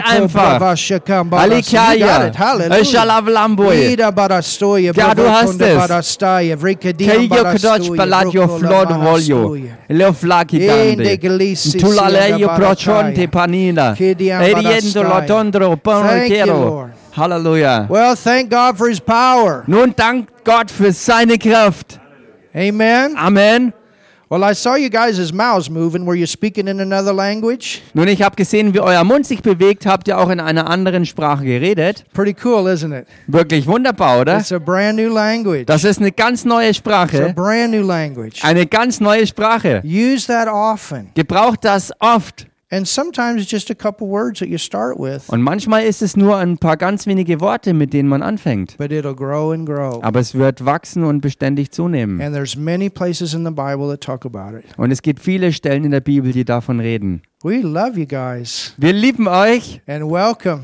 [SPEAKER 1] Rosuko
[SPEAKER 2] einfach.
[SPEAKER 1] Brava Shakambara. You got
[SPEAKER 2] Alikaya.
[SPEAKER 1] it.
[SPEAKER 2] Äh,
[SPEAKER 1] Hallelujah.
[SPEAKER 2] Shalavlamboy.
[SPEAKER 1] Ida barastoye,
[SPEAKER 2] Ja, du
[SPEAKER 1] Bravo
[SPEAKER 2] hast
[SPEAKER 1] Konda
[SPEAKER 2] es.
[SPEAKER 1] barastaye, Vrikadiam
[SPEAKER 2] Keio Kodoch
[SPEAKER 1] barastoye,
[SPEAKER 2] Baladio
[SPEAKER 1] Brokola
[SPEAKER 2] Flod Volio.
[SPEAKER 1] barastoye.
[SPEAKER 2] Leoflaki
[SPEAKER 1] Ende
[SPEAKER 2] Dande.
[SPEAKER 1] Glisi
[SPEAKER 2] Tulaleio
[SPEAKER 1] Sianda
[SPEAKER 2] Prochonte
[SPEAKER 1] Barataya.
[SPEAKER 2] Panina.
[SPEAKER 1] Kidia
[SPEAKER 2] Eriendo
[SPEAKER 1] Barastai.
[SPEAKER 2] Lotondro
[SPEAKER 1] Thank you,
[SPEAKER 2] Ponroquero.
[SPEAKER 1] Lord.
[SPEAKER 2] Halleluja.
[SPEAKER 1] Well, thank God for his power.
[SPEAKER 2] Nun dankt Gott für seine Kraft.
[SPEAKER 1] Amen.
[SPEAKER 2] Amen.
[SPEAKER 1] Well, I saw you guys' mouths moving. Were you speaking in another language?
[SPEAKER 2] Nun, ich habe gesehen, wie euer Mund sich bewegt. Habt ihr auch in einer anderen Sprache geredet?
[SPEAKER 1] Pretty cool, isn't it?
[SPEAKER 2] Wirklich wunderbar, oder?
[SPEAKER 1] It's a brand new language.
[SPEAKER 2] Das ist eine ganz neue
[SPEAKER 1] It's a
[SPEAKER 2] Sprache.
[SPEAKER 1] brand new language.
[SPEAKER 2] Eine ganz neue Sprache.
[SPEAKER 1] Use that often.
[SPEAKER 2] Gebraucht das oft.
[SPEAKER 1] And sometimes it's just a couple words that you start with,
[SPEAKER 2] Und manchmal ist es nur ein paar ganz wenige Worte, mit denen man anfängt.
[SPEAKER 1] but it'll grow and grow.
[SPEAKER 2] Aber es wird wachsen und beständig zunehmen.
[SPEAKER 1] And there's many places in the Bible that talk about it.
[SPEAKER 2] Und es gibt viele Stellen in der Bibel, die davon reden.
[SPEAKER 1] We love you guys
[SPEAKER 2] Wir lieben euch
[SPEAKER 1] and welcome.